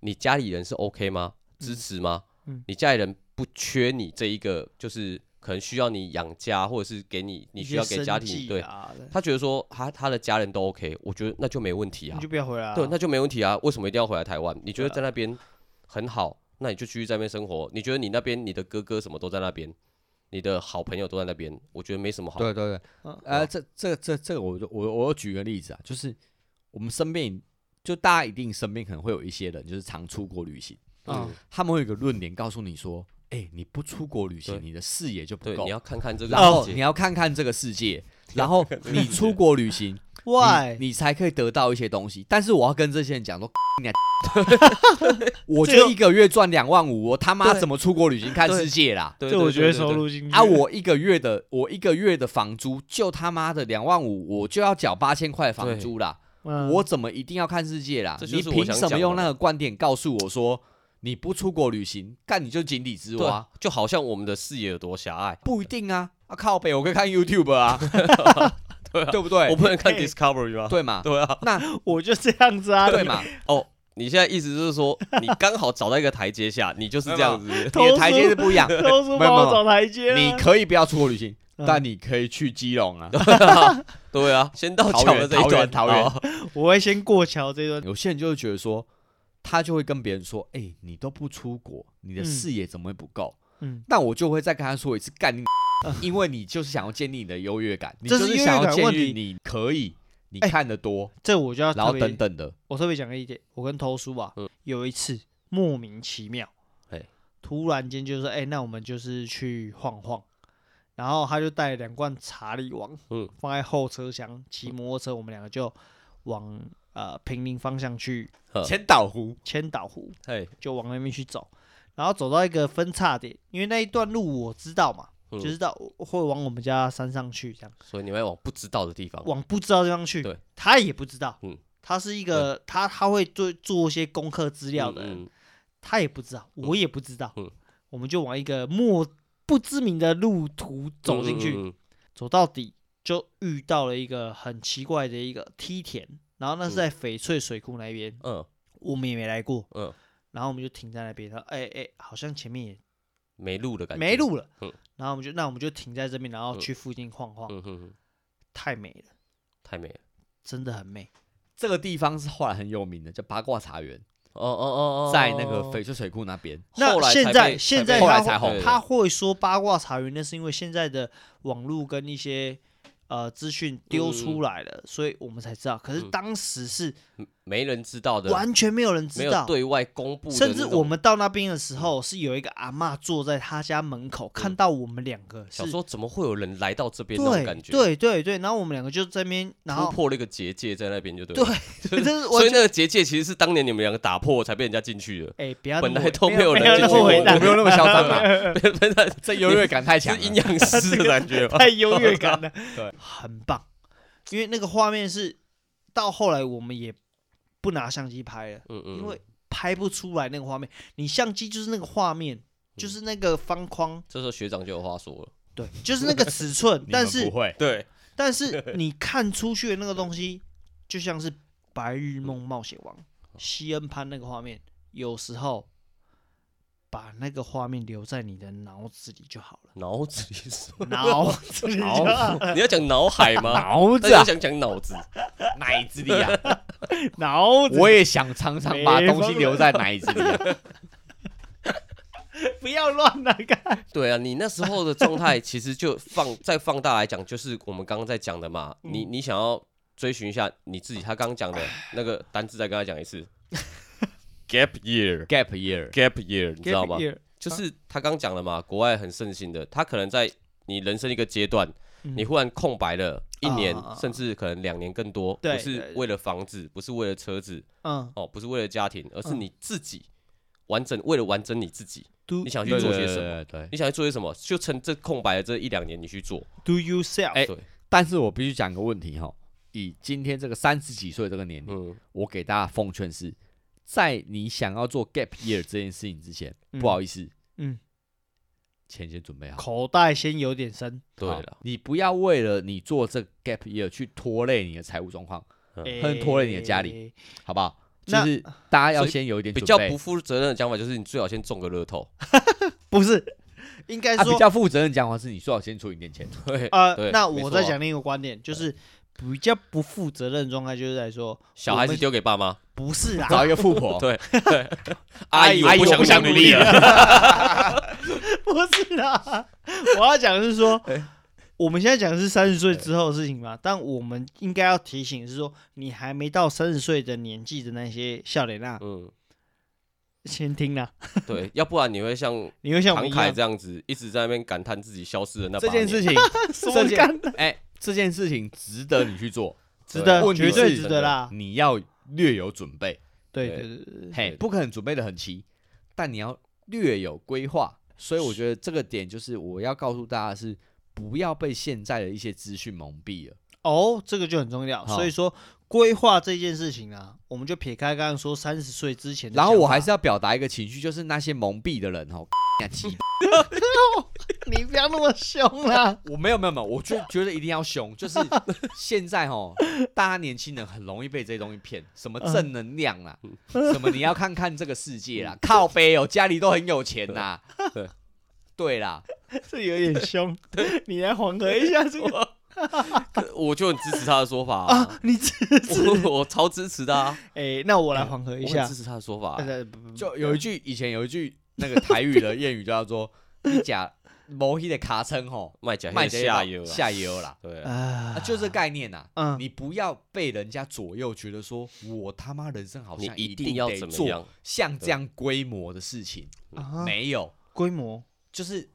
[SPEAKER 1] 你家里人是 OK 吗？支持吗？
[SPEAKER 2] 嗯
[SPEAKER 1] 你家里人不缺你这一个，就是可能需要你养家，或者是给你你
[SPEAKER 2] 一
[SPEAKER 1] 需
[SPEAKER 2] 些
[SPEAKER 1] 要给家
[SPEAKER 2] 生
[SPEAKER 1] 庭。
[SPEAKER 2] 计
[SPEAKER 1] 对，
[SPEAKER 2] 啊
[SPEAKER 1] 他觉得说他他的家人都 OK，我觉得那就没问题啊
[SPEAKER 2] 你就，不要回来啊。
[SPEAKER 1] 对，那就没问题啊。为什么一定要回来台湾？你觉得
[SPEAKER 2] 对啊
[SPEAKER 1] 在那边很好，那你就继续在那边生活。你觉得你那边你的哥哥什么都在那边，你的好朋友都在那边，我觉得没什么好。
[SPEAKER 3] 对对对
[SPEAKER 2] 嗯，
[SPEAKER 3] 呃，这这这这个，我就我我举个例子啊，就是我们身边就大家一定身边可能会有一些人，就是常出国旅行，
[SPEAKER 2] 嗯
[SPEAKER 1] 嗯，
[SPEAKER 3] 他们会有一个论点告诉你说，哎，你不出国旅行，
[SPEAKER 1] 对
[SPEAKER 3] 你的视野就不
[SPEAKER 1] 对，
[SPEAKER 3] 够
[SPEAKER 1] 你，要看看这
[SPEAKER 3] 然
[SPEAKER 1] 个
[SPEAKER 3] 后
[SPEAKER 1] 世
[SPEAKER 3] 你
[SPEAKER 1] 界。
[SPEAKER 3] 要看看这个世界，然后你出国旅行，
[SPEAKER 2] ，Why？
[SPEAKER 3] 你你才可以得到一些东西。但是我要跟这些人讲说， 你啊我
[SPEAKER 2] 这
[SPEAKER 3] 就
[SPEAKER 2] 个
[SPEAKER 3] 一个月赚两万五，我他妈
[SPEAKER 1] 对
[SPEAKER 3] 怎么出国旅行看
[SPEAKER 1] 对
[SPEAKER 3] 世界啦？
[SPEAKER 1] 对
[SPEAKER 2] 这我
[SPEAKER 1] 对
[SPEAKER 2] 觉
[SPEAKER 1] 对
[SPEAKER 2] 得
[SPEAKER 1] 对
[SPEAKER 2] 收
[SPEAKER 1] 对
[SPEAKER 2] 入进去
[SPEAKER 3] 啊，我一个月的我一个月的房租就他妈的两万五，我就要缴八千块房租啦，
[SPEAKER 2] 嗯
[SPEAKER 3] 我怎么一定要看世界啦？
[SPEAKER 1] 这
[SPEAKER 3] 你
[SPEAKER 1] 就是
[SPEAKER 3] 凭
[SPEAKER 1] 我想
[SPEAKER 3] 什
[SPEAKER 1] 讲
[SPEAKER 3] 么
[SPEAKER 1] 的
[SPEAKER 3] 用那个观点告诉我说你不出国旅行，干你就井底之
[SPEAKER 1] 对
[SPEAKER 3] 蛙
[SPEAKER 1] 啊？，就好像我们的视野有多狭隘。
[SPEAKER 3] 不一定啊，啊靠北，我可以看 YouTube 啊，
[SPEAKER 1] 对啊
[SPEAKER 3] 对不对
[SPEAKER 1] 我？不能看
[SPEAKER 2] 哎
[SPEAKER 1] Discovery 吗？
[SPEAKER 3] 对嘛？
[SPEAKER 1] 对啊，
[SPEAKER 3] 那
[SPEAKER 2] 我就这样子啊，
[SPEAKER 3] 对
[SPEAKER 2] 你
[SPEAKER 3] 嘛？
[SPEAKER 1] 哦，你现在意思就是 说，你刚好找到一个台阶下，你就是这样子。
[SPEAKER 3] 你的台阶是不 一样，
[SPEAKER 1] 啊
[SPEAKER 2] 都是帮我找台阶啊，
[SPEAKER 3] 你可以不要出国旅行，
[SPEAKER 2] 嗯
[SPEAKER 3] 但你可以去基隆啊。
[SPEAKER 1] 对啊，先到桥的这一段，
[SPEAKER 3] 桃园桃园
[SPEAKER 1] 哦
[SPEAKER 2] 嗯我会先过桥这一段。
[SPEAKER 3] 有些人就会觉得说，他就会跟别人说：“哎、你都不出国，你的
[SPEAKER 2] 嗯
[SPEAKER 3] 视野怎么会不够？”
[SPEAKER 2] 嗯，
[SPEAKER 3] 那我就会再跟他说一次干你， 因为你就是想要建立你的优越感，你
[SPEAKER 2] 这
[SPEAKER 3] 就是是想
[SPEAKER 2] 优越
[SPEAKER 3] 要
[SPEAKER 2] 感
[SPEAKER 3] 建
[SPEAKER 2] 问题
[SPEAKER 3] 立你可以，你
[SPEAKER 2] 哎啊
[SPEAKER 3] 看得多，
[SPEAKER 2] 这我就要
[SPEAKER 3] 然后
[SPEAKER 2] 特别
[SPEAKER 3] 等等的。
[SPEAKER 2] 我特别讲一点，我跟偷叔啊，
[SPEAKER 1] 嗯
[SPEAKER 2] 有一次莫名其妙，
[SPEAKER 1] 嘿
[SPEAKER 2] 突然间就说，哎、那我们就是去晃晃，然后他就带了两罐查理王，
[SPEAKER 1] 嗯
[SPEAKER 2] 放在后车厢，骑摩托车，我们两个就往呃平陵方向去
[SPEAKER 1] 嗯
[SPEAKER 3] 千岛湖，
[SPEAKER 2] 千岛湖，
[SPEAKER 1] 嘿，
[SPEAKER 2] 就往那边去走，然后走到一个分叉点，因为那一段路我知道嘛，
[SPEAKER 1] 嗯
[SPEAKER 2] 就是到会往我们家山上去这样。
[SPEAKER 1] 所以你们要往不知道的地方。
[SPEAKER 2] 往不知道地方去
[SPEAKER 1] 哦对，
[SPEAKER 2] 他也不知道，
[SPEAKER 1] 嗯
[SPEAKER 2] 他是一个他他会做做一些功课资料的人，
[SPEAKER 1] 嗯嗯
[SPEAKER 2] 他也不知道，我也不知道，
[SPEAKER 1] 嗯
[SPEAKER 2] 我们就往一个莫不知名的路途走进去，
[SPEAKER 1] 嗯嗯嗯
[SPEAKER 2] 走到底就遇到了一个很奇怪的一个梯田，然后那是在翡翠水库那边，
[SPEAKER 1] 嗯
[SPEAKER 2] 我们也没来过，
[SPEAKER 1] 嗯，
[SPEAKER 2] 然后我们就停在那边，然后哎哎，好像前面也
[SPEAKER 1] 没路的感觉，
[SPEAKER 2] 没，路了
[SPEAKER 1] 嗯，
[SPEAKER 2] 然后我们就那我们就停在这边，然后
[SPEAKER 1] 嗯
[SPEAKER 2] 去附近晃晃，
[SPEAKER 1] 嗯哼哼，
[SPEAKER 2] 太美了，
[SPEAKER 1] 太美了，
[SPEAKER 2] 真的很美，
[SPEAKER 3] 这个地方是后来很有名的，叫八卦茶园，
[SPEAKER 1] 哦哦哦哦，
[SPEAKER 3] 在那个翡翠水库那边。
[SPEAKER 1] 后
[SPEAKER 2] 那
[SPEAKER 1] 来才
[SPEAKER 2] 现
[SPEAKER 1] 被
[SPEAKER 2] 在现在
[SPEAKER 3] 后来
[SPEAKER 2] 他
[SPEAKER 3] 才
[SPEAKER 1] 红
[SPEAKER 2] 会他会说八卦茶园，那是因为现在的网络跟一些呃资讯丢出来了，所以我们才知道。可是
[SPEAKER 1] 嗯
[SPEAKER 2] 当时是
[SPEAKER 1] 没人知道的，
[SPEAKER 2] 完全没有人
[SPEAKER 1] 没
[SPEAKER 2] 知
[SPEAKER 1] 有
[SPEAKER 2] 道，
[SPEAKER 1] 对外公布的那
[SPEAKER 2] 甚
[SPEAKER 1] 种，嗯
[SPEAKER 2] 至我们到那边的时候，是有一个阿嬷坐在他家门口，看到我们两个是
[SPEAKER 1] 想，说怎么会有人来到这边那种
[SPEAKER 2] 对
[SPEAKER 1] 感觉，，
[SPEAKER 2] 对对对，然后我们两个就在那边，然
[SPEAKER 1] 突
[SPEAKER 2] 后
[SPEAKER 1] 破了一个结界在那 边就对
[SPEAKER 2] 对
[SPEAKER 1] 了，，
[SPEAKER 2] 这是我
[SPEAKER 1] 所以那个结界其实是当年你们两个打破才被人家进去的。
[SPEAKER 2] 哎，不要那
[SPEAKER 1] 本
[SPEAKER 2] 么
[SPEAKER 1] 来
[SPEAKER 2] 伟
[SPEAKER 1] 都
[SPEAKER 2] 没
[SPEAKER 1] 没有人
[SPEAKER 2] 没
[SPEAKER 1] 进
[SPEAKER 2] 那
[SPEAKER 1] 去
[SPEAKER 2] 么
[SPEAKER 1] 过
[SPEAKER 2] 伟大
[SPEAKER 3] 我没，有那么嚣张啊，
[SPEAKER 1] 真的
[SPEAKER 3] 这优越感太强
[SPEAKER 1] 是
[SPEAKER 3] 了。
[SPEAKER 1] 阴阳师的感 觉吗？
[SPEAKER 2] 太优越感了，
[SPEAKER 3] 对，
[SPEAKER 2] 很棒。因为那个画面是到后来我们也不拿相机拍了，
[SPEAKER 1] 嗯嗯，
[SPEAKER 2] 因为拍不出来那个画面。你相机就是那个画面，就是那个方框，
[SPEAKER 1] 这时候学长就有话说了。
[SPEAKER 2] 对，就是那个尺寸
[SPEAKER 3] 你。们
[SPEAKER 2] 但
[SPEAKER 3] 不
[SPEAKER 2] 是
[SPEAKER 3] 会，
[SPEAKER 1] 对，
[SPEAKER 2] 但 是你看出去的那个东西，就像是《白日梦冒险王》西恩潘那个画面，有时候。把那个画面留在你的脑子里就 好
[SPEAKER 1] 脑子里是
[SPEAKER 2] 了，脑子里就好 了，
[SPEAKER 1] 你要讲脑海吗？
[SPEAKER 3] 脑啊
[SPEAKER 1] 那你要，想讲脑子，
[SPEAKER 3] 奶子里啊！
[SPEAKER 2] 脑子
[SPEAKER 3] 我也想常常把
[SPEAKER 2] 没
[SPEAKER 3] 东
[SPEAKER 2] 方
[SPEAKER 3] 西
[SPEAKER 2] 法
[SPEAKER 3] 留在奶子里啊。
[SPEAKER 2] 不要乱来干。
[SPEAKER 1] 对啊，你那时候的状态其实就放再放大来讲，就是我们刚刚在讲的嘛。
[SPEAKER 3] 嗯
[SPEAKER 1] 你你想要追寻一下你自己，他刚刚讲的那个单字，再跟他讲一 次。Gap year，gap
[SPEAKER 3] Gap year，
[SPEAKER 1] year，你知道吗？
[SPEAKER 2] 啊
[SPEAKER 1] 就是他刚讲了嘛，国外很盛行的，他可能在你人生一个阶段，
[SPEAKER 2] 嗯
[SPEAKER 1] 你忽然空白了一年
[SPEAKER 2] 啊啊啊，
[SPEAKER 1] 甚至可能两年更多，
[SPEAKER 2] 对
[SPEAKER 1] 不
[SPEAKER 2] 对
[SPEAKER 1] 是为了房子，不是为了车子，
[SPEAKER 2] 嗯，
[SPEAKER 1] 哦，不是为了家庭，而是
[SPEAKER 2] 嗯
[SPEAKER 1] 你自己完整，为了完整你自己，
[SPEAKER 2] Do
[SPEAKER 1] 你想去
[SPEAKER 3] 对
[SPEAKER 1] 做
[SPEAKER 3] 对
[SPEAKER 1] 些
[SPEAKER 3] 对
[SPEAKER 1] 什么？
[SPEAKER 3] 对对。
[SPEAKER 1] 你想去做些什么？就趁这空白的这一两年，你去做。
[SPEAKER 2] do yourself，
[SPEAKER 3] 哎
[SPEAKER 1] 对，
[SPEAKER 3] 但是我必须讲个问题哈，以今天这个三十几岁这个年龄，
[SPEAKER 1] 嗯，
[SPEAKER 3] 我给大家奉劝是，在你想要做 gap year 这件事情之前，
[SPEAKER 2] 嗯
[SPEAKER 3] 不好意思，
[SPEAKER 2] 嗯，
[SPEAKER 3] 钱先准备好。
[SPEAKER 2] 口袋先有点深，
[SPEAKER 1] 对
[SPEAKER 3] 好
[SPEAKER 1] 了，
[SPEAKER 3] 你不要为了你做这 gap year 去拖累你的财务状况，
[SPEAKER 2] 哎
[SPEAKER 1] 嗯
[SPEAKER 3] 很拖累你的家
[SPEAKER 2] 里。
[SPEAKER 3] 好不好？就
[SPEAKER 2] 那
[SPEAKER 3] 是大家要
[SPEAKER 1] 所以
[SPEAKER 3] 先有一点
[SPEAKER 1] 比
[SPEAKER 3] 准
[SPEAKER 1] 较
[SPEAKER 3] 备
[SPEAKER 1] 不负责任的讲法就是，你最好先中个乐 透。
[SPEAKER 2] 不是，应该
[SPEAKER 3] 啊，比
[SPEAKER 2] 说，
[SPEAKER 3] 较负责任讲法是你最好先存一点钱。
[SPEAKER 1] 对，
[SPEAKER 2] 呃，
[SPEAKER 1] 对
[SPEAKER 2] 那
[SPEAKER 1] 没
[SPEAKER 2] 我
[SPEAKER 1] 错啊
[SPEAKER 2] 再讲另一个观点，就是比较不负责任的状态，就是在说
[SPEAKER 1] 小孩子
[SPEAKER 2] 我们
[SPEAKER 1] 丢给爸妈，
[SPEAKER 2] 不是啊啦，
[SPEAKER 3] 找一个富婆，
[SPEAKER 1] 对，阿姨
[SPEAKER 3] 阿姨
[SPEAKER 1] 不
[SPEAKER 3] 我不想
[SPEAKER 1] 努
[SPEAKER 3] 努力
[SPEAKER 1] 了。
[SPEAKER 2] 不是啦，我要讲的是 说，
[SPEAKER 1] 哎
[SPEAKER 2] 我们现在讲的是三十岁之后的事情嘛，但我们应该要提醒是说，你还没到三十岁的年纪的那些笑脸啊，
[SPEAKER 1] 嗯，
[SPEAKER 2] 先听啦，
[SPEAKER 1] 对，要不然你会像
[SPEAKER 2] 你会像我
[SPEAKER 1] 唐
[SPEAKER 2] 们一
[SPEAKER 1] 凯
[SPEAKER 2] 样
[SPEAKER 1] 这样子，一直在那边感叹自己消失的 那
[SPEAKER 3] 这
[SPEAKER 1] 八
[SPEAKER 3] 件
[SPEAKER 1] 年
[SPEAKER 3] 事情，
[SPEAKER 2] 什
[SPEAKER 3] 这
[SPEAKER 2] 么
[SPEAKER 3] 件
[SPEAKER 2] 干
[SPEAKER 3] 哎， 这件事情值得你去做，
[SPEAKER 2] 值得
[SPEAKER 3] 问，题
[SPEAKER 2] 绝对值
[SPEAKER 3] 是
[SPEAKER 2] 得啦。
[SPEAKER 3] 你要略有准备，
[SPEAKER 2] 对
[SPEAKER 1] 对
[SPEAKER 2] 对对对，
[SPEAKER 3] 嘿，
[SPEAKER 1] 对
[SPEAKER 3] 不可能准备的很齐，但你要略有规划。所以我觉得这个点就是我要告诉大家的是，不要被现在的一些资讯蒙蔽了。
[SPEAKER 2] 哦，这个就很重要。
[SPEAKER 3] 好
[SPEAKER 2] 所以说规划这件事情啊，我们就撇开刚刚说三十岁之前的
[SPEAKER 3] 然
[SPEAKER 2] 想法。
[SPEAKER 3] 后我还是要表达一个情绪，就是那些蒙蔽的人哦，呀鸡
[SPEAKER 2] 你不要那么凶 啦。
[SPEAKER 3] 我没有没有没有，我就觉得一定要凶， 就是现在哦，大家年轻人很容易被这些东西骗，什么正能量啦，
[SPEAKER 2] 嗯
[SPEAKER 3] 什么你要看看这个世界 啦，靠背哦，家里都很有钱呐，
[SPEAKER 1] 对
[SPEAKER 3] 对啦，
[SPEAKER 2] 这有点 凶，你来缓和一下这个
[SPEAKER 1] 我就很支持他的说法啊，
[SPEAKER 2] 啊！你这
[SPEAKER 1] 我我超支持的啊，
[SPEAKER 2] 哎，那我来缓和一
[SPEAKER 1] 我很
[SPEAKER 2] 下
[SPEAKER 1] 支。持他的说法啊。
[SPEAKER 2] 呃不不不
[SPEAKER 3] 就有一句以前有一句那个台语的谚语 叫做“你假某一的卡称吼，
[SPEAKER 1] 卖假
[SPEAKER 3] 卖
[SPEAKER 1] 卖
[SPEAKER 3] 假
[SPEAKER 1] 下游啦，
[SPEAKER 3] 下 游啦
[SPEAKER 1] 啊对啊，
[SPEAKER 3] 啊
[SPEAKER 2] 啊”，
[SPEAKER 3] 就这概念呐。
[SPEAKER 2] 嗯，
[SPEAKER 3] 你不要被人家左右，觉得说我他妈人生好
[SPEAKER 1] 你
[SPEAKER 3] 像
[SPEAKER 1] 一
[SPEAKER 3] 啊定
[SPEAKER 1] 要
[SPEAKER 3] 得
[SPEAKER 1] 怎么
[SPEAKER 3] 做
[SPEAKER 1] 样？
[SPEAKER 3] 像这样规模的事情，
[SPEAKER 2] 啊
[SPEAKER 3] 没有，
[SPEAKER 2] 规模
[SPEAKER 3] 就是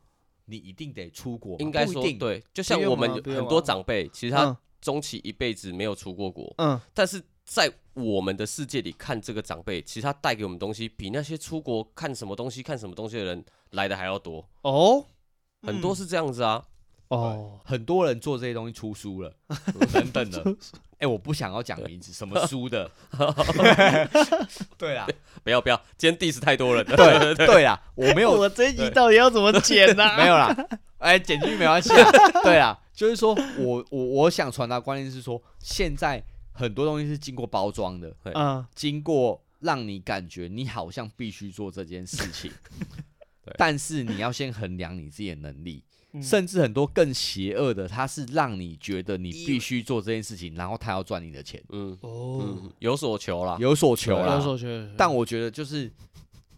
[SPEAKER 3] 你一定得出国嘛，
[SPEAKER 1] 应该
[SPEAKER 3] 不一
[SPEAKER 1] 说
[SPEAKER 3] 定，
[SPEAKER 1] 对，就像
[SPEAKER 2] 不用
[SPEAKER 1] 我们
[SPEAKER 2] 啊
[SPEAKER 1] 有
[SPEAKER 2] 不用
[SPEAKER 1] 很多
[SPEAKER 2] 啊
[SPEAKER 1] 长辈，其实他
[SPEAKER 2] 嗯
[SPEAKER 1] 终其一辈子没有出过国，
[SPEAKER 2] 嗯
[SPEAKER 1] 但是在我们的世界里看这个长辈，其实他带给我们东西比那些出国看什么东西看什么东西的人来的还要多，
[SPEAKER 2] 哦
[SPEAKER 1] 很多
[SPEAKER 2] 嗯
[SPEAKER 1] 是这样子啊。
[SPEAKER 2] 哦
[SPEAKER 3] 很多人做这些东西出书了，等等的，哎，我不想要讲名字，什么书 的， 对啦，
[SPEAKER 1] 不要不要，今天 diss 太多人了。
[SPEAKER 3] 对对啦，我没有
[SPEAKER 2] 我这一集到底要怎么剪啊呢、
[SPEAKER 3] 没有啦，哎，剪辑没关系啊。对啦，就是说我我我想传达观念是说，现在很多东西是经过包装的，
[SPEAKER 2] 嗯，
[SPEAKER 3] 经过让你感觉你好像必须做这件事情
[SPEAKER 1] 对，
[SPEAKER 3] 但是你要先衡量你自己的能力。
[SPEAKER 2] 嗯
[SPEAKER 3] 甚至很多更邪恶的，它是让你觉得你
[SPEAKER 2] 以为
[SPEAKER 3] 必须做这件事情，然后他要赚你的钱，
[SPEAKER 1] 嗯
[SPEAKER 2] 哦，
[SPEAKER 1] 嗯，有所求啦。
[SPEAKER 3] 有所求
[SPEAKER 1] 有
[SPEAKER 3] 啦
[SPEAKER 1] 啦。
[SPEAKER 2] 所学，
[SPEAKER 3] 但我觉得就是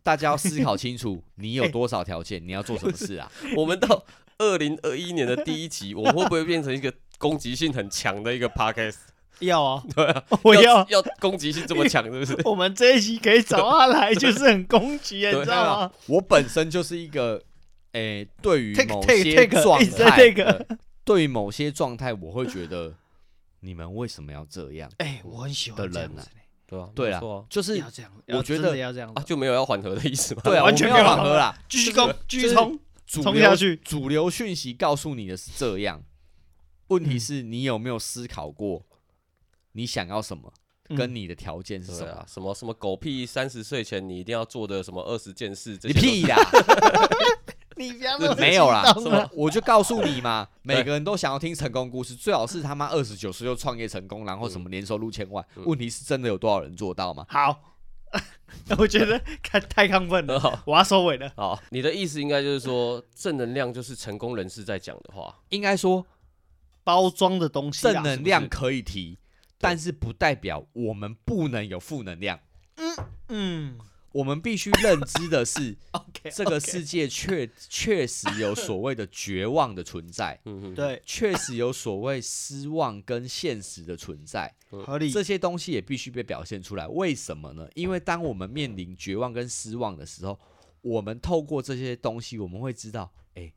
[SPEAKER 3] 大家要思考清楚，你有多少条件，你要做什么事啊？
[SPEAKER 1] 我们到二零二一年的第一集，我们会不会变成一个攻击性很强的一个 podcast？
[SPEAKER 2] 要 啊，对啊，我
[SPEAKER 1] 要
[SPEAKER 2] 要。
[SPEAKER 1] 要攻击性这么强，是不是？
[SPEAKER 2] 我们这一集可以找他来，就是很攻击，你
[SPEAKER 1] 对
[SPEAKER 2] 知道吗？
[SPEAKER 3] 啊我本身就是一个，诶、对于
[SPEAKER 2] Take-
[SPEAKER 3] 某
[SPEAKER 2] take-
[SPEAKER 3] 些
[SPEAKER 2] take-
[SPEAKER 3] 状
[SPEAKER 2] 一直在
[SPEAKER 3] 态
[SPEAKER 2] take
[SPEAKER 3] 的，对于某些状态，我会觉得你们为什么要这样？
[SPEAKER 2] 哎，我很喜欢这样子，
[SPEAKER 1] 对啊，
[SPEAKER 3] 对
[SPEAKER 1] 啊
[SPEAKER 3] 啊，，就是
[SPEAKER 2] 要这样，
[SPEAKER 3] 我觉得
[SPEAKER 2] 要真的要这样
[SPEAKER 1] 啊，就没有要缓和的意思嘛。
[SPEAKER 3] 对啊，
[SPEAKER 2] 完全
[SPEAKER 3] 我没有
[SPEAKER 2] 没有
[SPEAKER 3] 缓和啦，
[SPEAKER 2] 继续攻，继续冲，
[SPEAKER 3] 主
[SPEAKER 2] 冲
[SPEAKER 3] 流
[SPEAKER 2] 下去
[SPEAKER 3] 主流讯息告诉你的是这样，问题
[SPEAKER 2] 嗯
[SPEAKER 3] 是你有没有思考过你想要什么，跟
[SPEAKER 2] 嗯
[SPEAKER 3] 你的条件是什
[SPEAKER 1] 对
[SPEAKER 3] 么？
[SPEAKER 1] 啊，什么什么狗屁，三十岁前你一定要做的什么二十件事，这
[SPEAKER 3] 你
[SPEAKER 1] 些都是
[SPEAKER 3] 屁啦，
[SPEAKER 2] 你不要那么
[SPEAKER 3] 没有啦
[SPEAKER 2] 激
[SPEAKER 1] 什
[SPEAKER 2] 动
[SPEAKER 1] 么
[SPEAKER 2] 啊，
[SPEAKER 3] 我就告诉 你嘛，
[SPEAKER 1] 对
[SPEAKER 3] 每个人都想要听成功故事，最好是他妈二十九岁就创业成功，然后什么年收入千万。
[SPEAKER 1] 嗯
[SPEAKER 3] 问题是真的有多少人做到吗？
[SPEAKER 2] 好， 我觉得看太亢奋
[SPEAKER 1] 很
[SPEAKER 2] 了，
[SPEAKER 1] 呃好。
[SPEAKER 2] 我要收尾了。
[SPEAKER 1] 好，你的意思应该就是说，正能量就是成功人士在讲的话。
[SPEAKER 3] 应该说
[SPEAKER 2] 包装的东西啦，
[SPEAKER 3] 正
[SPEAKER 2] 是
[SPEAKER 3] 能
[SPEAKER 2] 不
[SPEAKER 3] 量
[SPEAKER 2] 是，啊
[SPEAKER 3] 可以提，但是不代表我们不能有负能量。
[SPEAKER 2] 嗯
[SPEAKER 3] 我们必须认知的是，
[SPEAKER 2] ，OK，
[SPEAKER 3] 这个
[SPEAKER 2] OK，
[SPEAKER 3] 世界确确实有所谓的绝望的存在，
[SPEAKER 1] 嗯，
[SPEAKER 2] 对啊
[SPEAKER 3] 确实有所谓失望跟现实的存在，
[SPEAKER 2] 合理，
[SPEAKER 3] 这些东西也必须被表现出来。为什么呢？因为当我们面临绝望跟失望的时候，我们透过这些东西，我们会知道，哎、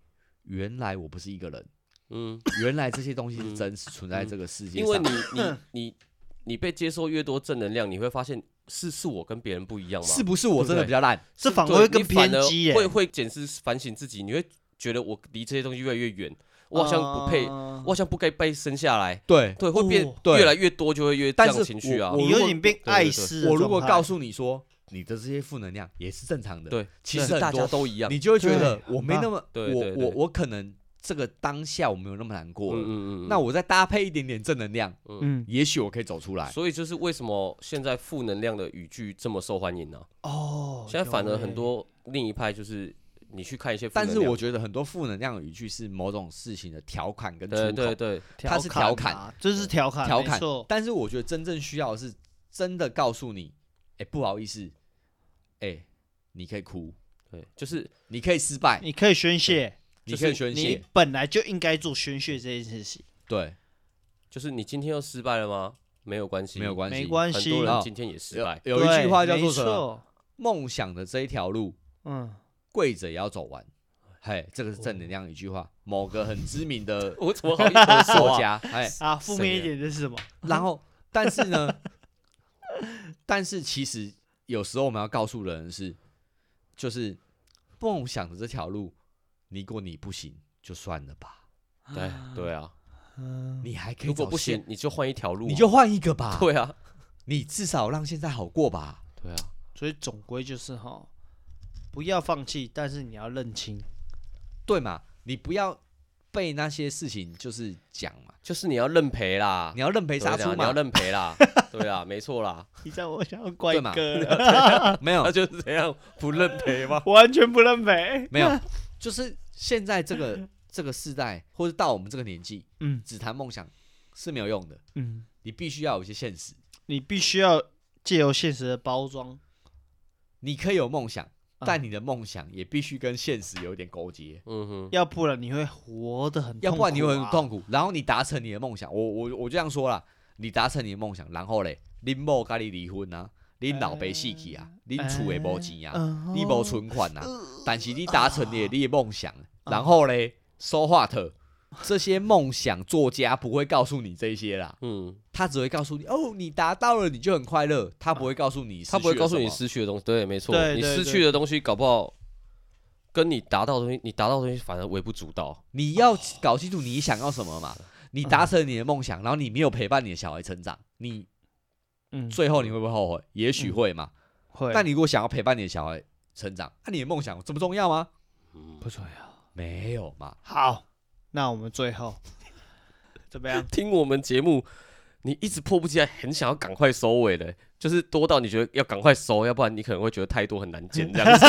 [SPEAKER 3] 原来我不是一个人，
[SPEAKER 1] 嗯，
[SPEAKER 3] 原来这些东西是真实存在这个世界
[SPEAKER 1] 因
[SPEAKER 3] 上。
[SPEAKER 1] 为你你你你被接受越多正能量，你会发现是是我跟别人不一样吗？
[SPEAKER 3] 是不是我真的比较烂？
[SPEAKER 2] 这反而
[SPEAKER 1] 对
[SPEAKER 2] 会更
[SPEAKER 1] 你反
[SPEAKER 2] 偏
[SPEAKER 1] 而
[SPEAKER 2] 激耶，
[SPEAKER 1] 会会检视反省自己，你会觉得我离这些东西越来越远，我好像不配，
[SPEAKER 2] 啊
[SPEAKER 1] 我好像不该被生下来。
[SPEAKER 3] 对，
[SPEAKER 1] 对，会变
[SPEAKER 2] 哦
[SPEAKER 3] 对
[SPEAKER 1] 越来越多，就会越这
[SPEAKER 3] 但
[SPEAKER 1] 样
[SPEAKER 3] 是
[SPEAKER 1] 情绪啊
[SPEAKER 3] 我。
[SPEAKER 2] 你
[SPEAKER 3] 如
[SPEAKER 2] 有
[SPEAKER 3] 果
[SPEAKER 2] 点变
[SPEAKER 1] 对
[SPEAKER 2] 爱
[SPEAKER 1] 对
[SPEAKER 2] 斯的
[SPEAKER 3] 我如果
[SPEAKER 2] 状态
[SPEAKER 3] 告诉你说你的这些负能量也是正常的，
[SPEAKER 1] 对，
[SPEAKER 3] 其
[SPEAKER 1] 对
[SPEAKER 3] 实很
[SPEAKER 1] 大家
[SPEAKER 3] 多
[SPEAKER 1] 都一样。
[SPEAKER 3] 你就会觉得
[SPEAKER 2] 对
[SPEAKER 3] 我没那么，
[SPEAKER 1] 对对
[SPEAKER 3] 我
[SPEAKER 1] 对
[SPEAKER 3] 我我可能这个当下我没有那么难过了，
[SPEAKER 1] 嗯
[SPEAKER 3] 那我再搭配一点点正能量，
[SPEAKER 2] 嗯，
[SPEAKER 3] 也许我可以走出来。
[SPEAKER 1] 所以就是为什么现在负能量的语句这么受欢迎呢、
[SPEAKER 2] 哦，
[SPEAKER 1] 现在反
[SPEAKER 2] 有
[SPEAKER 1] 而
[SPEAKER 2] 欸
[SPEAKER 1] 很，多另一派就是你去看一些负能
[SPEAKER 3] 但
[SPEAKER 1] 量，
[SPEAKER 3] 是我觉得很多负能量的语句是某种事情的调侃跟出
[SPEAKER 1] 对对
[SPEAKER 3] 口，
[SPEAKER 1] 对，
[SPEAKER 3] 它是调侃
[SPEAKER 2] 啊，这是调侃，
[SPEAKER 3] 调
[SPEAKER 2] 没
[SPEAKER 3] 侃
[SPEAKER 2] 错。
[SPEAKER 3] 但是我觉得真正需要的是真的告诉你，哎、不好意思，哎、你可以哭，
[SPEAKER 1] 对，就是
[SPEAKER 3] 你可以失败，
[SPEAKER 2] 你可以宣泄，
[SPEAKER 1] 就
[SPEAKER 3] 你
[SPEAKER 1] 是
[SPEAKER 3] 可以宣
[SPEAKER 2] 你
[SPEAKER 3] 泄，
[SPEAKER 2] 本来就应该做宣泄这件事情，
[SPEAKER 3] 对，
[SPEAKER 1] 就是你今天又失败了吗？没有关系，
[SPEAKER 3] 没有关系，
[SPEAKER 2] 没关
[SPEAKER 1] 很
[SPEAKER 2] 系。啊
[SPEAKER 1] 多人
[SPEAKER 3] 哦
[SPEAKER 1] 今天也失
[SPEAKER 3] 有
[SPEAKER 1] 败。
[SPEAKER 3] 有一句话叫
[SPEAKER 2] 对
[SPEAKER 3] 做
[SPEAKER 2] 没
[SPEAKER 3] 什么？
[SPEAKER 2] 错，
[SPEAKER 3] 梦想的这一条路，
[SPEAKER 2] 嗯，
[SPEAKER 3] 跪着也要走完。嘿，这个是正能量一句话，某个很知名 的
[SPEAKER 1] 我怎么好意思说
[SPEAKER 3] 作
[SPEAKER 1] 啊？
[SPEAKER 3] 家，哎，
[SPEAKER 2] 啊，负面
[SPEAKER 1] 谁
[SPEAKER 2] 一
[SPEAKER 1] 啊
[SPEAKER 2] 点的是什么？
[SPEAKER 3] 然后但是呢， 但是其实有时候我们要告诉人是，就是梦想的这条路，你如果你不行就算了吧，
[SPEAKER 1] 对对啊，
[SPEAKER 2] 嗯，
[SPEAKER 3] 你还可以
[SPEAKER 1] 如果
[SPEAKER 3] 找
[SPEAKER 1] 不
[SPEAKER 3] 现
[SPEAKER 1] 行，，你就换一条路啊，
[SPEAKER 3] 你就换一个吧，
[SPEAKER 1] 对啊，
[SPEAKER 3] 你至少让现在好过吧。
[SPEAKER 1] 对啊，
[SPEAKER 2] 所以总归就是哈，不要放弃，但是你要认清，
[SPEAKER 3] 对嘛？你不要被那些事情就是讲嘛，
[SPEAKER 1] 就是你要认赔啦
[SPEAKER 3] 你，要认赔
[SPEAKER 1] 对
[SPEAKER 3] 杀
[SPEAKER 1] 啊
[SPEAKER 3] 出
[SPEAKER 1] 你要
[SPEAKER 3] 嘛，
[SPEAKER 1] 认赔 啦，对啊，没错 啦，
[SPEAKER 2] 你知道我想要怪
[SPEAKER 3] 对嘛
[SPEAKER 2] 哥 了，
[SPEAKER 3] 没有
[SPEAKER 1] 那就是这 样，不认赔吗？
[SPEAKER 2] 完全不认赔。
[SPEAKER 3] 没有，就是现在这个这个世代，或者到我们这个年纪，
[SPEAKER 2] 嗯
[SPEAKER 3] 只谈梦想是没有用的，
[SPEAKER 2] 嗯，
[SPEAKER 3] 你必须要有一些现实。
[SPEAKER 2] 你必须要借由现实的包装，
[SPEAKER 3] 你可以有梦想，
[SPEAKER 2] 啊
[SPEAKER 3] 但你的梦想也必须跟现实有一点勾结，
[SPEAKER 1] 嗯哼，
[SPEAKER 2] 要不然你会活得很痛苦啊、
[SPEAKER 3] 要不然你会很痛苦。然后你达成你的梦想，我我我就这样说啦，你达成你的梦想，然后嘞，恁某跟你离婚啊，恁老爸死去啊，恁厝也无钱啊，
[SPEAKER 2] 嗯。
[SPEAKER 3] 你无存款啊，但是你达成你的你的梦想，然后嘞，so what？这些梦想作家不会告诉你这些啦。
[SPEAKER 1] 嗯，
[SPEAKER 3] 他只会告诉你哦，你达到了你就很快乐，他不会告诉你，
[SPEAKER 1] 他不会告诉你，失去的东西，对，没错，
[SPEAKER 2] 对
[SPEAKER 1] 你
[SPEAKER 2] 对
[SPEAKER 1] 失
[SPEAKER 2] 对
[SPEAKER 1] 去的东西搞不好跟你达到的东西，你达到的东西反而微不足道。
[SPEAKER 3] 你要搞清楚你想要什么嘛。你达成你的梦想，然后你没有陪伴你的小孩成长，你
[SPEAKER 2] 嗯，
[SPEAKER 3] 最后你会不会后悔？也许会嘛。
[SPEAKER 2] 会，
[SPEAKER 3] 但你如果想要陪伴你的小孩成长，那、你的梦想这么重要吗？
[SPEAKER 2] 不重要。
[SPEAKER 3] 没有嘛。
[SPEAKER 2] 好，那我们最 后怎么样？
[SPEAKER 1] 听我们节目，你一直迫不及待，很想要赶快收尾的，就是多到你觉得要赶快收，要不然你可能会觉得太多很难剪这样子。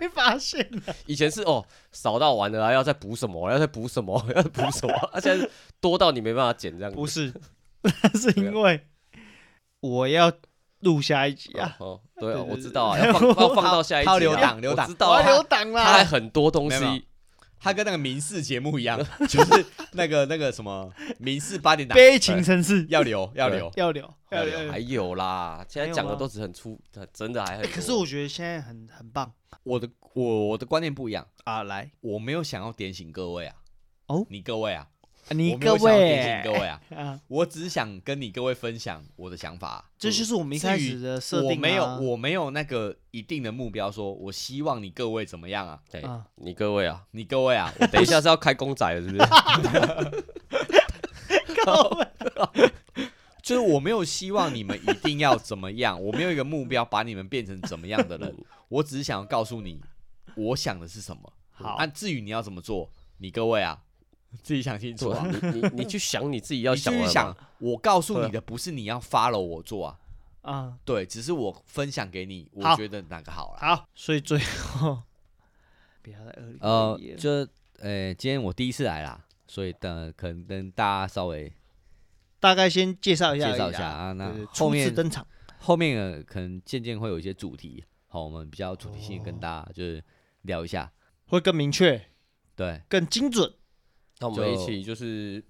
[SPEAKER 2] 没发现啊
[SPEAKER 1] 以前是哦，少到完了、啊，要再补什么，要再补什么， 要再补什么，而且、现在是多到你没办法剪这样子。
[SPEAKER 2] 不是， 那是因为我要录下一集啊，
[SPEAKER 1] 哦，哦对啊，
[SPEAKER 2] 对对
[SPEAKER 1] 我知道啊，
[SPEAKER 2] 对
[SPEAKER 1] 要放要放到下一集啊，
[SPEAKER 3] 他留档留档
[SPEAKER 1] 我知道
[SPEAKER 2] 我
[SPEAKER 1] 啊，
[SPEAKER 2] 要留档
[SPEAKER 1] 他还
[SPEAKER 2] 啦。
[SPEAKER 1] 很多东
[SPEAKER 3] 没有没
[SPEAKER 1] 西，
[SPEAKER 3] 他跟那个民事节目 一样，就是那个那个什么民事八点档
[SPEAKER 2] 悲情城市
[SPEAKER 3] 要留要留，
[SPEAKER 2] 要留，要
[SPEAKER 3] 哦要
[SPEAKER 2] 留
[SPEAKER 3] 留。
[SPEAKER 2] 要
[SPEAKER 1] 还
[SPEAKER 2] 留
[SPEAKER 1] 有啦，现在
[SPEAKER 2] 还有
[SPEAKER 1] 讲的
[SPEAKER 2] 吗
[SPEAKER 1] 都只很粗，真的还很
[SPEAKER 2] 哎
[SPEAKER 1] 多。
[SPEAKER 2] 可是我觉得现在很很棒
[SPEAKER 3] 我的我我的观念不一样，
[SPEAKER 2] 啊！来，
[SPEAKER 3] 我没有想要点醒各位啊，
[SPEAKER 2] 哦
[SPEAKER 3] 你各位啊，
[SPEAKER 2] 你
[SPEAKER 3] 我没有
[SPEAKER 2] 各
[SPEAKER 3] 想要
[SPEAKER 2] 位
[SPEAKER 3] 点醒各位啊，
[SPEAKER 2] 啊，
[SPEAKER 3] 我只想跟你各位分享我的想法啊、
[SPEAKER 2] 这就是我们一开
[SPEAKER 3] 至于
[SPEAKER 2] 始的设定啊。
[SPEAKER 3] 我没有我没有那个一定的目标，说我希望你各位怎么样啊，
[SPEAKER 1] 对
[SPEAKER 2] 啊
[SPEAKER 1] 哎你各位啊，
[SPEAKER 3] 你各位啊，我
[SPEAKER 1] 等一下是要开公仔了，是不是？
[SPEAKER 3] 就是我没有希望你们一定要怎么样，啊我没有一个目标把你们变成怎么样的人，我只是想要告诉你，我想的是什么。
[SPEAKER 2] 好
[SPEAKER 3] 啊，至于你要怎么做，你各位啊，自己想清楚
[SPEAKER 1] 对
[SPEAKER 3] 啊
[SPEAKER 1] 啊。，你你你去想你自己要
[SPEAKER 3] 你
[SPEAKER 1] 想
[SPEAKER 3] 继
[SPEAKER 1] 完
[SPEAKER 3] 续
[SPEAKER 1] 嘛
[SPEAKER 3] 想，我告诉
[SPEAKER 1] 对啊
[SPEAKER 3] 你的不是你要 follow 我做啊，
[SPEAKER 2] 啊，
[SPEAKER 3] 对，只是我分享给你，
[SPEAKER 2] 好
[SPEAKER 3] 我觉得哪个好啦。
[SPEAKER 2] 好，所以最后不要再恶语恶
[SPEAKER 3] 呃
[SPEAKER 2] 言，了
[SPEAKER 3] 就呃，今天我第一次来啦，所以等可能跟大家稍微
[SPEAKER 2] 大概先介绍一下而已啦，
[SPEAKER 3] 介绍一下啊。那
[SPEAKER 2] 对对
[SPEAKER 3] 后
[SPEAKER 2] 初
[SPEAKER 3] 面
[SPEAKER 2] 次登场，
[SPEAKER 3] 后面呃可能渐渐会有一些主题，好，我们比较主题性地
[SPEAKER 2] 哦
[SPEAKER 3] 跟大家就是聊一下，
[SPEAKER 2] 会更明确、
[SPEAKER 3] 对，
[SPEAKER 2] 更精准。
[SPEAKER 1] 那我们
[SPEAKER 3] 就
[SPEAKER 1] 一起就是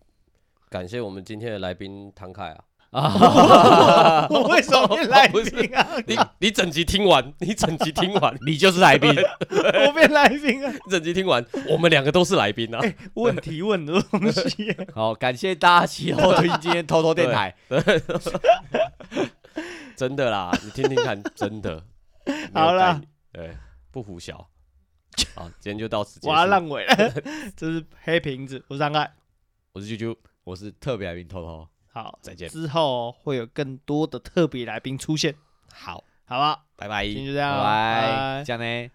[SPEAKER 1] 感谢我们今天的来宾唐凯啊，
[SPEAKER 2] 我为什么变来
[SPEAKER 1] 不是
[SPEAKER 2] 宾啊？
[SPEAKER 1] 你你整集听完，你整集听完，
[SPEAKER 3] 你就是来宾，
[SPEAKER 2] 我变来宾啊？
[SPEAKER 1] 你整集听完，我们两个都是来宾啊，
[SPEAKER 2] 问提问的东西，
[SPEAKER 3] 好，感谢大家喜欢收听今天偷偷电台，
[SPEAKER 1] 真的啦，你听听看，真的。没有
[SPEAKER 2] 好啦
[SPEAKER 1] 盖你，对，不胡小。好，今天就到此结束
[SPEAKER 2] 我。要烂尾了。 这是黑瓶子，我是张爱。
[SPEAKER 1] 我是啾啾，
[SPEAKER 3] 我是特别来宾偷偷，
[SPEAKER 2] 好，
[SPEAKER 1] 再见
[SPEAKER 2] 之后哦会有更多的特别来宾出现，
[SPEAKER 3] 好，
[SPEAKER 2] 好不好？
[SPEAKER 3] 嗯拜拜，
[SPEAKER 2] 今天就这样，
[SPEAKER 3] 拜拜，这样呢。